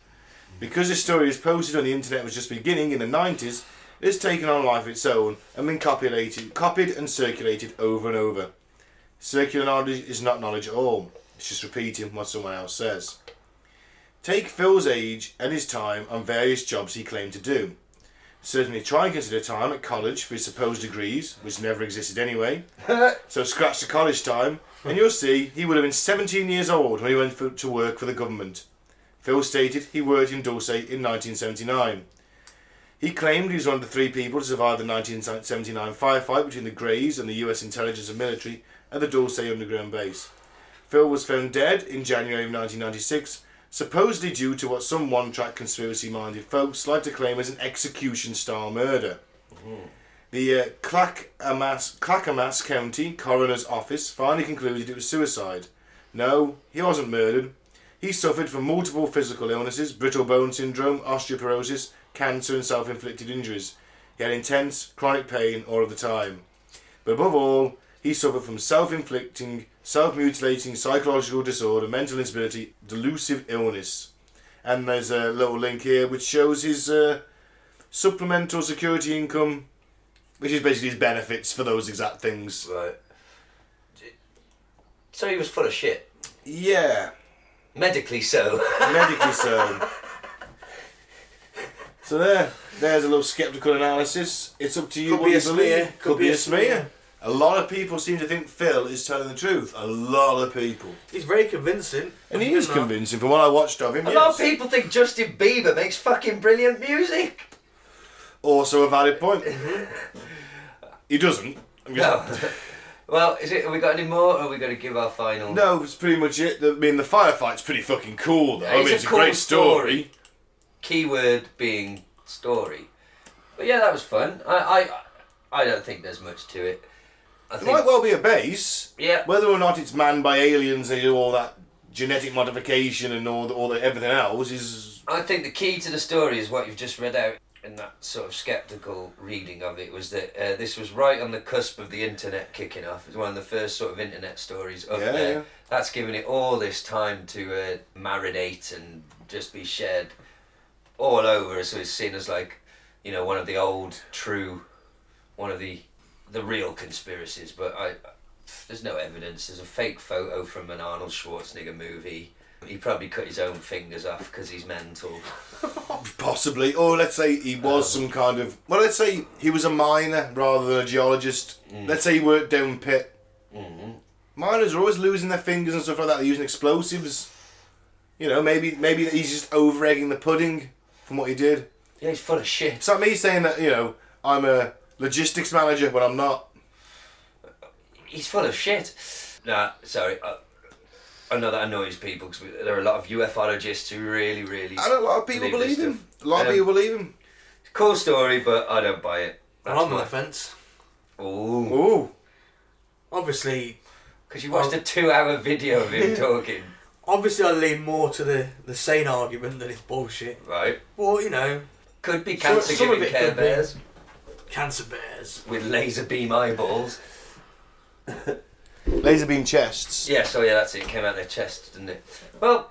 S2: Because this story was posted on the internet was just beginning in the 90s, it has taken on life of its own and been copulated, copied and circulated over and over. Circular knowledge is not knowledge at all, it's just repeating what someone else says. Take Phil's age and his time on various jobs he claimed to do. Certainly try and consider time at college for his supposed degrees, which never existed anyway. so scratch the college time, and you'll see he would have been 17 years old when he went for, to work for the government. Phil stated he worked in Dorset in 1979. He claimed he was one of the three people to survive the 1979 firefight between the Greys and the US intelligence and military at the Dorset underground base. Phil was found dead in January of 1996, supposedly due to what some one track conspiracy minded folks like to claim as an execution style murder. The uh, Clackamas, Clackamas County Coroner's Office finally concluded it was suicide. No, he wasn't murdered. He suffered from multiple physical illnesses, brittle bone syndrome, osteoporosis, cancer, and self inflicted injuries. He had intense, chronic pain all of the time. But above all, he suffered from self inflicting, self mutilating psychological disorder, mental instability, delusive illness. And there's a little link here which shows his uh, supplemental security income, which is basically his benefits for those exact things.
S4: Right. So he was full of shit.
S2: Yeah,
S4: Medically so.
S2: medically so. So there, there's a little sceptical analysis. It's up to you
S3: Could
S2: what
S3: be
S2: you
S3: a
S2: believe.
S3: smear,
S2: Could, be, a smear. A lot of people seem to think Phil is telling the truth. A lot of people,
S3: He's very convincing.
S2: and he is convincing from what I watched of him.
S4: A lot
S2: Yes.
S4: of people think Justin Bieber makes fucking brilliant music.
S2: Also a valid point. he doesn't. I'm
S4: No.
S2: just-
S4: well, is it? Have we got any more? Or are we going to give our final?
S2: No, it's pretty much it. I mean, the firefight's pretty fucking cool, though.
S4: Yeah,
S2: I mean,
S4: it's a
S2: it's a
S4: cool
S2: great story.
S4: story. Keyword being story. But yeah, that was fun. I I, I don't think there's much to it. I
S2: It
S4: think
S2: might well be a base.
S4: Yeah.
S2: Whether or not it's manned by aliens, they do all that genetic modification and all the, all the everything else is
S4: I think the key to the story is what you've just read out in that sort of skeptical reading of it was that uh, this was right on the cusp of the internet kicking off. It's one of the first sort of internet stories up
S2: Yeah,
S4: there.
S2: yeah.
S4: That's given it all this time to uh, marinate and just be shared all over. So it's seen as like, you know, one of the old, true, one of the the real conspiracies. But I, there's no evidence. There's a fake photo from an Arnold Schwarzenegger movie. He probably cut his own fingers off because he's mental.
S2: Possibly, or let's say he was
S4: Um,
S2: some kind of well, let's say he was a miner rather than a geologist.
S4: Mm.
S2: Let's say he worked down pit.
S4: Mm-hmm.
S2: Miners are always losing their fingers and stuff like that. They're using explosives. You know, maybe maybe he's just over egging the pudding from what he did.
S4: Yeah, he's full of shit.
S2: It's like me saying that you know I'm a logistics manager when I'm not.
S4: He's full of shit. Nah, sorry. I, I know that annoys people because there are a lot of ufologists who really, really.
S2: And a lot of people believe,
S4: this
S2: him.
S4: stuff.
S2: A lot of
S4: Um,
S2: people believe him.
S4: Cool story, but I don't buy it.
S3: And I'm on the fence.
S4: Oh,
S2: Ooh,
S3: Obviously,
S4: because you watched a two-hour video of him talking,
S3: obviously, I lean more to the, the sane argument than it's bullshit.
S4: right?
S3: Well, you know,
S4: Could be
S3: Some-
S4: cancer
S3: some of
S4: giving
S3: it
S4: care
S3: could be.
S4: bears
S3: cancer bears.
S4: with laser beam eyeballs.
S2: laser beam chests.
S4: Yeah, so yeah, that's it. it came out their chest, didn't it? Well,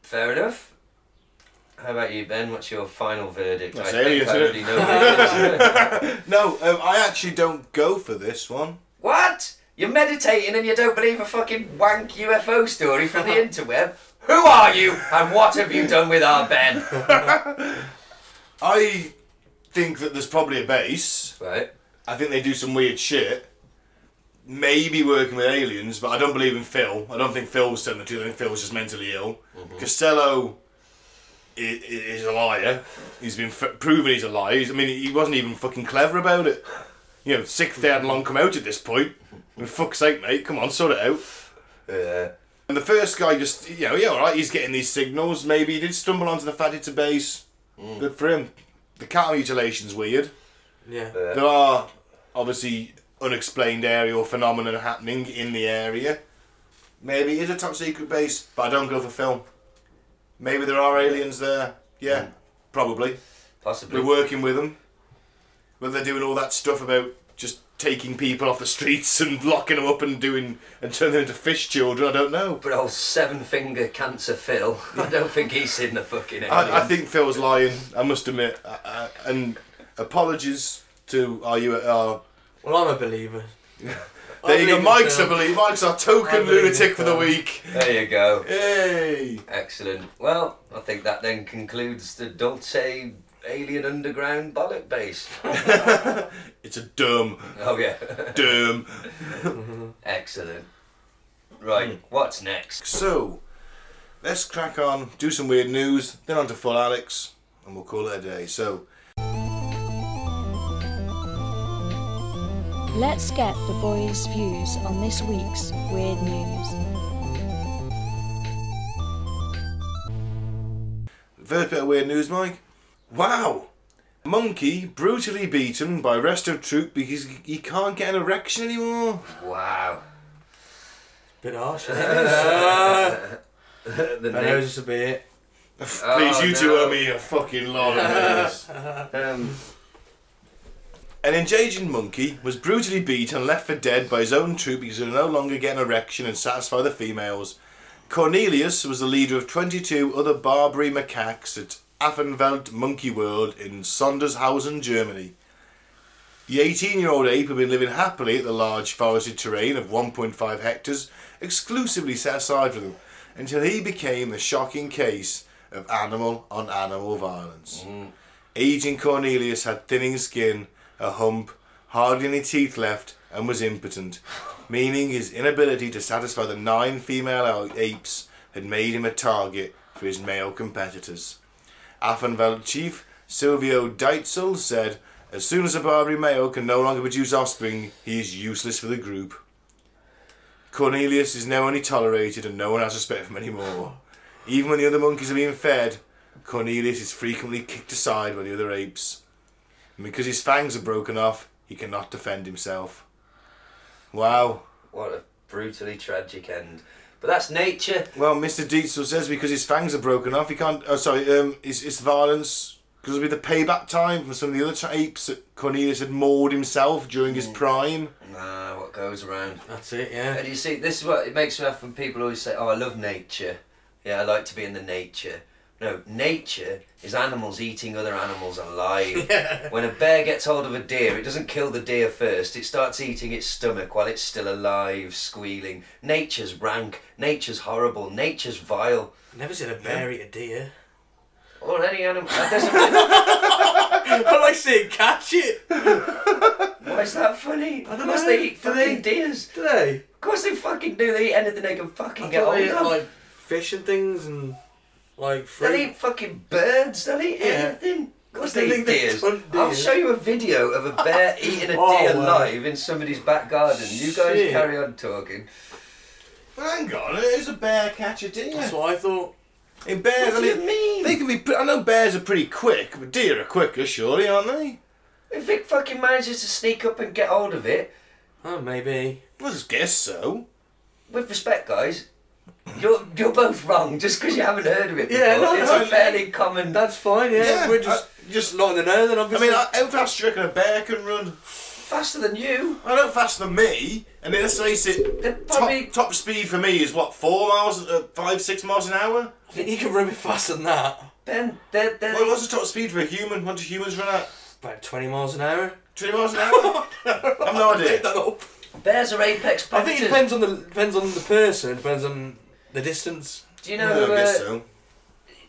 S4: fair enough. How about you, Ben? What's your final verdict?
S2: That's
S4: I think
S2: aliens,
S4: I
S2: isn't
S4: already know what it is.
S2: No, um, I actually don't go for this one.
S4: What? You're meditating and you don't believe a fucking wank UFO story from the interweb? Who are you and what have you done with our Ben?
S2: I think that there's probably a base.
S4: Right.
S2: I think they do some weird shit. maybe working with aliens, but I don't believe in Phil. I don't think Phil was telling the truth. I think Phil was just mentally ill. Costello i- i- is a liar. He's been f- proven he's a liar. He's, I mean, he wasn't even fucking clever about it. You know, sixth day hadn't long come out at this point. I mean, fuck's sake, mate. Come on, sort it out.
S4: Yeah.
S2: And the first guy just, you know, yeah, all right, he's getting these signals. Maybe he did stumble onto the fact it's a base. Good for him. The cattle mutilation's weird.
S3: Yeah.
S2: There are obviously unexplained aerial phenomena happening in the area. Maybe it is a top secret base, but I don't go for film. Maybe there are aliens there. Yeah, probably.
S4: Possibly.
S2: We're working with them. But they're doing all that stuff about just taking people off the streets and locking them up and doing and turning them into fish children. I don't know.
S4: But old seven finger cancer Phil, I don't think he's seen the fucking alien.
S2: I, I think Phil's lying. I must admit, I, I, and apologies to are you? Uh,
S3: Well, I'm a believer.
S2: there you go.
S3: believe in
S2: Mike's I
S3: Phil.
S2: believe. Mike's our token
S3: I believe in
S2: lunatic for the
S3: Phil.
S2: week.
S4: There you go.
S2: Hey.
S4: Excellent. Well, I think that then concludes the Dulce Alien Underground Bollock Base.
S2: It's a dumb,
S4: Oh, yeah.
S2: dumb.
S4: Excellent. Right, what's next?
S2: So, let's crack on, do some weird news, then on to full Alex, and we'll call it a day. So,
S5: Let's get the boys' views on this week's weird news.
S2: first bit of weird news, Mike. Wow. Monkey brutally beaten by rest of troop because he can't get an erection anymore.
S4: Wow.
S3: Bit harsh. uh,
S4: The
S3: my
S4: name-
S3: nose is a bit.
S2: Please, you two
S4: no.
S2: owe me a fucking lot of this.
S4: um,
S2: An enraged monkey was brutally beaten and left for dead by his own troop because he could no longer get an erection and satisfy the females. Cornelius was the leader of 22 other Barbary macaques at Affenwelt Monkey World in Sondershausen, Germany. The 18 year old ape had been living happily at the large forested terrain of 1.5 hectares, exclusively set aside for them, until he became the shocking case of animal on animal violence. Aging Cornelius had thinning skin, a hump, hardly any teeth left, and was impotent, meaning his inability to satisfy the nine female apes had made him a target for his male competitors. Affenveld chief Silvio Deitzel said, As soon as a Barbary male can no longer produce offspring, he is useless for the group. Cornelius is now only tolerated and no one has respect for him anymore. Even when the other monkeys are being fed, Cornelius is frequently kicked aside by the other apes. And because his fangs are broken off, he cannot defend himself. Wow.
S4: what a brutally tragic end. But that's nature.
S2: Well, Mr. Dietzel says because his fangs are broken off, he can't. Oh, sorry, um, it's, it's violence. Because it'll be the payback time for some of the other tra- apes that Cornelius had mauled himself during his prime.
S4: Nah, what goes around.
S3: That's it,
S4: And
S3: yeah.
S4: you see, this is what it makes me laugh when people always say, "Oh, I love nature. Yeah, I like to be in the nature." No, nature is animals eating other animals alive. When a bear gets hold of a deer, it doesn't kill the deer first. It starts eating its stomach while it's still alive, squealing. Nature's rank. Nature's horrible. Nature's vile.
S3: Never seen a bear eat a deer.
S4: Or any animal. That doesn't.
S3: I like seeing catch it.
S4: Why is that funny? Of course they eat
S3: Do they-
S4: fucking deers.
S3: Do they?
S4: Of course they fucking do. They eat anything they can fucking
S3: I
S4: get
S3: thought
S4: hold
S3: they ate,
S4: of.
S3: like fish and things and like
S4: They'll
S3: fruit.
S4: eat fucking birds. They'll eat
S3: Yeah.
S4: anything. Of course they
S3: They
S4: eat
S3: think they
S4: deers.
S3: hunt
S4: I'll
S3: deers.
S4: show you a video of a bear eating a
S3: Oh,
S4: deer
S3: wow.
S4: live in somebody's back garden. You guys
S3: Shit.
S4: carry on talking.
S2: Hang on, it is a bear catcher deer.
S3: That's what I thought.
S2: In bears,
S4: What do
S2: I
S4: you
S2: mean,
S4: mean?
S2: They can be. pre- I know bears are pretty quick, but deer are quicker, surely, aren't they?
S4: If Vic fucking manages to sneak up and get hold of it,
S3: Oh, maybe.
S2: Let's guess so.
S4: with respect, guys, you're you're both wrong just because you haven't heard of it before.
S3: Yeah, no,
S4: it's
S3: no,
S4: a fairly common.
S3: That's fine, yeah.
S2: Yeah,
S3: We're just
S2: I- just-
S3: just not in the know then,
S2: I
S3: obviously.
S2: mean, I, how fast do you reckon a bear can run?
S4: faster than you.
S2: I know faster than me, and let's face
S4: They're
S2: it, top,
S4: probably-
S2: top speed for me is what four miles, uh, five, six miles an hour.
S3: you can run me faster than that.
S4: Ben, they're, they're,
S2: What, what's the top speed for a human? What do humans run at?
S3: About 20 miles an hour.
S2: Twenty miles an hour? I've no
S3: Make
S2: idea.
S3: that up.
S4: bears are apex
S3: I
S4: predators.
S3: think it depends on the depends on the person, depends on the distance.
S4: Do you know?
S2: No, I
S4: uh,
S2: guess so.
S4: you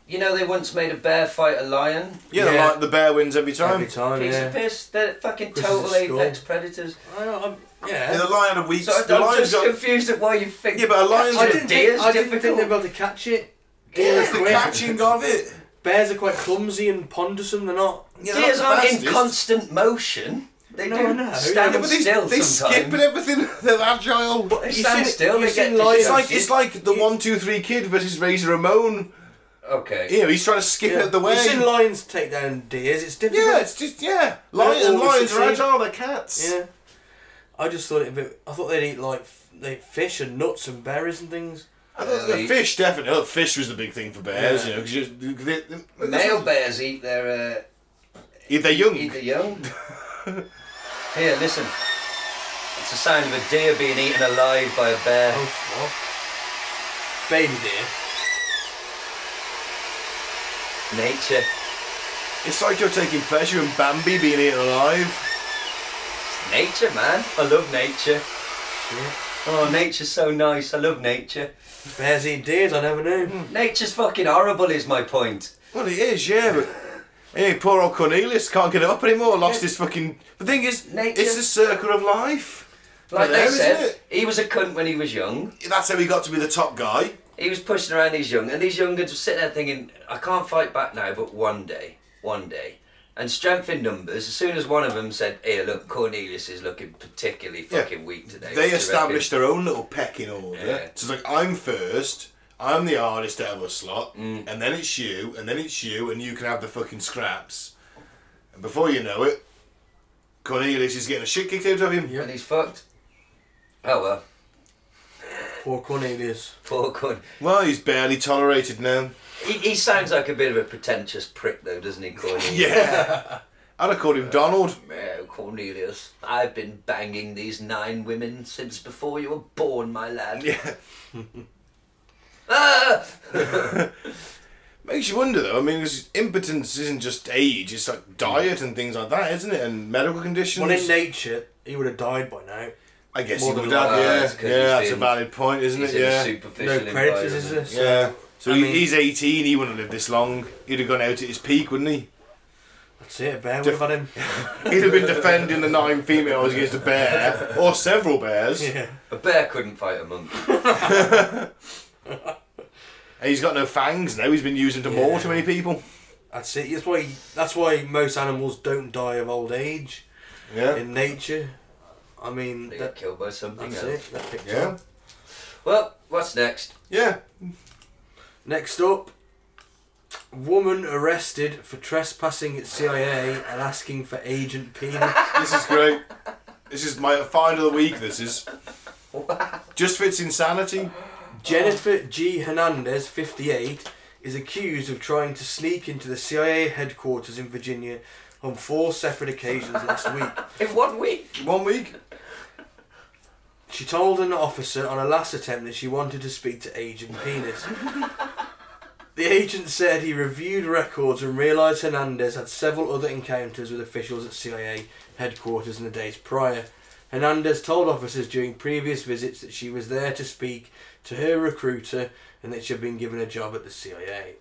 S4: you know they once made a bear fight a lion.
S2: Yeah,
S3: Yeah.
S2: The, li- the bear wins every time.
S3: Every time,
S4: Piece
S3: yeah.
S4: of piss. They're fucking
S3: Chris is a
S4: total
S3: skull.
S4: apex predators.
S3: I don't, I'm,
S2: Yeah,
S3: yeah.
S2: the lion of weeks.
S4: So I-
S2: the
S4: I'm
S2: lion's
S4: just
S2: got.
S4: confused at why you think.
S2: Yeah, but a lion's
S3: I
S2: got-
S3: didn't,
S4: deer's
S3: think, I didn't think
S4: difficult.
S3: they'd be able to catch it.
S2: Yeah,
S3: Deer
S2: it's
S3: are
S2: the
S3: quick.
S2: catching of it.
S3: Bears are quite clumsy and pondersome. They're not.
S2: Yeah, they're
S4: Deers
S2: not the
S4: aren't in
S2: fastest.
S4: constant motion. They
S3: No,
S4: do
S3: no.
S4: stand
S2: Yeah, but they,
S4: still
S2: they skip
S4: sometimes.
S2: and everything. They're agile.
S4: They
S3: You
S4: stand
S3: seen-
S4: still.
S3: you
S4: They get
S3: seen lions-
S2: It's like
S4: disrupted.
S2: it's like the one two three kid versus Razor Ramon.
S4: okay.
S2: You know, he's trying to skip
S3: Yeah.
S2: out the way.
S3: You've seen lions take down deers. It's difficult.
S2: yeah, it's just yeah. Lions,
S3: all
S2: lions are
S3: succeed.
S2: agile. They're cats.
S3: Yeah. I just thought it a bit. I thought they'd eat like f- they fish and nuts and berries and things.
S2: I thought the
S4: They-
S2: fish definitely. Oh, fish was the big thing for bears.
S3: Yeah.
S2: You know, 'cause you- they, they,
S4: Male bears eat their uh,
S2: they're young.
S4: eat the young. Here, listen. It's the sound of a deer being eaten alive by a bear.
S3: Oh fuck! Baby deer.
S4: Nature.
S2: It's like you're taking pleasure in Bambi being eaten alive.
S4: Nature, man. I love nature.
S3: Shit.
S4: Oh, nature's so nice. I love nature.
S3: Bears eat deers. I never knew.
S2: Hmm.
S4: Nature's fucking horrible, is my point.
S2: Well, it is, yeah. But hey, poor old Cornelius can't get up anymore. Lost his fucking. The thing is,
S4: Nature-
S2: it's the circle of life.
S4: Like
S2: There,
S4: they
S2: isn't
S4: said,
S2: it?
S4: he was a cunt when he was young.
S2: That's how he got to be the top guy.
S4: He was pushing around these young, and these young kids were sitting there thinking, I can't fight back now, but one day, one day. And strength in numbers, as soon as one of them said, Hey, look, Cornelius is looking particularly
S2: Yeah.
S4: fucking weak today.
S2: They
S4: so I
S2: established their own little pecking order.
S4: Yeah.
S2: So it's like I'm first, I'm the hardest out of a slot, and then it's you, and then it's you, and you can have the fucking scraps. And before you know it, Cornelius is getting a shit kicked out of him.
S4: reckon- And he's fucked. Oh well,
S3: Poor Cornelius.
S4: poor Corn.
S2: Well, he's barely tolerated now.
S4: He, he sounds like a bit of a pretentious prick, though, doesn't he, Cornelius?
S2: Yeah. I'd have called him Donald.
S4: Oh, Cornelius, I've been banging these nine women since before you were born, my lad.
S2: Yeah.
S4: Ah!
S2: Makes you wonder though. I mean, it's- impotence isn't just age; it's like diet and things like that, isn't it? And medical conditions.
S3: Well, in nature, he would have died by now.
S2: I guess
S3: more
S2: he
S3: than
S2: would
S3: likely.
S2: have.
S4: Oh,
S2: Yeah,
S4: that's 'cause
S2: yeah,
S4: he's
S2: that's a
S4: been-
S2: valid point, isn't
S4: He's
S2: it?
S4: in
S2: Yeah.
S4: a
S3: No
S4: superficial
S3: predators, is
S4: environment.
S3: this?
S2: Yeah. So
S3: I
S2: he-
S3: mean-
S2: he's 18, he wouldn't have lived this long. He'd have gone out at his peak, wouldn't he?
S3: That's it. A bear would have had him.
S2: He'd have been defending the nine females against a bear, or several bears,
S3: yeah.
S4: A bear couldn't fight a monkey.
S2: and he's got no fangs now, he's been using to maul too many people.
S3: That's it. That's why. That's why most animals don't die of old age
S2: Yeah.
S3: in nature. I mean,
S4: They got
S3: that,
S4: killed by something
S3: that's
S4: else.
S3: it. That picked
S2: yeah.
S3: up.
S4: Well, what's next?
S2: Yeah.
S3: Next up, woman arrested for trespassing at CIA and asking for Agent Peanut.
S2: This is great. This is my find of the week, this is. Just for its insanity.
S3: Jennifer G. Hernandez, 58, is accused of trying to sneak into the CIA headquarters in Virginia on four separate occasions last week.
S4: In one week?
S2: One week.
S3: She told an officer on her last attempt that she wanted to speak to Agent Penis. the agent said he reviewed records and realised Hernandez had several other encounters with officials at CIA headquarters in the days prior. Hernandez told officers during previous visits that she was there to speak to her recruiter and that she had been given a job at the CIA.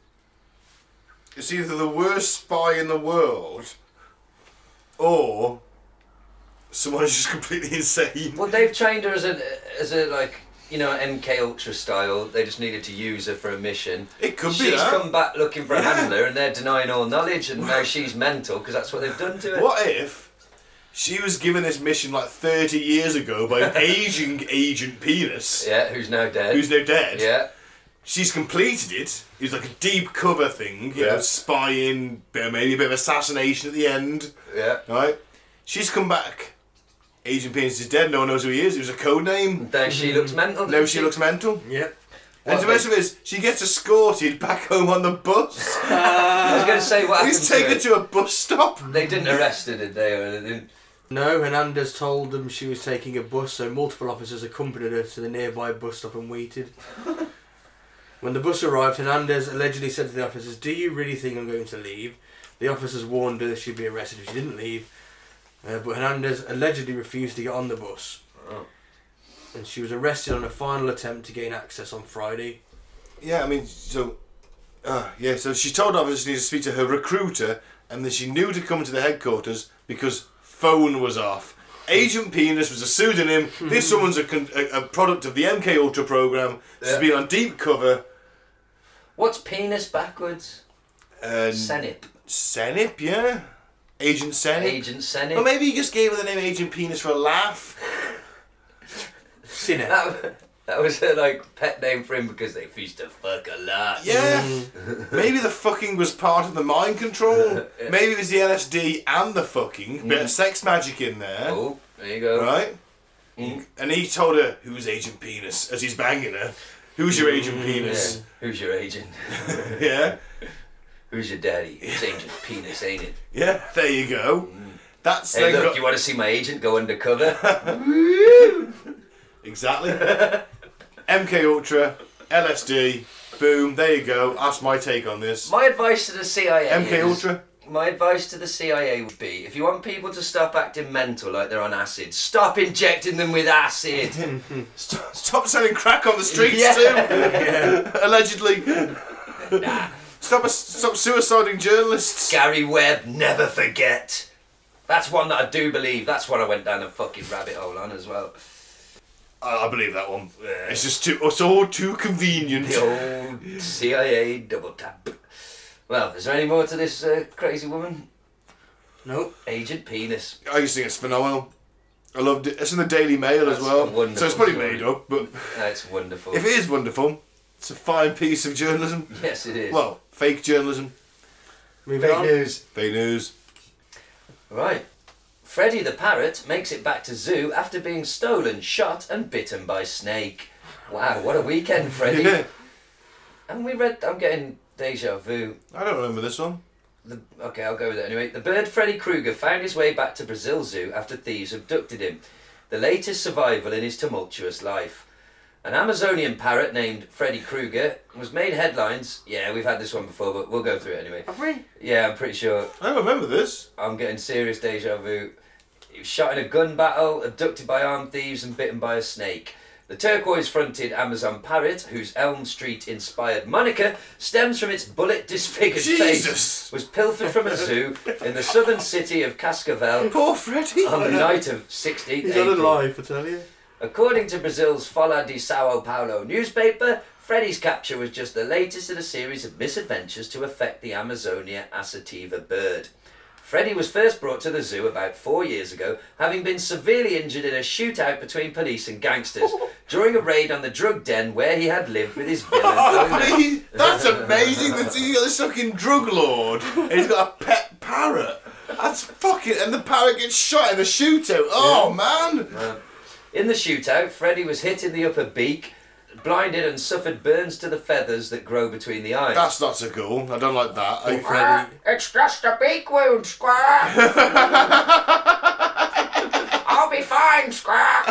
S2: It's either the worst spy in the world, or someone who's just completely insane.
S4: Well, they've trained her as a, as a like, you know, MK Ultra style. They just needed to use her for a mission.
S2: It could
S4: she's
S2: be that.
S4: come back looking for a
S2: Yeah.
S4: handler, and they're denying all knowledge, and now she's mental because that's what they've done to her.
S2: What if she was given this mission like 30 years ago by an aging Agent Penis,
S4: Yeah, who's now dead?
S2: who's now dead?
S4: Yeah.
S2: She's completed it. It was like a deep cover thing, you
S4: Yeah.
S2: know, spying, bit of- maybe a bit of assassination at the end,
S4: Yeah.
S2: right? She's come back. Agent Penis is dead, no one knows who he is. It was a code name.
S4: Now she looks mental.
S2: Now
S4: doesn't
S2: she looks mental.
S3: Yep.
S2: And the best of it is, she gets escorted back home on the bus.
S4: I was going to say what happened
S2: He's taken
S4: to
S2: her
S4: her.
S2: to a bus stop.
S4: They didn't arrest her, did they? Or anything?
S3: No, Hernandez told them she was taking a bus, so multiple officers accompanied her to the nearby bus stop and waited. when the bus arrived, Hernandez allegedly said to the officers, Do you really think I'm going to leave? The officers warned her she'd be arrested if she didn't leave, uh, but Hernandez allegedly refused to get on the bus.
S4: Oh.
S3: And she was arrested on a final attempt to gain access on Friday.
S2: Yeah, I mean, so Uh, yeah, so she told obviously she needed to speak to her recruiter, and then she knew to come to the headquarters because phone was off. Agent Penis was a pseudonym. this woman's a, con- a, a product of the MK Ultra program. She's
S4: Yeah.
S2: been on deep cover.
S6: What's penis backwards?
S2: And
S6: Senip.
S2: Senip, yeah, Agent Senip.
S4: Agent Senip.
S2: Or maybe he just gave her the name Agent Penis for a laugh.
S3: Seen it.
S4: That, that was her like pet name for him because they used to fuck a lot.
S2: Yeah. Maybe the fucking was part of the mind control. Maybe it was the LSD and the fucking. Bit of sex magic in there.
S4: Mm. Oh, Mm. there you go.
S2: Right? And he told her, Who's Agent Penis? as he's banging her. Who's your Agent
S4: Yeah.
S2: Penis?
S4: Who's your agent?
S2: Yeah.
S4: Who's your daddy? It's agent penis, ain't it?
S2: Yeah. There you go. That's
S4: Mm. Hey,
S2: then
S4: look,
S2: got-
S4: you want to see my agent go undercover?
S2: Exactly. MK Ultra, LSD, boom, there you go. That's my take on this.
S4: my advice to the CIA.
S2: MK
S4: is-
S2: Ultra.
S4: My advice to the CIA would be if you want people to stop acting mental like they're on acid, stop injecting them with acid.
S2: Stop, stop selling crack on the streets
S4: Yeah.
S2: too. Allegedly. Stop, us- stop suiciding journalists.
S4: Gary Webb, never forget. That's one that I do believe. That's what I went down a fucking rabbit hole on as well.
S2: I, I believe that one. Yeah, It's just too. It's all too convenient.
S4: The old CIA double tap. Well, is there any more to this uh, crazy woman?
S3: Nope.
S4: Agent Penis.
S2: I used to think it's phenomenal. I loved it. It's in the Daily Mail
S4: That's
S2: as well,
S4: wonderful
S2: so it's probably
S4: story.
S2: made up. But
S4: That's wonderful.
S2: if it is wonderful, it's a fine piece of journalism.
S4: yes, it is.
S2: Well, fake journalism,
S3: Moving
S4: fake
S3: on.
S4: news.
S2: fake news.
S4: Right. Freddy the parrot makes it back to zoo after being stolen, shot, and bitten by snake. Wow, what a weekend, Freddy!
S2: Yeah,
S4: And we read. I'm getting deja vu.
S2: I don't remember this one.
S4: The, okay, I'll go with it anyway. The bird Freddy Krueger found his way back to Brazil Zoo after thieves abducted him, the latest survival in his tumultuous life. An Amazonian parrot named Freddy Krueger was made headlines. Yeah, we've had this one before, but we'll go through it anyway.
S3: Have we?
S4: Yeah, I'm pretty sure.
S2: I don't remember this.
S4: I'm getting serious deja vu. He was shot in a gun battle, abducted by armed thieves, and bitten by a snake. The turquoise fronted Amazon parrot, whose Elm Street inspired moniker stems from its bullet disfigured
S2: Jesus.
S4: face, was pilfered from a zoo in the southern city of Cascavel
S2: Poor Freddy.
S4: on the night of 16th
S3: He's on a
S4: April.
S3: live, I tell you.
S4: According to Brazil's Folha de Sao Paulo newspaper, Freddy's capture was just the latest in a series of misadventures to affect the Amazonia assativa bird. Freddy was first brought to the zoo about four years ago, having been severely injured in a shootout between police and gangsters during a raid on the drug den where he had lived with his villain owner.
S2: He- That's amazing. That he's got this fucking drug lord, and he's got a pet parrot. That's fucking. And the parrot gets shot in the shootout. Oh man.
S4: In the shootout, Freddy was hit in the upper beak, blinded, and suffered burns to the feathers that grow between the eyes.
S2: That's not so cool. I don't like that. I-
S6: Ah, it's just a beak wound, Squire. I'll be fine, Squire.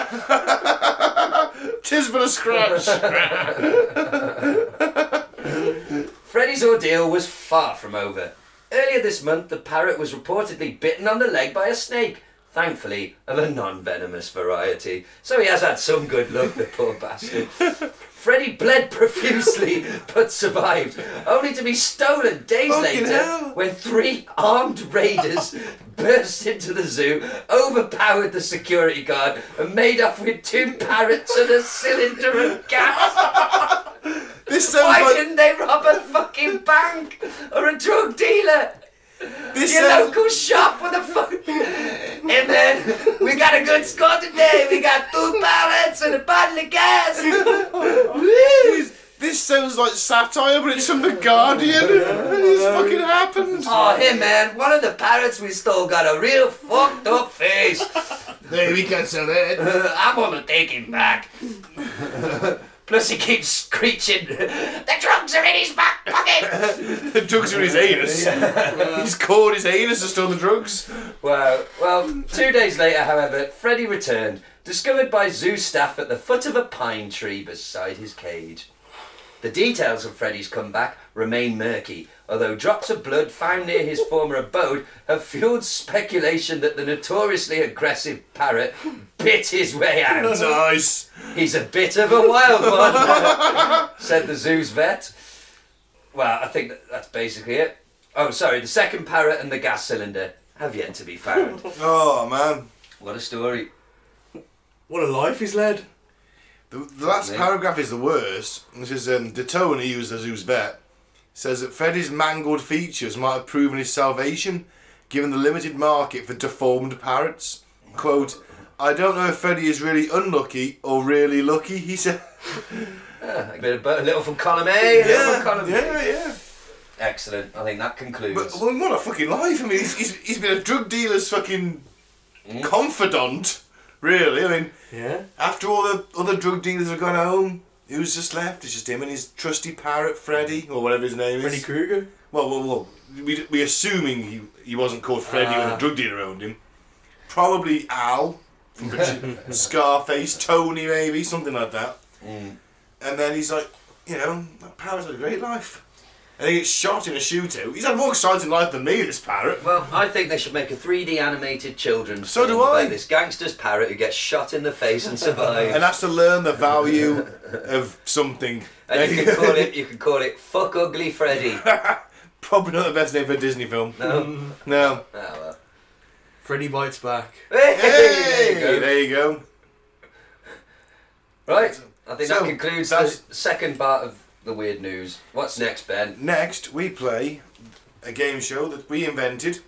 S2: Tis but a scratch.
S4: Freddy's ordeal was far from over. Earlier this month, the parrot was reportedly bitten on the leg by a snake, thankfully of a non venomous variety. So he has had some good luck, the poor bastard. Freddy bled profusely but survived, only to be stolen days
S2: Fucking
S4: later
S2: hell.
S4: when three armed raiders burst into the zoo, overpowered the security guard, and made off with two parrots and a cylinder of gas.
S2: this sounds
S4: Why
S2: like
S4: didn't they rob a fucking bank or a drug dealer?
S2: this
S4: Your
S2: sounds,
S4: local shop with a fuck. Hey man, we got a good score today. We got two pallets and a bottle of gas. Woo!
S2: this sounds like satire, but it's from the Guardian. and it's fucking happened.
S4: oh, hey man, one of the parrots we stole got a real fucked up face.
S2: There we cancel that.
S4: Uh, I'm gonna take him back. Plus, he keeps screeching. The drugs are in his back pocket.
S2: The drugs are his anus. He's caught his anus and stole the drugs.
S4: Wow. Well, two days later, however, Freddy returned, discovered by zoo staff at the foot of a pine tree beside his cage. The details of Freddy's comeback remain murky, although drops of blood found near his former abode have fueled speculation that the notoriously aggressive parrot bit his way out.
S2: Nice.
S4: He's a bit of a wild one, said the zoo's vet. Well, I think that that's basically it. Oh, sorry, the second parrot and the gas cylinder have yet to be found.
S2: Oh man.
S4: what a story.
S3: What a life he's led.
S2: The, the last
S4: Mate.
S2: paragraph is the worst. This is um, Datone, who was the zoo's vet, says that Freddy's mangled features might have proven his salvation, given the limited market for deformed parrots. Quote, I don't know if Freddy is really unlucky or really lucky, he said.
S4: A, bit of, bo- a little from column A, a little from column B.
S2: yeah, yeah.
S4: Excellent. I think that concludes.
S2: But well, what a fucking life! I mean, he's, he's, he's been a drug dealer's fucking confidant, really. I mean,
S3: Yeah.
S2: After all the other drug dealers have gone home, who's just left? It's just him and his trusty parrot, Freddy, or whatever his name
S3: Freddy
S2: is.
S3: Krueger.
S2: well, well, well. We we assuming he he wasn't called Freddy when the
S3: Ah.
S2: drug dealer owned him. Probably Al from Richard, Scarface, Tony, maybe something like that.
S4: Mm.
S2: And then he's like, you know, that parrot's had a great life. And he gets shot in a shootout. He's had a more exciting life than me, this parrot.
S4: Well, I think they should make a 3D animated children's
S2: So
S4: film
S2: do I.
S4: about this gangster's parrot who gets shot in the face and survives.
S2: And
S4: and
S2: has to learn the value of something.
S4: you can call it you can call it fuck ugly Freddy. No.
S2: Probably not the best name for a Disney film.
S4: Oh,
S2: No.
S4: well.
S3: Freddy bites back.
S4: Hey,
S2: Hey,
S4: there you go. Right. I think
S2: So,
S4: that concludes
S2: that's-
S4: the second part of the weird news. What's next, Ben?
S2: Next, we play a game show that we invented.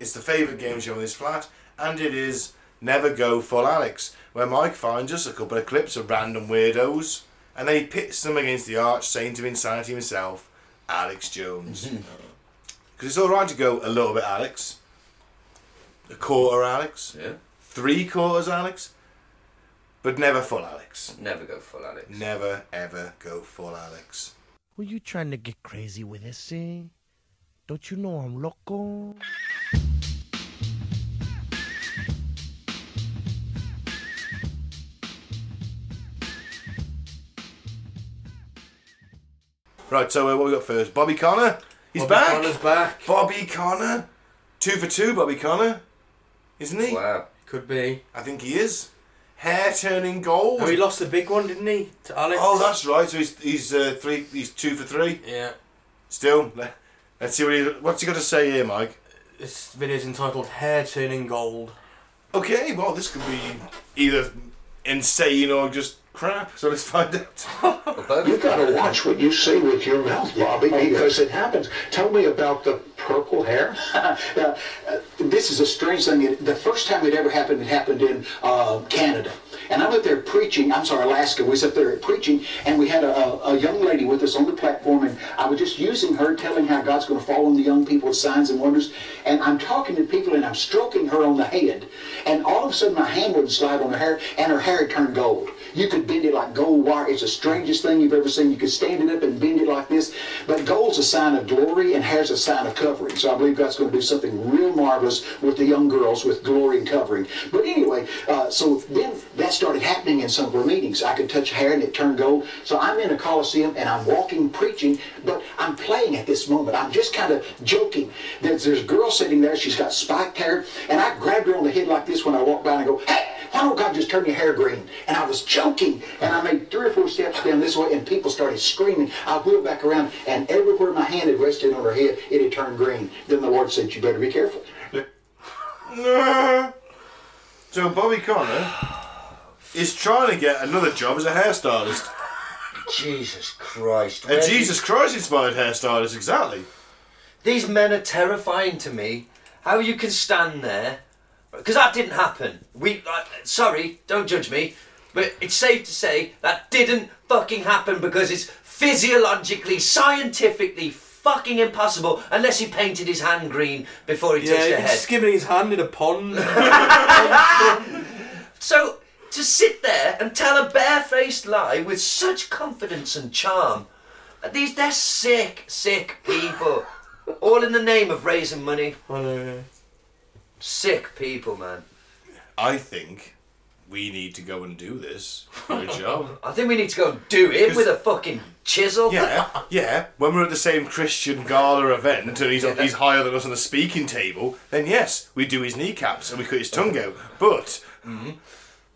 S2: It's the favourite game show in this flat, and it is Never Go Full Alex, where Mike finds us a couple of clips of random weirdos, and then he pits them against the arch saint of insanity himself, Alex Jones. Because it's alright to go a little bit Alex, a quarter Alex,
S4: Yeah.
S2: three quarters Alex, but never full Alex.
S4: Never go full Alex.
S2: Never ever go full Alex.
S7: Were you trying to get crazy with this, eh? Don't you know I'm loco?
S2: Right, so uh, what we got first? Bobby Connor. He's
S3: Bobby
S2: back.
S3: Connor's back.
S2: Bobby Connor. Two for two, Bobby Connor. Isn't he?
S4: Wow.
S3: Could be.
S2: I think he is. Hair turning gold.
S3: Oh, he lost the big one, didn't he? To Alex.
S2: Oh, that's right. So he's he's uh, three. He's two for three.
S3: Yeah.
S2: Still. le- Let's see what he, what's he got to say here, Mike.
S3: This video's entitled Hair Turning Gold.
S2: Okay, well this could be either insane or just crap. So let's find out.
S4: Or both.
S8: You've got to watch what you say with your mouth, Bobby,
S9: Oh,
S8: because it happens. Tell me about the purple hair.
S9: Now, uh, this is a strange thing. It- The first time it ever happened, it happened in uh, Canada. And I was up there preaching, I'm sorry, Alaska. We was up there preaching, and we had a, a, a young lady with us on the platform, and I was just using her, telling how God's going to fall on the young people with signs and wonders. And I'm talking to people, and I'm stroking her on the head. And all of a sudden, my hand would slide on her hair, and her hair had turned gold. You could bend it like gold wire. It's the strangest thing you've ever seen. You could stand it up and bend it like this. But gold's a sign of glory, and hair's a sign of covering. So I believe God's going to do something real marvelous with the young girls with glory and covering. But anyway, uh, so then that started happening in some of our meetings. I could touch hair and it turned gold. So I'm in a coliseum and I'm walking, preaching, but I'm playing at this moment. I'm just kind of joking. There's, there's a girl sitting there. She's got spiked hair, and I grabbed her on the head like this when I walked by and I go, "Hey, why don't God just turn your hair green?" And I was joking, and I made three or four steps down this way, and people started screaming. I wheeled back around, and everywhere my hand had rested on her head, it had turned green. Then the Lord said, "You better be careful."
S2: So Bobby Connor is trying to get another job as a hairstylist.
S4: Jesus Christ.
S2: A
S4: Where-
S2: Uh, Jesus Christ inspired hairstylist, exactly.
S4: These men are terrifying to me. How you can stand there? Because that didn't happen. We uh, sorry, don't judge me, but it's safe to say that didn't fucking happen because it's physiologically, scientifically fucking impossible unless he painted his hand green before he touched
S3: Yeah,
S4: a
S3: he's
S4: head.
S3: skimming his hand in a pond.
S4: so to sit there and tell a barefaced lie with such confidence and charm, uh, these they're sick, sick people. All in the name of raising money.
S3: oh, no, no.
S4: Sick people, man.
S2: I think we need to go and do this for a job.
S4: I think we need to go do it with a fucking chisel. Oh,
S2: yeah, yeah. When we're at the same Christian gala event and he's, he's higher than us on the speaking table, then yes, we do his kneecaps and we cut his tongue out. But mm,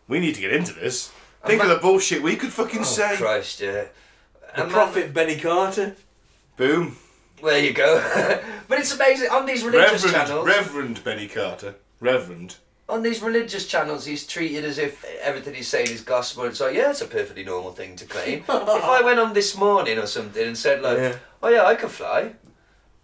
S2: we need to get into this. Oh, Think of the bullshit we could fucking say.
S4: Christ, yeah.
S3: The
S4: And
S3: prophet Benny Carter.
S2: Boom.
S4: There you go. but it's amazing on these religious
S2: Reverend,
S4: channels.
S2: Reverend Benny Carter. Reverend.
S4: on these religious channels, he's treated as if everything he's saying is gospel. It's like, yeah, it's a perfectly normal thing to claim. if I went on this morning or something and said like,
S3: Yeah.
S4: oh yeah, I can fly,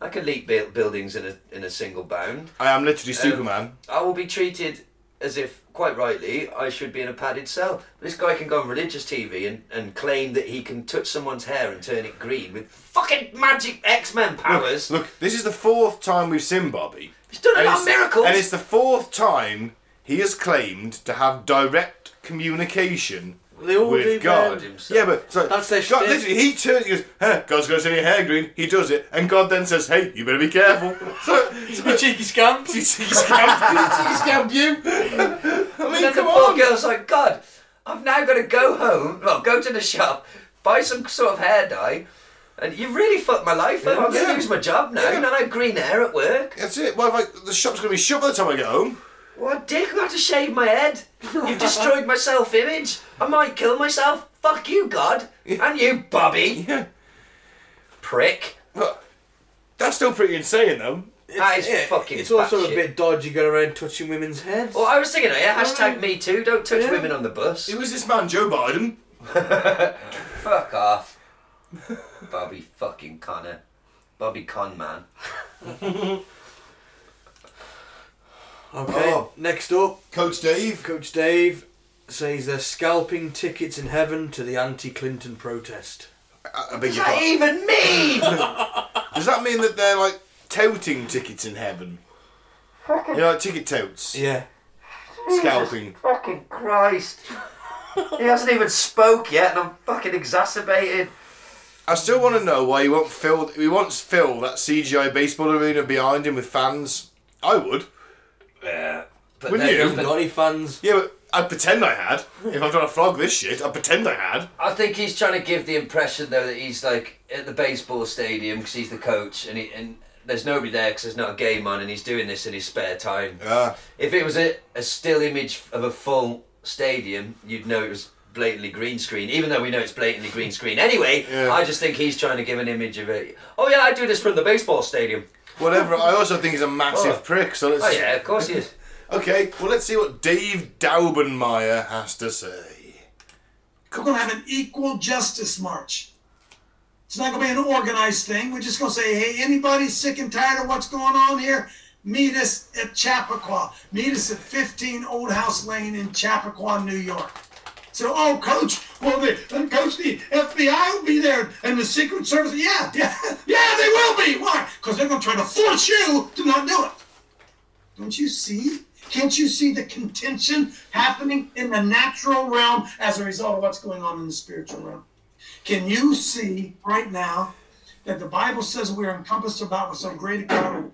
S4: I can leap buil- buildings in a in a single bound,
S2: I am literally Superman.
S4: I will be treated as if, quite rightly, I should be in a padded cell. But this guy can go on religious TV and, and claim that he can touch someone's hair and turn it green with fucking magic X Men powers.
S2: Look, this is the fourth time we've seen Bobby.
S4: he's done a
S2: And
S4: lot of
S2: it's-
S4: miracles.
S2: And it's the fourth time he has claimed to have direct communication
S3: They all do,
S2: with God.
S3: man.
S4: Himself.
S2: Yeah, but so
S3: That's their
S2: God,
S3: shtick.
S2: literally, he turns, he goes, huh, God's going to send your hair green. He does it, and God then says, hey, you better be careful. so,
S3: You
S2: so
S3: cheeky scamp.
S2: he's, he's scammed. he's scammed you. I
S4: And
S2: mean,
S4: then the
S2: come
S4: poor
S2: on.
S4: girl's like, God, I've now got to go home, well, go to the shop, buy some sort of hair dye, and you've really fucked my life up. I'm going
S2: Yeah.
S4: to lose my job now, and I have green hair at work.
S2: That's it. Well, if I, the shop's going to be shut by the time I get home.
S4: What a dick, I've got to shave my head. You've destroyed my self image. I might kill myself. Fuck you, God. And you, Bobby.
S2: Yeah.
S4: Prick.
S2: But that's still pretty insane, though.
S4: that is
S3: Yeah,
S4: fucking
S3: It's also
S4: batshit.
S3: a bit dodgy going around touching women's heads.
S4: Well, I was thinking, oh, yeah, hashtag me too, don't touch women on the bus.
S2: Who is this man, Joe Biden?
S4: Fuck off. Bobby fucking Connor. Bobby Con Man.
S3: okay.
S2: Oh.
S3: Next up,
S2: Coach Dave.
S3: Coach Dave says they're scalping tickets in heaven to the anti-Clinton protest.
S2: I, I beg your
S4: That
S2: pardon.
S4: even me?
S2: Does that mean that they're like touting tickets in heaven? You know, like ticket touts,
S3: Yeah.
S2: scalping.
S4: fucking Christ. He hasn't even spoke yet and I'm fucking exacerbated.
S2: I still want to know why he won't fill. He wants fill that CGI baseball arena behind him with fans. I would.
S4: Yeah. But
S2: Wouldn't
S4: then-
S2: you?
S4: but
S3: Donny fans.
S2: Yeah, but I'd pretend I had. If I'm trying to flog this shit, I'd pretend I had.
S4: I think he's trying to give the impression though that he's like at the baseball stadium because he's the coach and he and there's nobody there because there's not a game on and he's doing this in his spare time.
S2: Ah.
S4: If it was a, a still image of a full stadium, you'd know it was blatantly green screen. Even though we know it's blatantly green screen anyway,
S2: Yeah.
S4: I just think he's trying to give an image of it. Oh yeah, I do this from the baseball stadium.
S2: Whatever. I also think he's a massive
S4: Oh.
S2: prick. So let's.
S4: Oh yeah, of course he is.
S2: Okay. Well, let's see what Dave Daubenmeyer has to say.
S9: We're going to have an equal justice march. It's not going to be an organized thing. We're just going to say, hey, anybody sick and tired of what's going on here, meet us at Chappaqua. Meet us at 15 Old House Lane in Chappaqua, New York. So, oh, coach, well, the, and coach, the FBI will be there and the Secret Service. Yeah, yeah, yeah, they will be. Why? Because they're going to try to force you to not do it. Don't you see? Can't you see the contention happening in the natural realm as a result of what's going on in the spiritual realm? Can you see right now that the Bible says we're encompassed about with some great economy?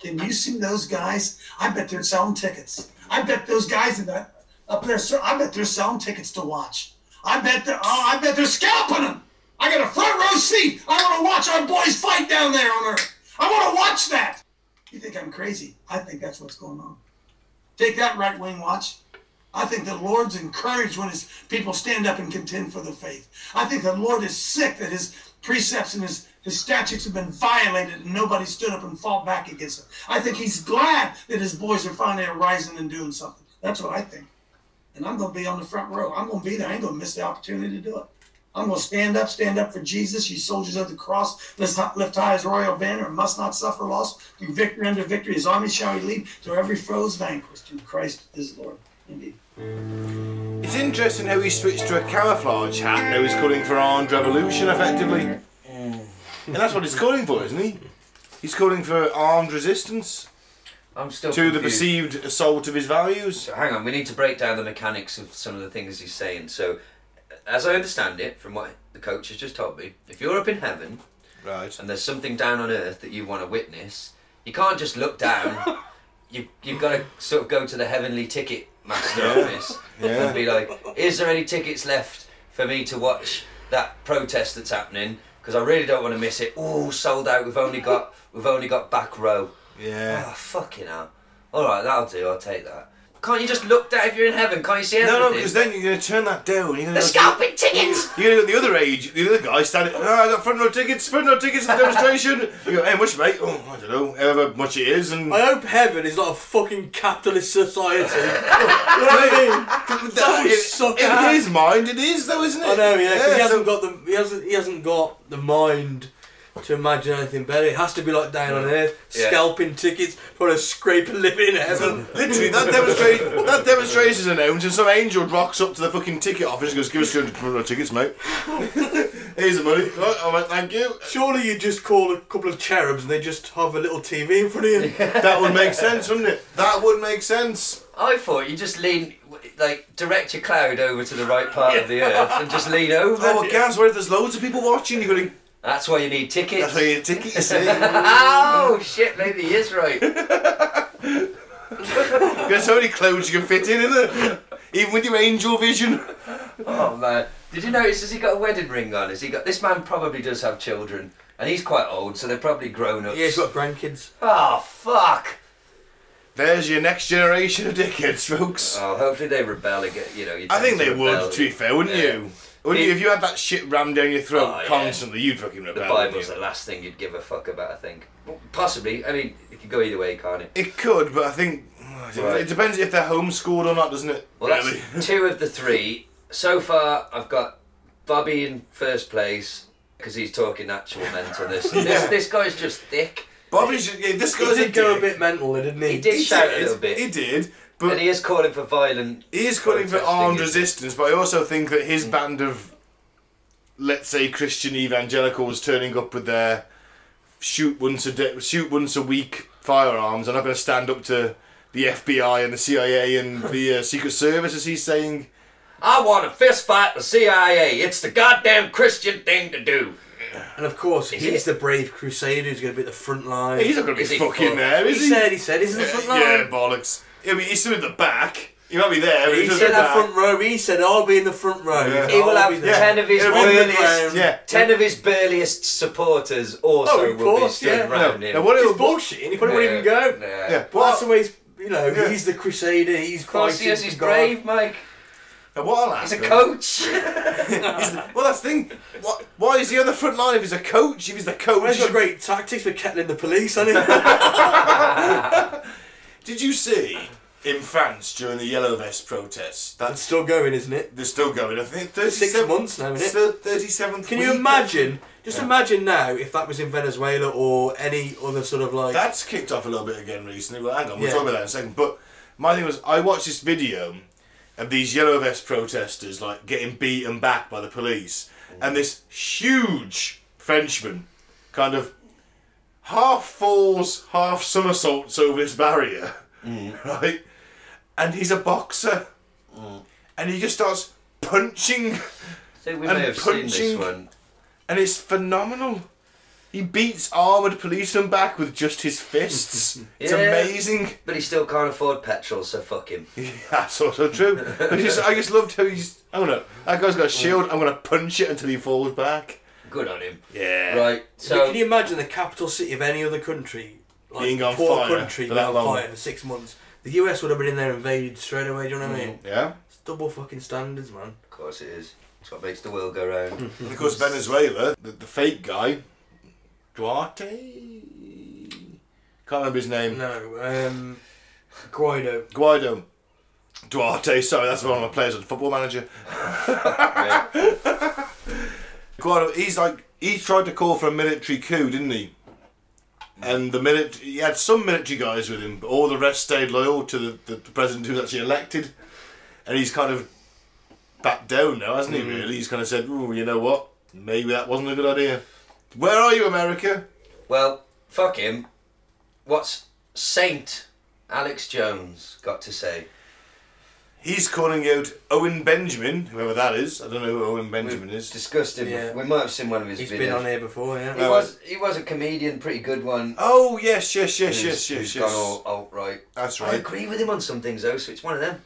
S9: Can you see those guys? I bet they're selling tickets. I bet those guys in that up there, sir, I bet they're selling tickets to watch. I bet they're, oh, I bet they're scalping them. I got a front row seat. I want to watch our boys fight down there on earth. I want to watch that. You think I'm crazy? I think that's what's going on. Take that, right wing watch. I think the Lord's encouraged when his people stand up and contend for the faith. I think the Lord is sick that his precepts and his, his statutes have been violated and nobody stood up and fought back against it. I think he's glad that his boys are finally arising and doing something. That's what I think. And I'm going to be on the front row. I'm going to be there. I ain't going to miss the opportunity to do it. I'm going to stand up, stand up for Jesus, you soldiers of the cross. Let's not lift high his royal banner and must not suffer loss. Through victory under victory, his army shall he lead. Through every foe's vanquished, through Christ is Lord. Indeed.
S2: It's interesting how he switched to a camouflage hat. Now he's calling for armed revolution, effectively. And that's what he's calling for, isn't he? He's calling for armed resistance
S4: I'm still
S2: to the
S4: confused.
S2: perceived assault of his values.
S4: So hang on, we need to break down the mechanics of some of the things he's saying. So, as I understand it, from what the coach has just told me, if you're up in heaven
S2: Right.
S4: and there's something down on earth that you want to witness, you can't just look down. you you've got to sort of go to the heavenly ticket master office
S2: Yeah.
S4: and be like, "Is there any tickets left for me to watch that protest that's happening? Because I really don't want to miss it. Ooh, sold out. We've only got we've only got back row."
S2: Yeah.
S4: Oh, fucking hell. All right, that'll do. I'll take that. Can't you just look down if you're in heaven? Can't you see everything?
S2: No, no, because then you're going to turn that down. You're going
S4: The scalping tickets!
S2: You're going to go the other age, the other guy standing, oh, I got front row tickets, front row tickets for the demonstration. You go, hey, much, mate? Oh, I don't know, however much it is. And
S3: I hope heaven is not a fucking capitalist society. you know what I mean? That would suck
S2: in
S3: ass.
S2: his mind, it is though, isn't it?
S3: I know, yeah, 'cause he
S2: so-
S3: hasn't got the he hasn't he hasn't got the mind to imagine anything better. It has to be like down on earth,
S2: Yeah.
S3: scalping tickets, trying to scrape a living in heaven.
S2: Literally, that demonstration that demonstration's announced, and some angel rocks up to the fucking ticket office and goes, "Give us two hundred criminal tickets, mate. Here's the money. Right, all right, thank you."
S3: Surely you just call a couple of cherubs and they just have a little TV in front of you.
S2: That would make sense, wouldn't it? That would make sense.
S4: I thought you just lean, like, direct your cloud over to the right part of the earth and just lean over.
S2: Oh, I can't swear if there's loads of people watching, you're gonna.
S4: That's why you need tickets.
S2: That's why you need tickets. you see?
S4: oh shit! Maybe he is right.
S2: There's so many clothes you can fit in, isn't there? Even with your angel vision.
S4: Oh man, did you notice? Has he got a wedding ring on? Has he got? This man probably does have children, and he's quite old, so they're probably grown ups.
S3: Yeah, he's got grandkids.
S4: Oh fuck!
S2: There's your next generation of dickheads, folks.
S4: Oh, hopefully they rebel again. You know, you
S2: I think
S4: tend
S2: they
S4: to rebel.
S2: would, to be fair, wouldn't
S4: Yeah.
S2: you? Wouldn't you? If you had that shit rammed down your throat
S4: Oh, yeah.
S2: constantly, you'd fucking
S4: The
S2: rebel. wouldn't
S4: Bible's
S2: you?
S4: the last thing you'd give a fuck about. I think. Well, Possibly. I mean, it could go either way, can't it?
S2: It could, but I think
S4: Right.
S2: it depends if they're homeschooled or not, doesn't it?
S4: Well,
S2: Really?
S4: that's two of the three. So far, I've got Bobby in first place because he's talking actual mentalness.
S2: Yeah.
S4: This this guy's just thick.
S2: Bobby's just, yeah, this
S3: He
S2: guy's
S3: did
S2: a
S3: go a
S2: dick.
S3: bit mental, though, didn't he?
S4: He did
S2: He
S4: shout a
S2: did,
S4: little bit.
S2: He did,
S4: But
S2: but
S4: he is calling for violent.
S2: he is calling for
S4: protesting,
S2: armed
S4: isn't he?
S2: resistance. But I also think that
S3: Hmm.
S2: his band of, let's say, Christian evangelicals turning up with their shoot once a day, shoot once a week firearms are not going to stand up to the FBI and the CIA and the uh, Secret Service, as he's saying.
S4: I want to fist fight the CIA. It's the goddamn Christian thing to do.
S3: And of course, he's
S4: it?
S3: the brave crusader who's going to be at the front line.
S2: He's not going to
S4: Is
S2: be
S4: he
S2: fucking
S4: full?
S2: there,
S3: he
S2: is he?
S3: said, he said, he's in the front line.
S2: Yeah, bollocks. I mean, he's still in the back. He might be there, but
S3: He
S2: he's
S3: said
S2: still in the back.
S3: that front row. He said, "I'll be in the front row."
S2: Yeah.
S3: said,
S4: He will
S3: "I'll
S4: have
S3: be there."
S4: ten of his
S2: It'll be in the
S4: burliest,
S2: ground. Yeah.
S4: ten of his burliest supporters also
S3: Oh, of
S4: will be
S3: course,
S4: stood
S3: yeah.
S4: round
S2: No,
S4: him.
S2: now what
S3: He's
S2: it'll,
S3: bullshit, and he probably wouldn't even
S4: Yeah,
S3: go.
S4: yeah.
S2: yeah,
S3: Well,
S2: what,
S3: that's the way he's, you know,
S2: Yeah.
S3: he's the crusader. He's
S4: Of course,
S3: fighting.
S4: Oh, he is. He's
S3: for God.
S4: brave, Mike.
S2: now what'll
S4: He's a
S2: happen-
S4: coach.
S2: He's the- well, that's the thing. What, why is he on the front line if he's a coach? If he's the
S3: Well,
S2: coach,
S3: he's got great tactics for kettling the police, hasn't he?
S2: did you see in France during the yellow vest protests?
S3: it's
S2: That's
S3: still going, isn't it?
S2: they're still going. I think
S3: Six
S2: 37
S3: months now, isn't it?
S2: It's the thirty-seventh.
S3: Can you
S2: week.
S3: imagine? Just imagine now if that was in Venezuela or any other sort of like.
S2: That's kicked off a little bit again recently. Well, hang on, we'll
S3: Yeah.
S2: talk about that in a second. But my thing was, I watched this video of these yellow vest protesters like getting beaten back by the police, and this huge Frenchman kind of half falls, half somersaults over this barrier, right? And he's a boxer, and he just starts punching,
S4: I think we
S2: And
S4: may have seen
S2: punching.
S4: this one.
S2: and it's phenomenal. He beats armored policemen back with just his fists. It's
S4: Yeah.
S2: amazing.
S4: But he still can't afford petrol, so fuck him.
S2: That's also true. I just, I just loved how he's. I'm gonna. That guy's got a shield. I'm gonna punch it until he falls back.
S4: Good on him.
S2: Yeah.
S4: Right.
S3: But
S4: So
S3: can you imagine the capital city of any other country, like
S2: Being on
S3: poor
S2: fire
S3: country,
S2: for
S3: being
S2: that
S3: on
S2: long?
S3: fire for six months? The US would have been in there invaded straight away. Do you know
S2: Mm.
S3: what I mean?
S2: Yeah.
S3: It's double fucking standards, man.
S4: of course it is. It's what makes the world go round.
S2: And of course, Venezuela, the, the fake guy, Duarte. Can't remember his name.
S3: No, um, Guaido.
S2: Guaido. Duarte. Sorry, that's one of my players on Football Manager.
S4: yeah.
S2: Guaido. He's like he tried to call for a military coup, didn't he? And the military, he had some military guys with him, but all the rest stayed loyal to the, the, the president who was actually elected. And he's kind of backed down now, hasn't he? Really, he's kind of said, "Ooh, you know what? Maybe that wasn't a good idea." Where are you, America?
S4: Well, fuck him. What's Saint Alex Jones got to say?
S2: He's calling out Owen Benjamin, whoever that is. I don't know who Owen Benjamin is.
S4: Discussed him.
S3: Yeah.
S4: We might have seen one of his
S3: He's
S4: videos.
S3: been on here before, yeah.
S4: He was he was a comedian, pretty good one.
S2: oh yes, yes, yes, yes,
S4: who's-
S2: yes,
S4: who's gone
S2: yes.
S4: all alt right.
S2: That's
S4: I
S2: right.
S4: agree with him on some things though, so it's one of them.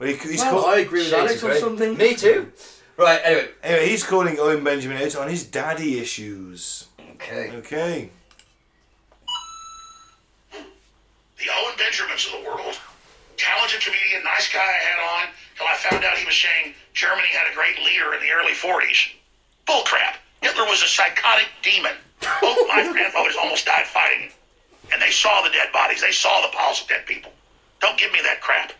S2: Well, he, he's
S3: Well,
S2: call-
S3: I agree with
S4: Shades
S3: Alex
S4: of
S3: on
S4: grey.
S3: something.
S4: Me too. Right. Anyway.
S2: anyway, he's calling Owen Benjamin out on his daddy issues.
S4: Okay.
S2: Okay.
S10: The Owen Benjamins of the world, talented
S11: Georgia comedian, nice guy I had on, till I found out he was saying Germany had a great leader in the early 40s. Bullcrap. Hitler was a psychotic demon. Both my grandmothers almost died fighting, and they saw the dead bodies. They saw the piles of dead people. Don't give me that crap.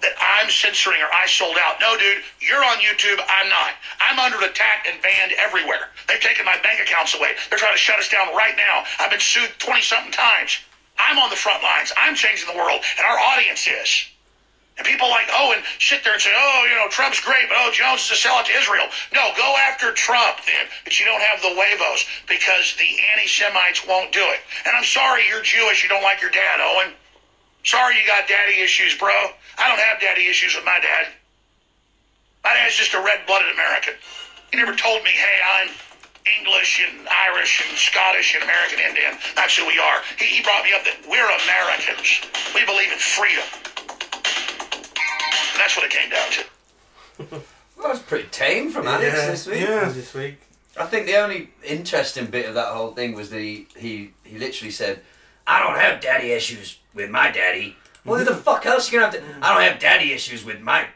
S11: That I'm censoring or I sold out. No, dude, you're on YouTube. I'm not. I'm under attack and banned everywhere. They've taken my bank accounts away. They're trying to shut us down right now. I've been sued 20 something times. I'm on the front lines. I'm changing the world, and our audience is. And people like Owen sit there and say, oh, you know, Trump's great, but oh, Jones is a sellout to Israel. No, go after Trump then. But you don't have the huevos because the anti Semites won't do it. And I'm sorry you're Jewish. You don't like your dad, Owen. Sorry you got daddy issues, bro. I don't have daddy issues with my dad. My dad's just a red blooded American. He never told me, hey, I'm English and Irish and Scottish and American Indian. That's who we are. He, he brought me up that we're Americans. We believe in freedom. And that's what it came down to.
S4: Well, that's pretty tame from Alex
S3: Yeah,
S4: this week.
S3: yeah. This week.
S4: I think the only interesting bit of that whole thing was that he, he, he literally said, I don't have daddy issues with my daddy. What the fuck else you gonna have to? I don't have daddy issues with my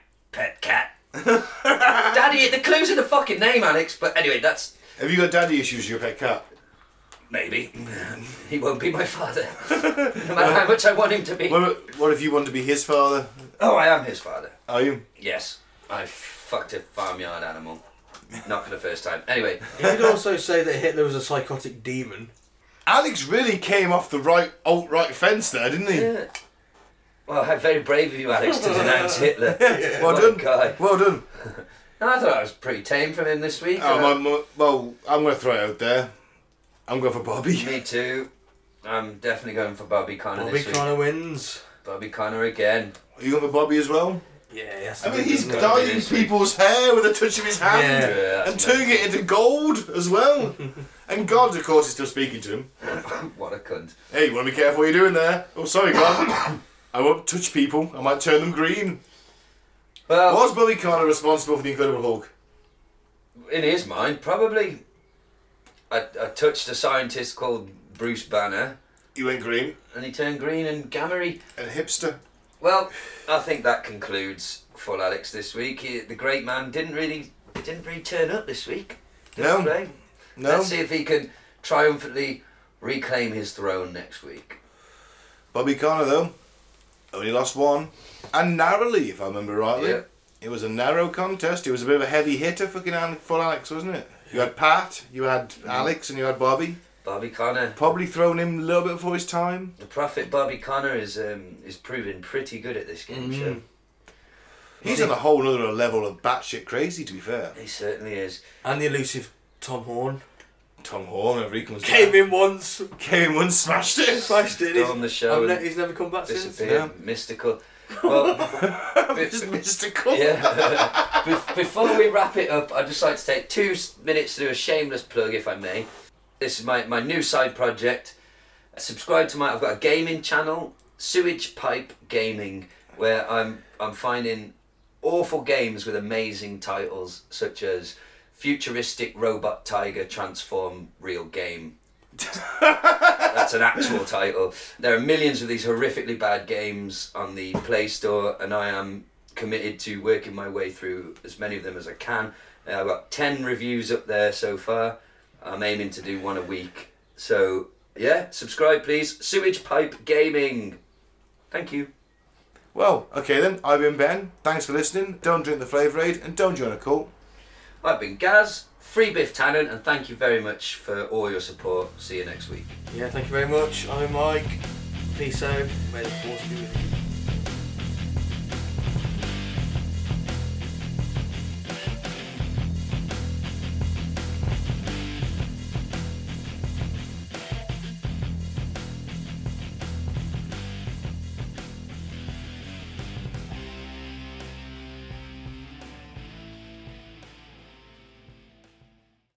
S4: pet cat. daddy, the clue's in the fucking name, Alex. But anyway, that's
S2: Have you got daddy issues with your pet cat?
S4: Maybe. he won't be my father. no matter how much I want him to be.
S2: What, what if you want to be his father?
S4: Oh, I am his father.
S2: Are you?
S4: Yes, I fucked a farmyard animal. Not for the first time. Anyway,
S3: You could also say that Hitler was a psychotic demon.
S2: Alex really came off the right alt right fence there, didn't he?
S4: Yeah. well, how very brave of you, Alex, to denounce Hitler.
S2: Well
S4: What a
S2: done,
S4: guy.
S2: Well done.
S4: No, I thought I was pretty tame from him this week.
S2: Oh,
S4: Uh,
S2: my, my, well, I'm going to throw it out there. I'm going for Bobby.
S4: Me too. I'm definitely going for Bobby Connor
S3: Bobby
S4: this week.
S3: Connor wins.
S4: Bobby Connor again.
S2: Are you going for Bobby as well?
S3: Yeah, yes.
S2: I mean, he's
S4: Gotta be
S2: dyeing
S4: this week.
S2: people's hair with a touch of his hand
S4: Yeah. Yeah,
S2: and
S4: Uh, that's
S2: turning it into gold as well. and God, of course, is still speaking to him.
S4: What a cunt.
S2: Hey, you want to be careful what you're doing there? Oh, sorry, God. I won't touch people. I might turn them green.
S4: Well,
S2: Was Bobby Connor responsible for the Incredible Hulk?
S4: in his mind, probably. I, I touched a scientist called Bruce Banner,
S2: You went green
S4: and he turned green and gammery.
S2: and hipster.
S4: Well, I think that concludes Full Alex this week. He, the great man didn't really didn't really turn up this week. did
S2: No.
S4: he, Ray?
S2: No.
S4: Let's see if he can triumphantly reclaim his throne next week.
S2: Bobby Connor, though, only lost one. And narrowly, if I remember rightly.
S4: Yeah.
S2: It was a narrow contest. It was a bit of a heavy hitter fucking Al- for Alex, wasn't it? You had Pat, you had Alex, and you had Bobby.
S4: Bobby Connor,
S2: Probably thrown him a little bit before his time.
S4: the prophet Bobby Connor is um, is proving pretty good at this game show.
S2: He's on a whole other level of batshit crazy, to be fair.
S4: He certainly is.
S3: And the elusive Tom Horn.
S2: Tom Horn, every comes
S3: Came
S2: back.
S3: in once,
S2: Came in one, smashed it.
S3: smashed it.
S4: Done
S3: He's,
S4: the show
S3: I've ne-
S4: and
S3: he's never come back since.
S4: Disappeared, mystical. Well,
S2: It's mystical.
S4: Yeah. Bef- Before we wrap it up, I'd just like to take two s- minutes to do a shameless plug, if I may. This is my, my new side project. Subscribe to my. I've got a gaming channel, Sewage Pipe Gaming, where I'm I'm finding awful games with amazing titles, such as futuristic robot tiger transform real game that's an actual title. There are millions of these horrifically bad games on the Play Store, and I am committed to working my way through as many of them as I can. Uh, I've got 10 reviews up there so far. I'm aiming to do one a week. So, yeah, subscribe, please. Sewage Pipe Gaming. Thank you.
S2: Well, okay then. I've been Ben. Thanks for listening. Don't drink the flavour aid and don't join a cult.
S4: I've been Gaz, Free Biff Tannen, and thank you very much for all your support. See you next week.
S3: Yeah, thank you very much. I'm Mike. Peace out. May the force be with you.